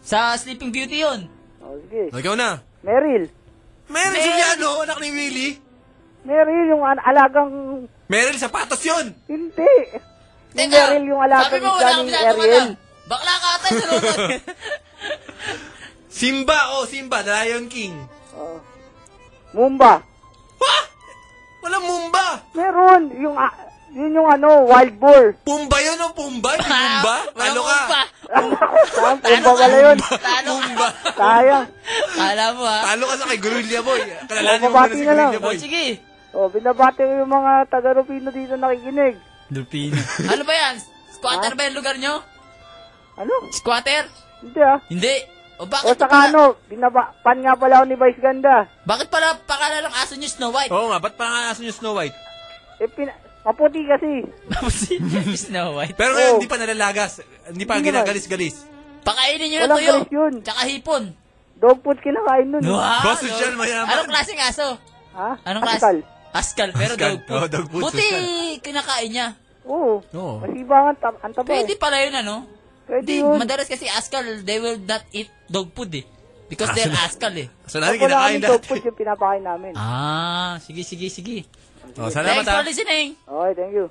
Sa Sleeping Beauty yun.
O, sige.
Ikaw na.
Meryl.
Meryl Juliano, anak ni Willie.
Meryl, yung an- alagang...
Meryl, sapatos yun.
Hindi. Yung
Teka,
Meryl, yung alagang
sabi mo, wala
isda
kang
ni
pinagawa
Ariel.
Bakla ka ata eh, sa lulot.
Simba, oh, Simba, The Lion King.
Mumba.
Wala Mumba.
Meron. Yung, a- yun yung ano, wild boar.
Pumba yun, oh, Pumba. Hindi Mumba. Ano ka?
Saan?
Ano
Pumba pala yun.
Pumba.
Sayang.
Kala mo, ah. ha?
Talo ka sa kay Gorilla Boy.
O,
Kalalaan mo muna
babati
si
na lang.
Gorilla Boy.
sige.
O, binabati ko yung mga taga-Rupino dito nakikinig.
Lupino. ano ba yan? Squatter ba yung lugar nyo?
Ano?
Squatter?
Hindi ah.
Hindi. O bakit?
O, saka ano, binaba- pan nga pala ako ni Vice Ganda.
Bakit pala pangalan ng aso niyo Snow White?
Oo nga, ba't parang aso niyo Snow White?
Eh, pina- maputi kasi.
Snow White.
Pero ngayon, hindi pa nalalagas. Hindi pa
Oh. Hindi naman.
ginagalis-galis.
Pakainin nyo na
Walang
tuyo.
galis yun.
Tsaka hipon.
Dog food kinakain nun. eh.
Wow.
Boss social, mayaman.
Anong klaseng aso?
Ha?
Anong klase?
Pascal.
Pascal, pero
Pascal.
dog food.
Oo, dog food,
Buti
social.
kinakain niya.
Oo.
Oo.
Masiba ang, tab- ang taba. eh.
Pwede pala yun, ano?
Pwede
Hindi,
yun.
madalas kasi Askal, they will not eat dog food eh. Because they're Askal eh.
So, namin
Ako lang
kinakain
ang dog
lahat.
food yung pinapakain namin.
Ah, sige, sige, sige.
Oh, salamat
Thanks for
ha.
listening.
Okay, thank you.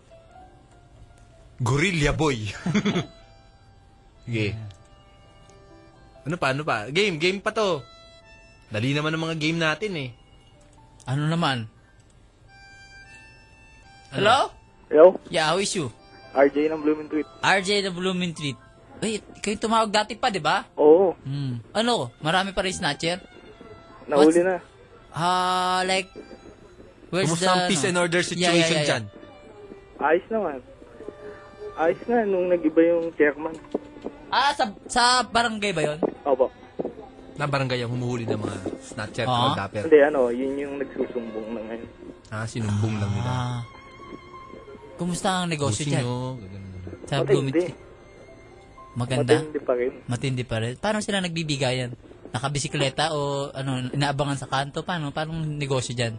Gorilla Boy. Sige. Ano pa, ano pa? Game, game pa to. Dali naman ang mga game natin eh.
Ano naman? Hello?
Hello?
Yeah, how is you?
RJ ng Blooming Tweet.
RJ the Blooming Treat. Wait, kayo tumawag dati pa, di ba?
Oo.
Hmm. Ano? Marami pa rin snatcher?
Nahuli
What's-
na.
Ah, like... Where's
Kumusta ang
the...
peace
ano?
and order
Yeah,
situation
yeah, yeah, yeah.
dyan?
Ayos naman. Ayos na nung nag-iba yung chairman.
Ah, sa, sa barangay ba yon?
Opo.
Na barangay ang humuhuli ng mga snatcher
Ah.
o dapper.
Hindi ano, yun yung nagsusumbong na ngayon.
Ah, sinumbong lang nila.
Ah. Kumusta ang negosyo
Busin
dyan?
nyo, ganun, ganun.
Sa Blooming
Matindi.
Treat. Maganda?
Matindi pa rin.
Matindi pa rin. Paano sila nagbibigayan? Nakabisikleta o ano, inaabangan sa kanto? Paano? Paano ang negosyo dyan?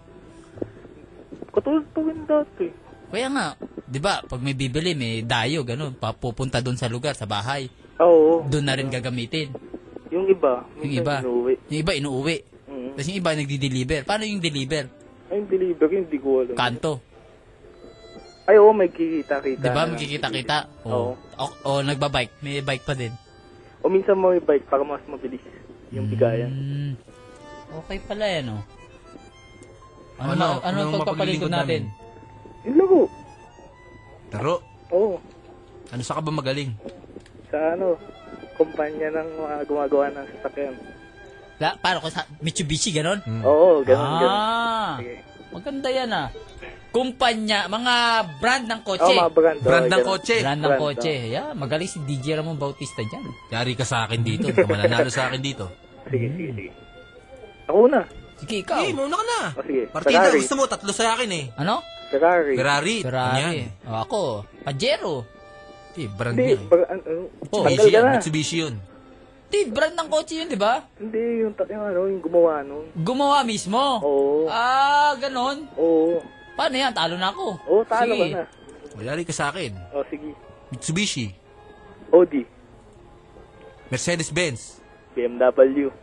Katulad pa rin dati.
Kaya nga, 'Di ba? Pag may bibili, may dayo ganun, papupunta doon sa lugar, sa bahay.
Oo.
Doon na rin gagamitin.
Yung iba.
Yung iba.
Inuwi. Mm.
Yung iba inuuwi. Tapos yung iba nagdi-deliver. Paano yung deliver?
Ay, yung delivery, hindi ko alam.
Kanto.
Ay, oo, may kikita-kita.
'Di ba?
na lang.
Magkikita-kita. O,
Oo.
o, o nagbabike, may bike pa din.
O minsan mo bike para mas mabilis yung bigayan.
Hmm. Okay pala yan, oh. Ano,
Ano?
ano, ano,
Ano ang
pagpapalingkod
mapaglilingkod
natin?
Yung laro.
Taro.
Oo.
Ano sa ka ba magaling?
Sa ano, kumpanya ng mga gumagawa ng sasakyan.
La, paano ko sa Mitsubishi, ganon?
Oo, ganun,
ah,
ganun.
Maganda yan ah. Kumpanya, mga brand ng kotse.
Oo, Oh, mga brand, oo, Brand ng ganun. kotse.
Brand ng
Brand, oh.
kotse.
oo.
Yeah, magaling si DJ Ramon Bautista dyan.
Yari ka sa akin dito. Ikaw mananalo sa akin dito.
Sige, sige, sige. Ako na.
Sige, ikaw.
Hey, mauna ka na.
O Oh. sige,
Partida,
Ferrari.
gusto mo, tatlo sa akin eh.
Ano?
Ferrari.
Ferrari. ano
Ferrari.
Yan.
O, ako, Pajero. Di, brand
Hindi,
eh.
pag, ano,
Oh,
tanggal ka na.
Mitsubishi yun.
Di, brand ng kotse yun, di ba?
Hindi, yung, ta- yung ano, yung gumawa nun.
Gumawa mismo?
Oo.
Ah, ganon?
Oo.
Paano yan? Talo na ako.
Oo, talo
Sige.
ka na.
Oh, Yari ka sa akin.
O Oh, sige,
Mitsubishi.
Audi.
Mercedes-Benz.
BMW.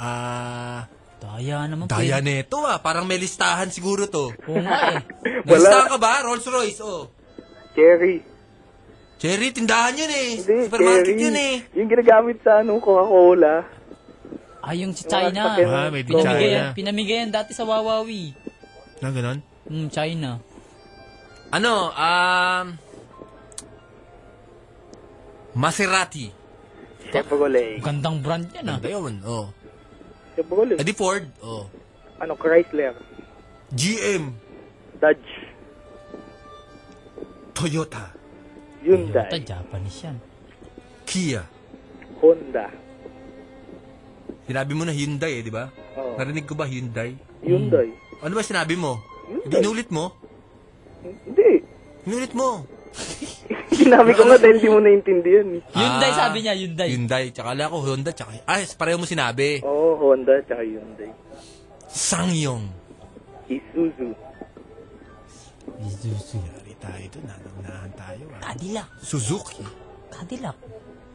Ah...
daya naman.
Daya
pwede.
na ito ah. Parang may listahan siguro to.
Oo nga eh.
Listahan ka ba? Rolls Royce, oh.
Cherry.
Cherry, tindahan yun eh.
Supermarket
yun eh.
Yung ginagamit sa ano, Coca-Cola.
Ah, yung si China.
sasakyan. Ah, may di
Pinamigay-
China.
Pinamigay yan dati sa Wawawi.
Na ganon?
Mm, China.
Ano, um... Maserati.
Chevrolet.
Gandang brand yan ah.
Ganda yun, oh.
Chevrolet.
Adi Ford, oh.
Ano, Chrysler.
GM.
Dodge.
Toyota.
Hyundai.
Ito, Japanese yan.
Kia.
Honda.
Sinabi mo na Hyundai eh, di ba?
Oo.
Narinig ko ba Hyundai?
Hyundai.
Ano ba sinabi mo?
Hyundai.
Inulit mo?
Hindi.
Inulit mo.
Sinabi ko nga dahil di mo naintindihan eh.
Ah.
Hyundai sabi niya, Hyundai.
Hyundai, tsaka ala ko Honda, tsaka... Ay, pareho mo sinabi.
Oo, Honda tsaka Hyundai.
Sangyong.
Isuzu.
Isuzu. Yari tayo ito, nananahan tayo. Ah.
Cadillac.
Suzuki.
Cadillac.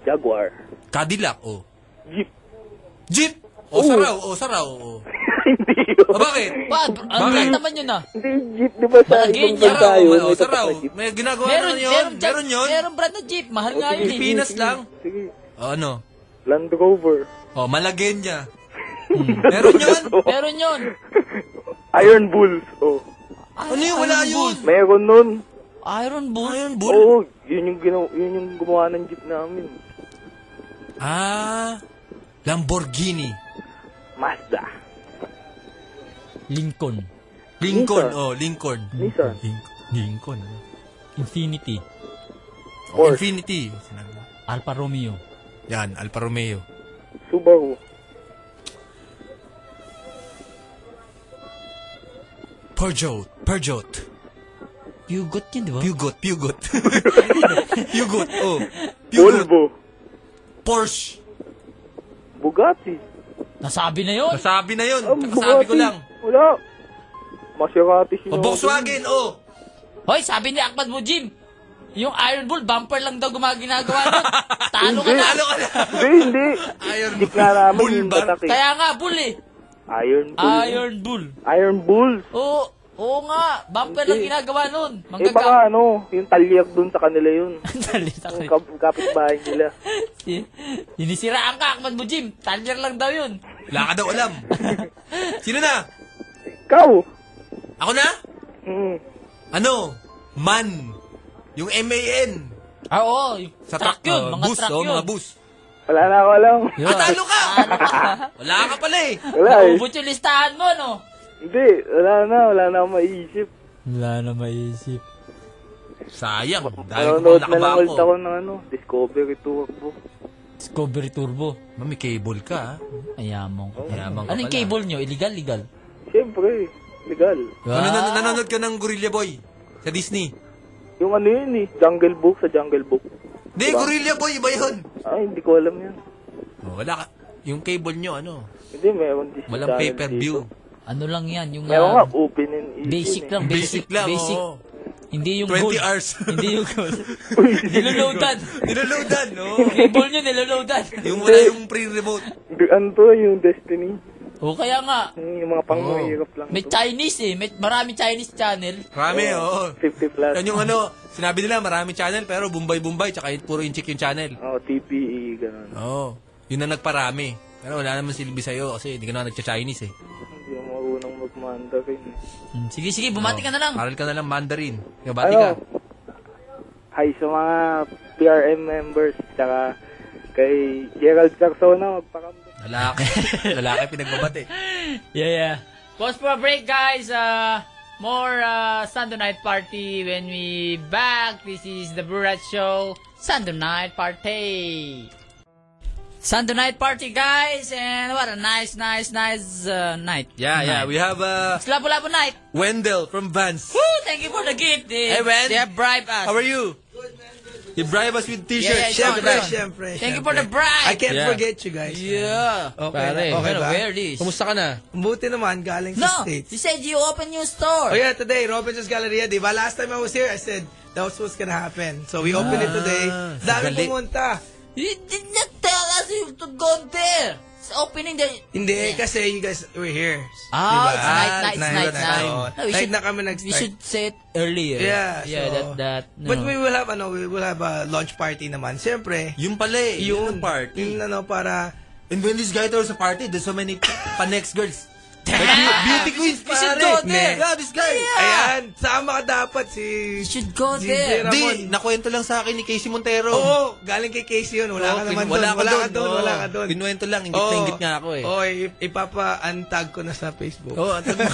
Jaguar.
Cadillac, oh.
Jeep.
Jeep? Oh, O
Oo.
saraw, o saraw, o. oh. Ah, bakit?
Pa, ang
Bakit?
brand naman yun ah.
Hindi, jeep, di ba sa
Malagay
ibang
niya.
bansa yun?
Saraw,
may
o, saraw.
tatak na jeep.
May ginagawa
Meron,
na yun.
meron,
Meron yun.
Merong brand na jeep. Mahal
O,
nga
sige,
yun eh.
Pilipinas
sige,
lang.
Sige.
O, ano?
Land Rover.
O, Malagueña. Hmm. Meron yun.
Meron yun.
Iron Bulls. Oh.
Ano yun? Wala yun. Ano
Meron nun.
Iron Bull?
Iron
Oo, oh, yun yung, ginaw, yun yung gumawa ng jeep namin.
Ah, Lamborghini.
Mazda.
Lincoln.
Lincoln,
Nissan.
oh, Lincoln.
Nissan.
Lin- Lincoln. ano?
Infinity.
Oh, Infinity. Sinabi mo.
Alfa Romeo.
Yan, Alfa Romeo.
Subaru.
Peugeot. Peugeot.
Pugot yun, di ba?
Pugot. Pugot. Pugot, oh. Pugot.
Volvo.
Porsche.
Bugatti.
Nasabi na yun.
Nasabi na yun.
Ah,
Nakasabi ko
Bugatti.
lang.
Wala. Maserati siya.
O, Volkswagen, oh.
Hoy, sabi ni Akmat mo, Jim. Yung Iron Bull, bumper lang daw gumaginagawa nun. Talo ka na.
Talo ka na.
Hindi, hindi.
Iron
Jeep nga namin yung batak eh.
Kaya nga, Bull eh.
Iron
Ah.
Bull.
Iron Bull.
Iron Bulls.
Oo. Oo nga. Bumper lang ginagawa nun.
Eh
Manggagawa.
baka ano, yung talyak dun sa kanila yun.
eh.
Yung kap kapitbahay nila.
Sinisiraan ka, Akmat mo, Jim. Talyer lang daw yun.
Wala ka daw alam. Sino na?
Ikaw!
Ako na?
Mm.
Ano? Man. Yung M-A-N.
Ah, oo. yung
Sa
truck
truck,
yun.
oh,
Mga
bus,
truck
oh,
yun.
mga bus.
Wala na ako alam.
Ah, talo ka! Wala ka pala eh.
Wala eh.
Ubot yung listahan mo, no?
Hindi, wala na. Wala na akong maiisip.
Oh.
Wala na maisip.
Sayang. Dahil ko
Nanonood
pa
na lang ulit ako
nakabako.
ng ano, Discovery Turbo.
Discovery Turbo.
Mami, cable ka. ah.
Ayamong.
Oh, Ayamang ka
Anong
pala.
cable nyo? Illegal, legal?
Siyempre, legal.
Ah.
Nanonood, nanonood ka ng Gorilla Boy sa Disney.
Yung ano yun eh, Jungle Book sa Jungle Book.
Hindi,
Diba?
Gorilla Boy, iba yun.
Ay, hindi ko alam yun.
Oh, wala ka. Yung cable nyo, ano?
Hindi, meron din. sa
Walang
channel
pay-per-view.
dito.
Ano lang yan, yung
Ewan
ah,
nga, open and easy.
basic
eh.
lang, basic, basic,
oo.
Hindi yung
20
gold.
hours.
Hindi yung gold. Niloloadan.
Niloloadan, no?
Yung ball nyo, niloloadan.
Yung wala yung pre-remote.
Yung Ano to, yung Destiny.
O kaya nga.
Hmm, Yung mga pang mahirap lang.
May Chinese eh. May marami Chinese channel.
Marami, oo.
50 plus.
Yan yung ano, sinabi nila marami channel pero Bombay-Bombay tsaka yung- puro inchik yung channel.
Oo, TPE, ganun.
Oo, yun na nagparami. Pero wala naman silbi sa'yo kasi hindi ka naman nagcha-Chinese eh.
Hindi ako marunong mag-Mandarin. eh.
Hmm, Sige, sige, bumati ka na lang.
Aral ka na lang Mandarin. Bumati
Ano?
ka.
Hi sa mga PRM members, tsaka kay Gerald Carsono, magpakamdam.
Lalaki. Lalaki eh. pinagbabati.
Yeah, yeah. Pause for a break, guys. Uh, more uh, Sunday night party when we back. This is the Burat Show Sunday night party. Sunday night party, guys, and what a nice, nice, nice uh, night.
Yeah, yeah. We have uh,
It's labo-labo night.
Wendell from Vans.
Woo! Thank you for the gift. They,
Hey, Wen.
They have bribed us.
How are you? You bribe us with
Yeah, yeah,
t-shirts.
it's on, it's on. Thank you for the bribe.
I can't forget you guys.
Yeah.
Okay,
Pare,
na- okay
pero
ba?
where this? Kumusta ka na?
Buti naman, galing
No,
sa States.
you said you open your store.
Oh yeah, today, Robinson's Galleria, di ba? Last time I was here, I said, that's what's gonna happen. So we opened it today.
Ah,
Dami
galing.
pumunta.
You did not tell us you to go there. It's opening the...
Hindi, kasi you guys were here.
Ah,
Diba?
it's night, night, it's night,
na.
night.
Oo.
No, we
Night
should-
na kami nag-start.
we should say it
eh.
earlier.
Yeah,
Yeah,
so-
that- that, no.
But we will have, ano, we will have a launch party naman. Siyempre.
Yung pala eh. Yung
Yun.
Hmm.
party.
Yung ano, para...
And when this guy throws a party, there's so many pa-next girls. Like, beauty queens,
We should
pare.
go there.
Yeah, this guy.
Ayan, sama ka dapat si... You
should go
si
Hindi,
Jay Ramon.
nakwento lang sa akin ni Casey Montero.
Oo, galing kay Casey yun. Wala
Oo,
ka naman
pin- wala
doon.
ka
Wala ka
doon.
doon.
Oo.
Wala ka doon.
Pinuwento lang, ingit na
Oo.
ingit nga ako eh.
Oo, i- ipapa-untag ko na sa Facebook.
Oo, untag mo.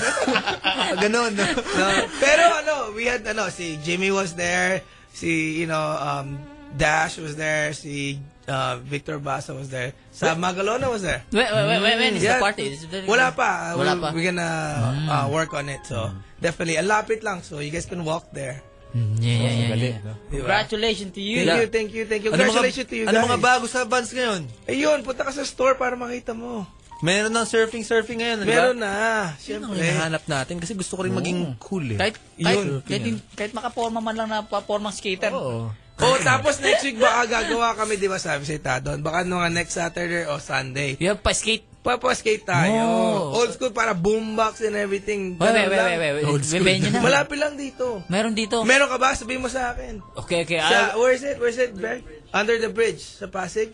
Ganon. No?
No. Pero ano, we had ano, si Jimmy was there, si, you know, um, Dash was there, si uh, Victor Basa was there. Sa Magalona was there.
Wait, wait, wait, wait, when is the
Yeah.
party? Is it-
Wala pa.
Wala
We-
pa. Hmm.
We're gonna uh, work on it. So, definitely, ang lapit lang. So, you guys can walk there.
Mm, Yeah, yeah, yeah,
Galing,
yeah.
no? Diba?
Congratulations to you.
Thank you, thank you, thank you.
Ano mga-
Congratulations to you guys.
ano mga bago sa Vans ngayon?
Ayun, punta ka sa store para makita mo.
Meron ng surfing-surfing ngayon, di ba?
Meron na.
Ang
Siyempre.
hinahanap natin kasi gusto ko rin
Oo.
maging cool eh.
Kahit, kahit, kahit, kahit makaporma man lang na papormang skater.
Oo.
Oh, tapos next week baka gagawa kami, di ba sabi si Tadon? Baka nung next Saturday o Sunday.
Yeah, pa-skate.
Papa-skate tayo.
Oh.
Old school para boombox and everything.
Wait, wait,
Ganun
wait,
lang.
wait, wait, wait. Old school. May venue na.
Malapit lang dito.
Meron dito.
Meron ka ba? Sabihin mo sa akin.
Okay, okay. Ah,
Sa,
I'll-
where's it? Where's it, Bear? Under the bridge. Sa Pasig?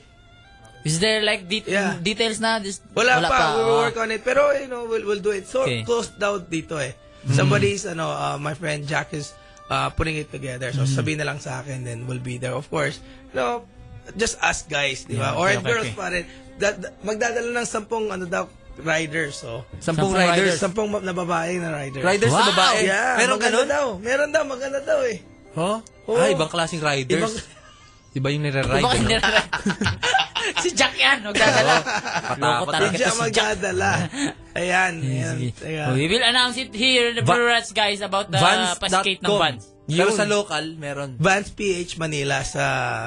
is there like det-
Yeah.
details na? Just,
Wala, pa. We will
ah.
work on it. Pero, you know, we'll, we'll do it. So,
Okay.
closed out dito eh.
Mm.
Somebody's, ano, uh, my friend Jack is uh, putting it together. So,
Mm.
sabihin na lang sa akin, then we'll be there. Of course, you know, just us guys, di ba?
Yeah,
Or
okay,
if
okay,
girls
okay.
pa rin. Da- da- magdadala ng sampung, ano daw, riders. So,
Sampung riders.
Sampung ma- na babae na riders.
Riders na Wow! babae?
Yeah,
Meron
meron
ganun?
daw. Meron daw, maganda daw eh.
Huh?
Oo.
Ah, ibang klaseng riders.
Ibang-
Iba yung nire-ride.
Baka
ano?
nila- si Jack yan, huwag dadala. Loko
Patakot
talaga to
Hindi siya
si Jack.
magdadala. Ayan, ayan. ayan.
We will announce it here in the
Va-
Brewrats, guys, about the
Vans.com.
paskate ng Vans.
Pero sa
local, meron.
Vans PH Manila sa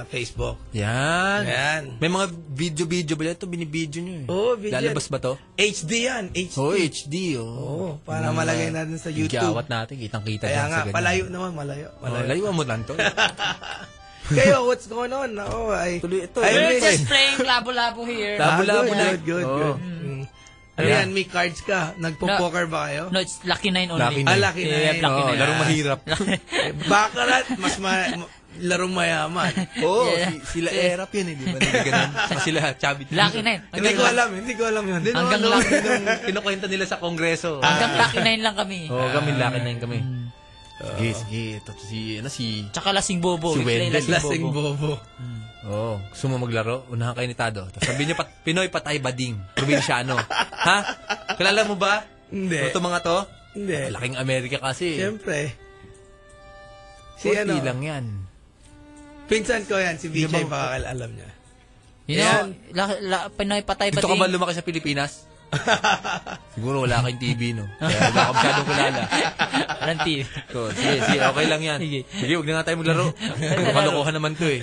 Facebook.
Yan.
Yan.
May mga video-video ba yan? Ito, binibideo nyo eh.
Oo, video yan.
Lalabas ba to?
HD yan. HD.
Oo, HD. Oo, oh.
para malagay natin sa YouTube.
Gawat natin, kitang-kita
Kaya
dyan
nga,
sa ganyan.
palayo naman, Ah, malayo.
Oh,
malayo.
layuan mo lang to.
Kayo, what's going on? Ako, ay... Tuloy ito.
We're just playing labo-labo here.
Labo-labo na. Good,
Oh.
good, good. Mm. Ano
Yeah.
yan, may cards ka? Nagpo-poker ba kayo?
No, it's Lucky Nine only.
Ah, lucky
Yeah, yeah,
nine.
lucky nine.
Eh, Baccarat, mas ma- ma- larong mayaman.
Oo, Oh, si- sila erap yun eh, di ba? Nila ganun. Saka sila, chubby.
Lucky Nine.
Hindi ko alam, hindi ko alam yun.
Hanggang
lang.
lucky nung kinukwenta nila sa kongreso.
Ah.
Hanggang lucky nine lang kami.
Oo, Oh, kami laki na yun kami.
Mm.
Sige, sige. Ito si, ano si...
Tsaka lasing bobo.
Si
We play
Wendell.
lasing bobo.
Oo. Oh, gusto mo maglaro? Unahan kayo ni Tado. Tapos sabi niya, pat, Pinoy patay bading. Provinsyano. ha? Kilala mo ba?
Hindi.
Ito mga to? Ah,
Hindi.
Laking Amerika kasi.
Siyempre. Si
Si
ano?
lang yan.
Pinsan ko yan, si BJ, baka alam niya.
You know, eh, la, la, Pinoy patay
Dito ka ba lumaki sa Pilipinas? Siguro wala kang TV, no? Kaya wala ka masyadong kilala.
Walang TV.
So, sige, sige, okay lang yan. Sige, huwag na nga tayo maglaro. Kalokohan naman to eh.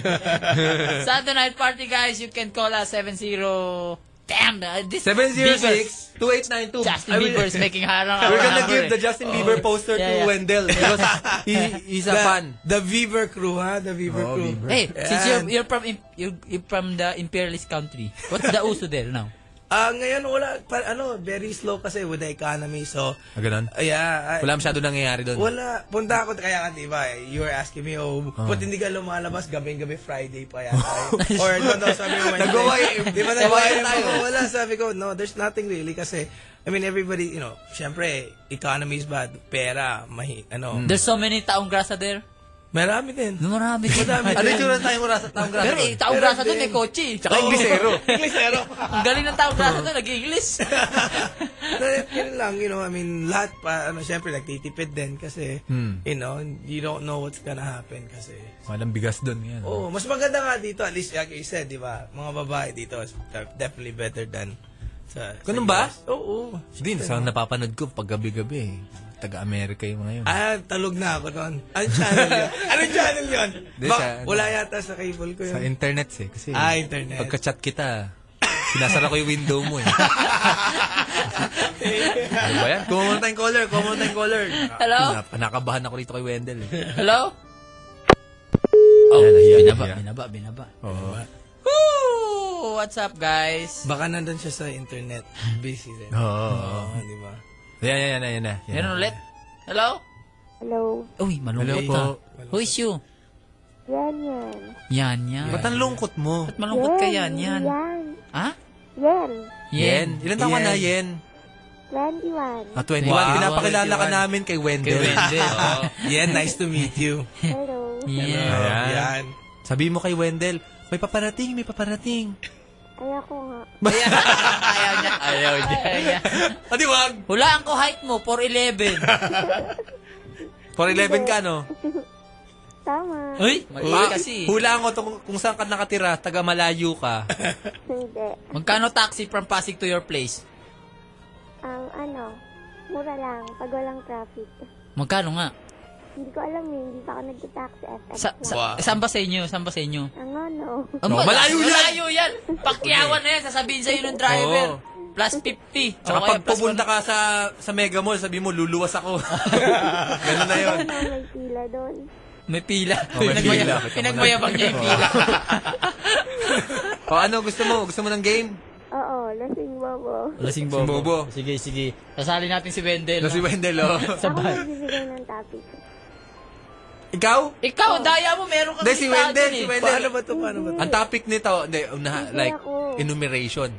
Saturday night party, guys. You can call us 70... damn, uh, this
706-2892.
Justin
I will-
Bieber is making harang.
We're gonna give the Justin Bieber poster to Wendell because he- he's a
the,
fan.
The Viver crew, ha? The Viver
Oh,
crew.
Hey, since
Ayan.
you're, you're from im- you're, you're from the imperialist country, what's the uso there now?
Ah, ngayon wala, pa, ano, very slow kasi with the economy, so...
Ah, ganun?
Yeah. I-
Wala masyado nangyayari doon.
Wala. Punta ako, kaya nga, di ba, eh, you were asking me, oh,
Ah.
ba't hindi ka lumalabas gabing-gabi Friday pa yata? eh? Or, no, no, sabi mo,
Nag-YM.
Di ba, nag-YM
Nag-YM tayo.
ako? Wala, sabi ko, no, there's nothing really kasi, I mean, everybody, you know, syempre, economy is bad, pera, mahi, ano.
There's so many taong grasa there.
Marami din.
Marami din.
Ano yung tsura ng
taong grasa? Taong grasa
Pero
doon?
eh, taong
Meron
grasa doon
din.
may kotse. eh.
Tsaka Inglesero.
Inglesero.
Ang galing ng taong grasa doon, nag-English.
Yun lang, you know, I mean, lahat pa, ano, syempre, nagtitipid din kasi,
Hmm.
you know, you don't know what's gonna happen kasi.
Walang bigas doon. Yan.
Oh,
Oo, mas maganda nga dito, at least, like you said, di ba, mga babae dito is de- definitely better than sa...
Ganun
sa
ba?
US. Oo.
Din, sa napapanood ko pag gabi-gabi. eh. Taga-America yung mga yun.
Ah, talog na ako doon. Anong channel yun? Anong channel yun?
Di,
Ba-
sa-
wala yata sa cable ko yun.
Sa internet eh. Kasi
Ah, internet.
Pagka-chat kita, sinasara ko yung window mo eh. ano ba yan? Kuha muna tayong caller, kuha muna tayong caller.
Hello?
Nap- nakabahan ako dito kay Wendell eh.
Hello?
Oh,
binaba, binaba, binaba.
Oo.
Woo! What's up, guys?
Baka nandun siya sa internet. Busy rin.
Oo, oo.
Oo, di ba?
Yan, yan, yan, yan, yan. yan.
Meron ulit? Hello?
Hello.
Uy, malungkot
Hello po.
ka. Who is you?
Yan yan.
Yan, yan.
Ba't ang lungkot mo?
Ba't malungkot ka yan, yan?
Yan.
Ha?
Yan.
Yen. Ilan taon ka na, Yen?
21.
Ah, 21.
Wow,
Pinapakilala ka
21.
namin kay Wendell.
Kay Wendell. Oo. Yen, nice to meet you.
Hello.
Yan.
Ayan.
Yan. Sabi mo kay Wendell, may paparating, may paparating.
Kaya ko nga.
Ayaw niya. Ayaw niya. Ayaw niya. Ah,
Adi, wag!
Hulaan ko height mo, 4'11.
4'11 ka, no?
Tama.
Uy, mali kasi.
Hulaan ko tong, kung saan ka nakatira, taga malayo ka.
Hindi.
Magkano taxi from Pasig to your place?
Ang ano, mura lang pag walang traffic.
Magkano nga?
Hindi ko alam eh, hindi pa ako nagtitaxi FX
Sa, sa, Saan ba sa inyo? Saan ba sa inyo?
Ang ano.
Ang
Oh, malayo yan!
Malayo yan! Pakyawan na yan, sasabihin sa'yo ng driver.
Oo.
Plus 50.
Tsaka
O kaya
pag pupunta ka sa, sa Mega Mall, sabi mo, luluwas ako. Ganun na yun.
Ano, may pila doon.
May pila.
Oh, may pila.
Pinagmaya- Pinagmayabang niya yung pila.
o ano, gusto mo? Gusto mo ng game?
Oo, lasing bobo.
Lasing
Bobo.
Sige, sige. Sasali natin si Wendell.
No, si Wendell, oh.
Ako
Sabay.
magbibigay ng topic.
Ikaw?
Ikaw, daya mo, meron kang
Hindi, si
listahan
Wendell,
dun eh.
si Wendell.
Paano ba
to? Paano ba
to?
Ang topic nito, hindi, una, like,
ako.
enumeration.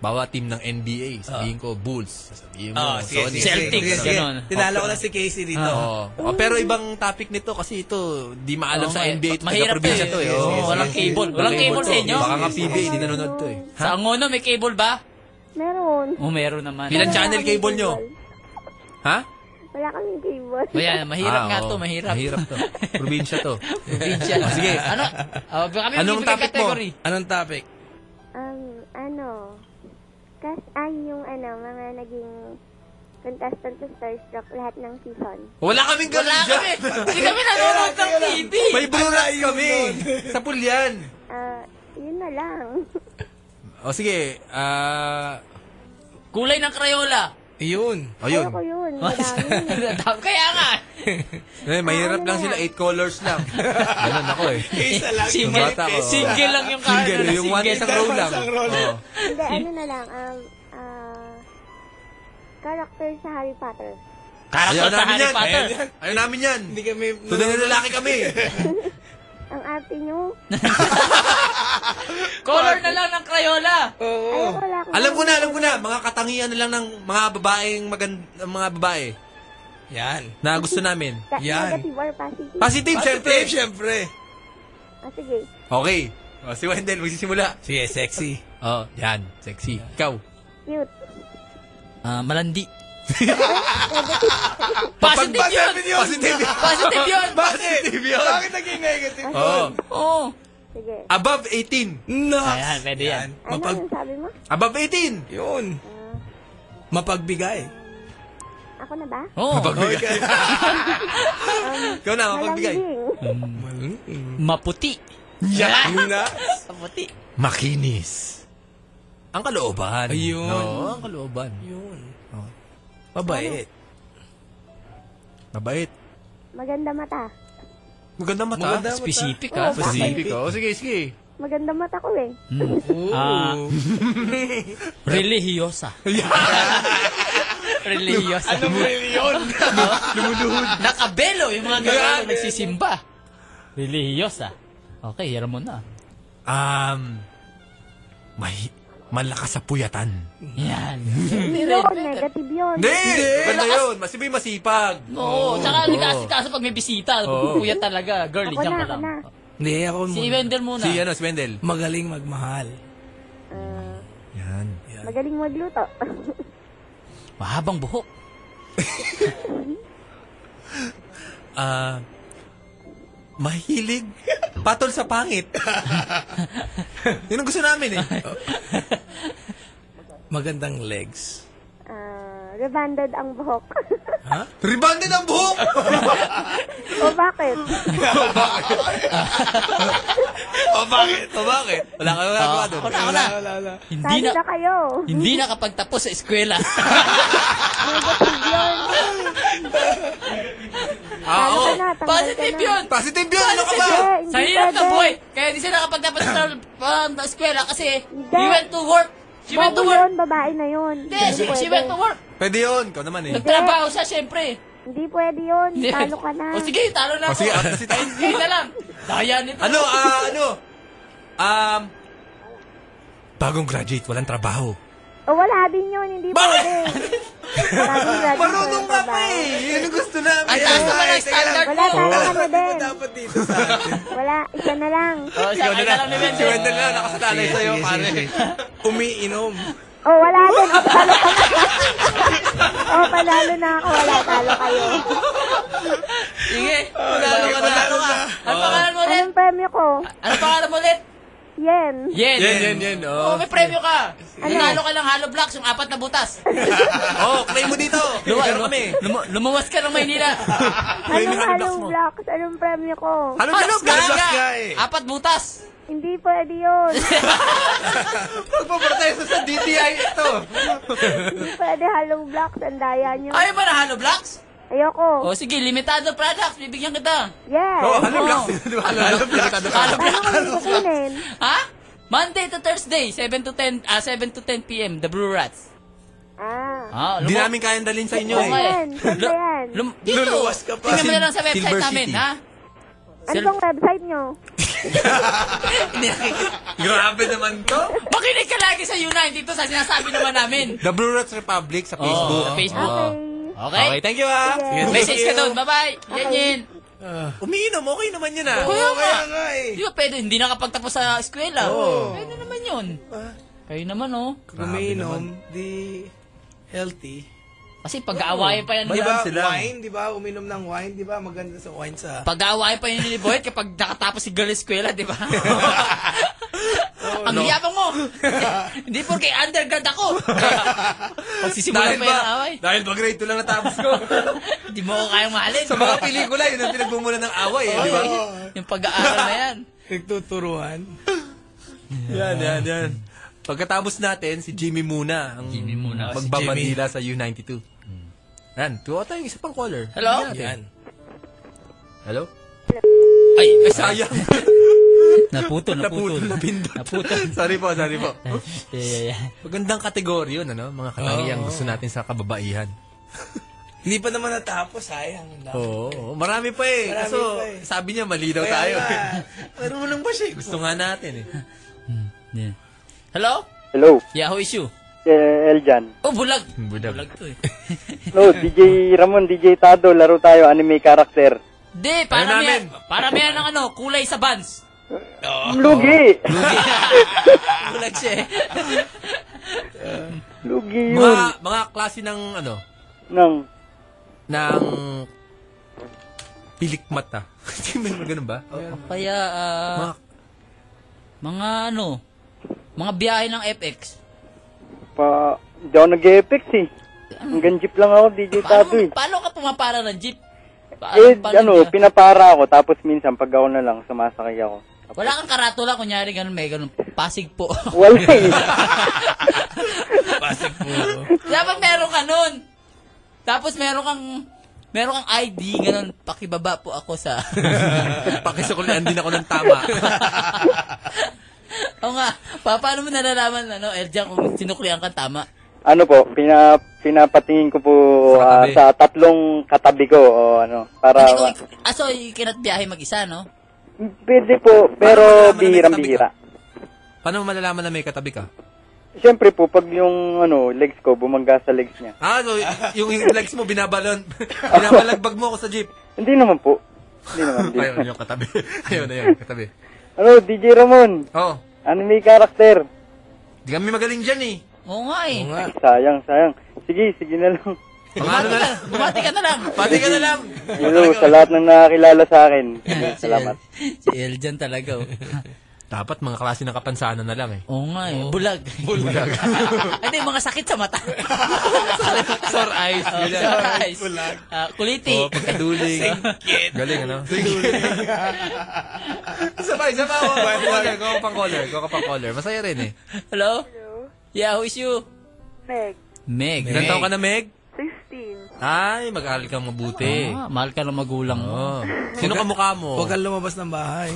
Bawa team ng NBA, sabihin ko, Bulls. Sabihin mo,
Oh, sige,
Sonics.
sige, Celtics, sige, sige. ganun. Tinalo ko na si Casey dito.
Oo. Oh, pero ibang topic nito kasi ito, di maalam
Oo
sa
nga eh.
NBA. Ito,
Mahirap
taga-probinsya
to eh.
to eh.
Oo,
Oo,
walang cable. Walang cable sa
to.
inyo?
Baka nga PBA, di nanonood to eh.
Sa Angono, may cable ba?
Meron.
Oh, meron naman.
Bilang channel cable nyo? Ha?
Wala kaming cable.
Kaya, mahirap
Ah,
nga
oo.
to, mahirap.
Mahirap to. Probinsya to.
Probinsya.
Oh, sige.
Ano? Oh, kami
Anong
magbibigay
topic mo?
category.
Anong topic?
Um, ano, kas ay yung ano, mga naging contestant sa Starstruck lahat ng season.
Wala kaming ganun
Wala
dyan.
kami. Hindi kami nanonood ng TV.
May buras kami. Sa pulyan.
Ah, yun na lang.
O sige, ah...
Kulay ng Crayola.
Yun.
O yun.
Ayoko yun, madami.
Kaya nga.
Eh,
Ah, ano
mahirap lang sila. Eight colors lang. Ganun ako eh.
Isa lang.
Nung
Single-
bata ako, oo.
single lang yung
Single,
kaano,
yung one
single.
isang row lang.
Isang row lang.
Oo.
Hindi, ano na lang, um, ah, character sa Harry Potter.
Karakter
Ayaw
sa
namin
Harry
yan.
Potter.
Ayaw- Ayaw namin yan.
Hindi kami...
Tunay na lalaki kami.
Ang ate nyo,
Color na lang ng Crayola.
ayoko wala ko.
Alam ko na, alam ko na. Mga katangian na lang ng mga babaeng magand- mga babae
Yan.
na gusto namin.
Ka-
Yan.
Negative or positive?
Positive, syempre.
Positive, syempre.
Ah, sige.
Okay. O, si Wendell, magsisimula.
Sige, sexy.
Oh, yan. Sexy. Ikaw.
Cute.
Ah, malandi.
Positive
Positive yun!
Positive yun!
Positive yun!
Positive yun!
Bakit naging negative?
Oo.
Oo.
Sige.
Above 18.
No.
Ayan, pwede yan.
Ano
Mapag...
yung sabi mo?
Above Ah. 18!
Yun. Mapagbigay.
Ako na ba?
Oo.
Mapagbigay. Ikaw na, mapagbigay.
Malambing.
Maputi.
Yan! Ano
Yun na.
Maputi.
Makinis. Ang kalooban.
Ayun.
Oo, ang kalooban.
Yun.
Oo. Mabait. Mabait.
Maganda mata.
Maganda mata.
Maganda mata. Specific, ah.
Oo, Specific,
Specific.
oh. Sige, sige.
Maganda mata ko eh.
Ah, religyosa. Religious.
Anong reliyon?
Lumuduhod. Ano Nakabelo yung mga ganyan
Grabe.
na nagsisimba. Religyosa. Okay, hira mo na.
Um, may malakas sa puyatan.
Yan.
Hindi yun, negative yun.
Hindi! Ganda
Malakas-
yun. Mas may masipag.
Oo, Oh, tsaka
Oo.
nag-asikaso pag may bisita.
Oo.
Kuya talaga. Girl,
Ako
dyan
na,
ka
ako
lang.
na.
Hindi, ako muna.
Si Wendell muna.
Si ano, si Wendell.
Magaling magmahal.
Yan.
Magaling magluto.
Mahabang buhok.
Ah, mahilig patol sa pangit. yun ang gusto namin eh.
Magandang legs.
Ah, rebanded ang buhok.
Rebounded ang buhok!
o bakit?
o Oh, bakit? O bakit? Wala ka, wala ka.
Ah.
Oo,
wala ka.
ako na, ako na. Hindi
Tali
na,
na kayo.
hindi na kapag tapos sa eskwela.
Negative yun.
Ah,
Talo ka
oo.
na, tanggal
Positive
ka na.
yun!
Positive yun! Ano ka ba?
Hindi
Sa hirap na
pwede.
buhay. Kaya di sila kapag dapat sa um, eskwela kasi he went to work. She went to
Bobo
work.
yun, babae na yun.
Hindi, she, she went to work.
Pwede yun. Ikaw naman eh.
Nagtrabaho siya, syempre.
Hindi pwede yun. Talo ka na.
O sige, talo na
O,
ako.
sige, out na si Tay.
Kaya na lang. Daya nito.
Ano, ah, ano? Um, bagong graduate, walang trabaho.
O wala din yun. Hindi pwede.
Marunong ka pa eh. Yun ang gusto namin.
Ay, taas naman ang standard
Wala
mo.
talo ka na din.
Dapat dito sa
Wala. Isa na lang.
Oh,
Ah, Ikaw na lang.
ni Wendell.
Si Wendell na nakasalalay sa'yo, pare.
umiinom.
O wala din. O talo ka na. o panalo na ako. Wala. Talo kayo.
Sige,
Ah,
panalo ka na. Ano ka? Ano pangalan mo ulit?
Anong premyo ko?
Ano pangalan mo ulit?
Yen.
Yen.
Yan, yan, yan.
Oh,
Oh.
may premyo ka.
Ano?
Nanalo ka ng hollow blocks, yung apat na butas. Ano?
Oh, claim mo dito.
Luwa,
Meron kami.
lumu- lumuwas ka ng Maynila.
Anong halong blocks? Anong premyo ko?
Ano ba?
Blocks ka?
Blocks ka eh.
Apat butas.
Hindi pwede yun.
Pagpapunta tayo sa- sa DTI ito.
Hindi pwede halong blocks. Ang daya nyo.
Ayaw ba na hollow blocks?
Ayoko.
Oh, sige, limitado products. Bibigyan kita.
Yes.
Oh, ano blocks? Ano blocks?
Hollow
Ano
blocks.
kung isusunin?
Ha? Monday to Thursday, 7 to 10, ah, 7 to 10 p.m., The Brew Rats.
Ah.
Ah,
Hindi namin kayang dalhin sa inyo
Oo
eh.
nga eh.
Yan. Saan ba yan?
Lum- dito.
Luluwas ka pa.
Tingnan mo na lang sa
Silver
website
City.
namin, ha?
Ano bang website nyo?
Grabe naman to.
Makinig ka lagi sa Unite dito sa sinasabi naman namin.
The Blue Rats Republic sa
Oo,
Facebook.
Oh. sa Facebook.
Oo.
Okay?
Okay, thank you ah.
Sige.
Message ka doon. Bye-bye. Yan yun.
Umiinom, okay naman yun ah.
Kuya ka.
Kaya nga eh.
Di ba pwede? Hindi nakapagtapos sa eskwela.
Oo.
Pwede naman yun. Kayo naman, oh.
Umiinom, di healthy.
Kasi pag-aawayan pa yan.
Di ba,
sila.
wine, di ba? Uminom ng wine, di ba? Maganda sa wine sa...
Pag-aawayan pa yun ni Boyet kapag nakatapos si girl eskwela, di ba?
Oh,
Ang yabang mo! Hindi po kay undergrad ako! Pagsisimula
Dahil
pa
ba,
yung away.
dahil ba grade 2 lang natapos ko?
Hindi mo ako kayang mahalin.
sa mga pelikula, yun ang pinagmumula ng away eh, di ba?
Yung pag-aaral na yan.
Nagtuturuan.
Yan, yan, yan. Pagkatapos natin, si Jimmy muna. Ang
Jimmy muna.
Magbabandila sa U92.
Hmm.
Yan, tuwa tayo yung isa pang caller.
Hello?
Bigyan natin. Hello?
Ay,
Ay, sayang.
Naputol, naputol.
Naputol, napindot.
Naputol.
sorry po, sorry po.
Yeah, yeah, yeah.
Magandang kategorya yun, ano? Mga katangiang gusto natin sa kababaihan.
Oh. Hindi pa naman natapos, sayang.
Oo, oo. marami pa eh.
Marami
Kaso,
pa eh.
sabi niya, mali daw
Kaya
tayo.
nga, marunong ba siya? eh?
Gusto nga natin eh.
Hello?
Hello,
Yahoo is you.
eh, Eljan.
Oh, bulag.
Bulag.
Bulag to eh.
Hello, DJ Ramon, DJ Tado, laro tayo, anime character.
Di, para
Ayun
may,
namin.
para may ng ano, kulay sa buns.
Lugi!
Bulag siya eh.
Lugi
Mga,
yun.
mga klase ng ano,
Nang,
ng pilikmat ah. Hindi may mga ganun ba?
O Kaya, ah,
Mga,
mga ano, mga biyahe ng FX.
pa, hindi ako nag-epics eh. Hanggang jeep lang ako, DJ
Paano,
Tado eh.
paano ka pumapara ng jeep? Pa-
Eh,
paano
ano,
niya?
pinapara ako, tapos minsan pag ako na lang, sumasakay ako. Tapos
Wala kang karatula, kunyari, ganun, may ganun. Pasig po.
Wala eh.
Pasig po. Dapat meron ka nun. Tapos meron kang, meron kang ID, ganun, pakibaba po ako sa...
Pakisukulian din ako ng tama.
o nga, pa, paano mo nalalaman, ano, Erjan, kung sinuklian ka tama?
Ano po, pina, pinapatingin ko po ah,
katabi.
sa tatlong katabi ko o ano, para
Hindi ko, ah, so, you cannot biyahe mag-isa, no?
pwede po, pero bihirang-bihira.
Paano mo malalaman na may katabi ka?
Siyempre po, pag yung ano, legs ko, bumangga sa legs niya.
Ah, so, y- yung legs mo, binabalon. Binabalagbag mo ako sa jeep.
Hindi naman po. Hindi naman. Hindi.
Ayun, yung katabi. Ayun, ayun, katabi.
ano, DJ Ramon?
Oo.
Anime character.
Di kami magaling dyan eh.
Oo nga eh. Oo
Sayang, sayang. Sige, sige na lang.
Bumati ka na lang.
Bumati ka na lang.
Hello, sa lahat ng nakakilala sa akin. Salamat.
Si Eljan talaga. oh.
Dapat mga klase ng kapansanan na lang eh.
Oo nga eh. Bulag.
Bulag.
Hindi, mga sakit sa mata.
Sore eyes.
Oh,
Yun yan.
sore eyes. Ah, kuliti.
Oo, pagkaduling. Galing, ano? isa pa, isa pa. Go pang caller. Go pang caller. Go ka pang caller. Masaya rin eh.
Hello? Yeah, who is you?
Meg,
Meg.
Ilan taon ka na, Meg?
16.
Ay, mag-aaral kang mabuti.
Ah, mahal ka ng magulang
mo. Sino ka mukha mo?
Huwag kang lumabas ng bahay.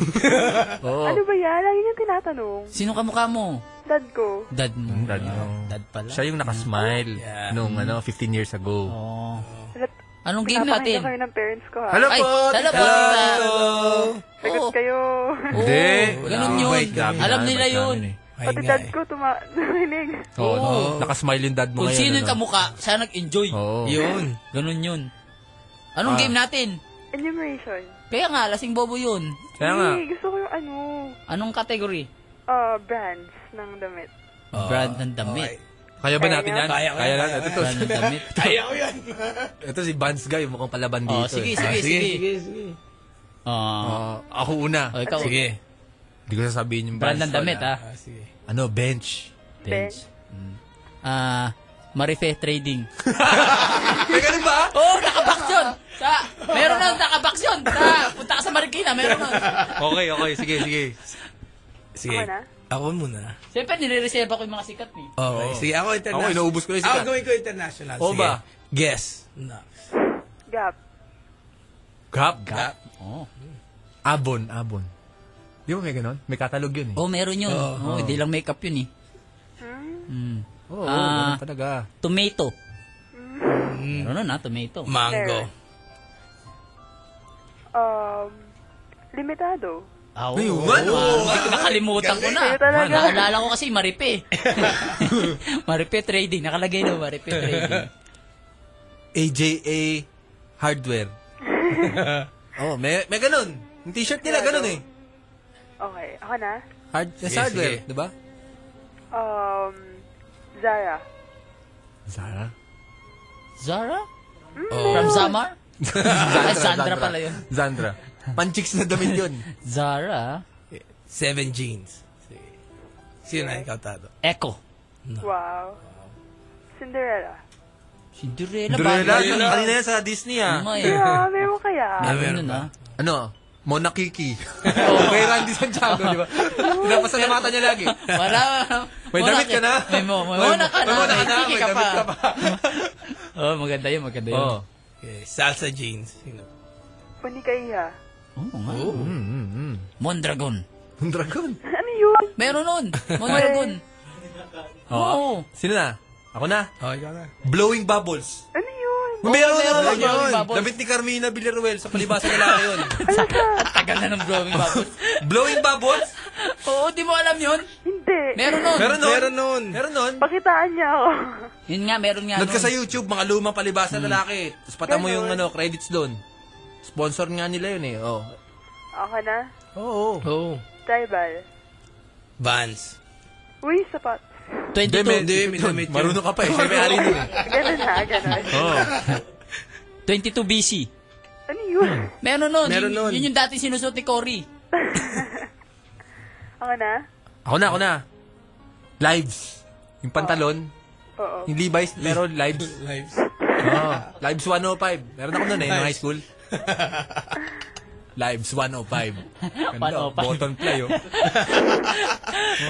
Oo.
Ano ba yan? Lagi niyang tinatanong.
Sino ka mukha mo?
Dad ko.
Dad mo.
Hmm, Dad mo.
Dad pala.
Siya yung nakasmile nung ano, 15 years ago.
Oo.
Alat-
Anong game
pinapakinggan
natin?
kayo ng parents ko ha.
Hello po!
hello
Tita.
po! Oh,
Sagot kayo.
Hindi. Ah,
ganun yun. Alam nila yun.
Pati dad ko tuma... narinig.
eh. Oo. Oh, Nakasmile yung dad mo
Kung
ngayon.
sino yung
ano?
kamukha, siya nag-enjoy.
Oo.
Yun. Ganun yun. Anong
Ah.
game natin?
Enumeration.
Kaya nga, lasing bobo yun.
Hey, gusto ko yung ano,
Anong category?
uh, brands ng damit.
Ah.
Brand ng damit.
Kaya ba natin yan?
Kaya, kaya,
lang.
kaya,
Ito,
kaya.
to.
Kaya ko
yan. Ito si Vance Guy, mukhang palaban dito.
Oh, sige,
eh.
sige,
Ah,
sige.
Ah, ako una.
Oh, ikaw. Sige.
Hindi ko sasabihin yung
Brand ng
Vance.
damit,
Wala.
ah. Sige.
Ano, bench.
Bench. Mm. Ah, Marife Trading.
May ganun ba?
Oo, oh, nakabox yun. Sa, meron nun, nakabox yun. Sa, punta ka sa Marikina, meron nun.
Okay, okay. Sige, sige.
Sige.
Ako na?
Ako muna.
Siyempre, nire-reserve ako yung mga sikat eh. ni.
Okay. Sige, ako international.
Ako, inaubos ko na yung sikat.
Ako gawin ko international.
Oo
Sige.
ba?
Guess. No.
Gap.
Gap. Gap. Oh. Abon, abon. Di ba may ganun? May katalog yun eh.
Oo, oh, meron yun. Oo,
Oo.
hindi lang makeup yun eh. Hmm.
Oo, ganun talaga.
Tomato. Meron nun ah, tomato.
Mango. Um, limitado.
Ah,
Ay,
oo,
man,
oo,
oo.
man. Nakalimutan ko na.
Kayo talaga.
Man, Naalala ko kasi Maripe. Maripe Trading. Nakalagay na Maripe Trading.
AJA Hardware. oh, may, may ganun. Yung t-shirt nila, ganun eh.
Okay, ako na.
Hard, yes,
Sige,
hardware,
sige.
di ba?
Um, Zara.
Zara?
Zara?
Oh.
From Zamar?
Zandra,
Ay, Sandra pala yun.
Zandra. Panchicks na damit yun.
Zara?
Seven jeans. Sige. Sino na ikaw, Tato?
Echo.
Wow. Cinderella.
Cinderella Ano ba?
Cinderella, yun ang kanina yan sa Disney ah.
Oo nga eh.
Yeah, meron kaya.
meron na.
Ano? Mona Kiki. oh, kay Randy Santiago, di ba? Pinapasalamatan niya lagi.
Wala.
May
Mona
damit ka na?
May mo. May muna ka na.
May muna ka na,
kiki
may
ka
damit ka
pa. Oh, maganda yun, maganda yun.
Oo.
Okay. Salsa jeans. Sino?
Panikaiha.
Oo Oh, nga. Mondragon.
Mondragon?
Ano yun?
Meron nun. Mondragon.
Oo. Sino na? Ako na?
Oh, ikaw na.
Blowing Bubbles.
Ano yun?
meron,
Meron na
meron,
yun.
bubbles.
Damit ni Carmina Villaruel sa palibasa nila yun.
At tagal na ng blowing bubbles.
Blowing Bubbles?
Oo, di mo alam yun?
Hindi.
Meron nun.
Meron nun.
Meron
nun. Meron nun.
Pakitaan niya ako.
Yun nga, meron nga
Load ka
nun.
sa YouTube, mga lumang palibasa lalaki. Tapos pata mo yung
Meron.
ano, credits doon. Sponsor nga nila yun eh. Oh.
Ako na.
Oo.
Oh.
Tribal.
Vans.
Uy, sapat.
22.
Hindi, may damit yun.
Marunong ka pa eh. Oh. Siya may ari nun eh.
Ganun ha, ganun.
Oo.
22 BC.
Ano yun?
Meron nun.
Meron
Yun-
nun.
Yun yung dati sinusuot ni Cory.
Ako na?
Ako na, ako na. Lives. Yung pantalon.
Oo.
Yung Levi's, pero lives. lives. Oh, lives 105. Meron ako nun eh, nung high school. Lives 105.
105.
Button play, oh.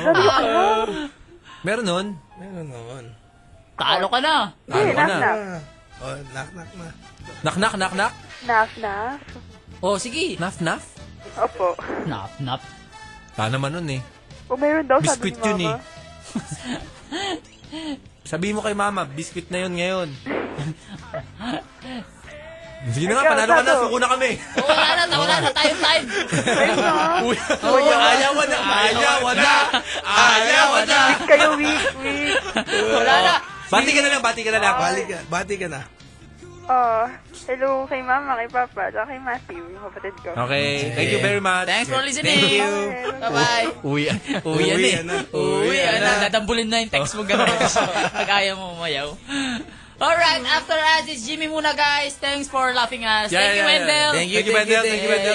ano?
Ah,
Meron nun?
Meron noon.
Talo ka na.
Talo ka na.
Oh, knock-knock na.
Knock, knock, knock, knock.
Naf, naf.
Oh, sige.
Naf, naf.
Opo.
Nap, nap.
Ta naman nun eh.
O meron daw sabi
Biscuit
ni
yun eh.
mama.
Sabihin mo kay mama, biscuit na yun ngayon. Sige na nga, panalo ka na, suko na kami.
Wala na, wala na tayong live.
Ah.
Uy, ayawan na, ayawan na, ayawan na.
Kayo weak, weak.
Wala na. Bati ka na lang, bati ka na lang.
Bali ka, bati ka na.
Oh, hello kay mama, kay papa, at kay Matthew, yung kapatid ko.
Okay, thank you very much.
Thanks for listening.
Thank you.
Bye-bye.
Uwi, uwi
Uwi
yan eh. Uwi yan na.
na. Dadambulin na yung text mo gano'n. Pag ayaw mo umayaw. Alright, after us, it's Jimmy muna, guys. Thanks for laughing us.
Yeah,
Thank you,
yeah, yeah.
Wendell.
Thank you, thank you, thank you,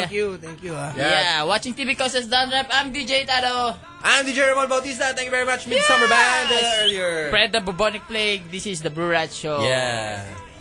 thank you, thank you, ah.
Yeah. watching TV causes done rap. I'm DJ Tado.
I'm DJ Ramon Bautista. Thank you very much. Midsummer Band uh, earlier.
Spread the bubonic plague. This is the Brew Rat Show.
Yeah.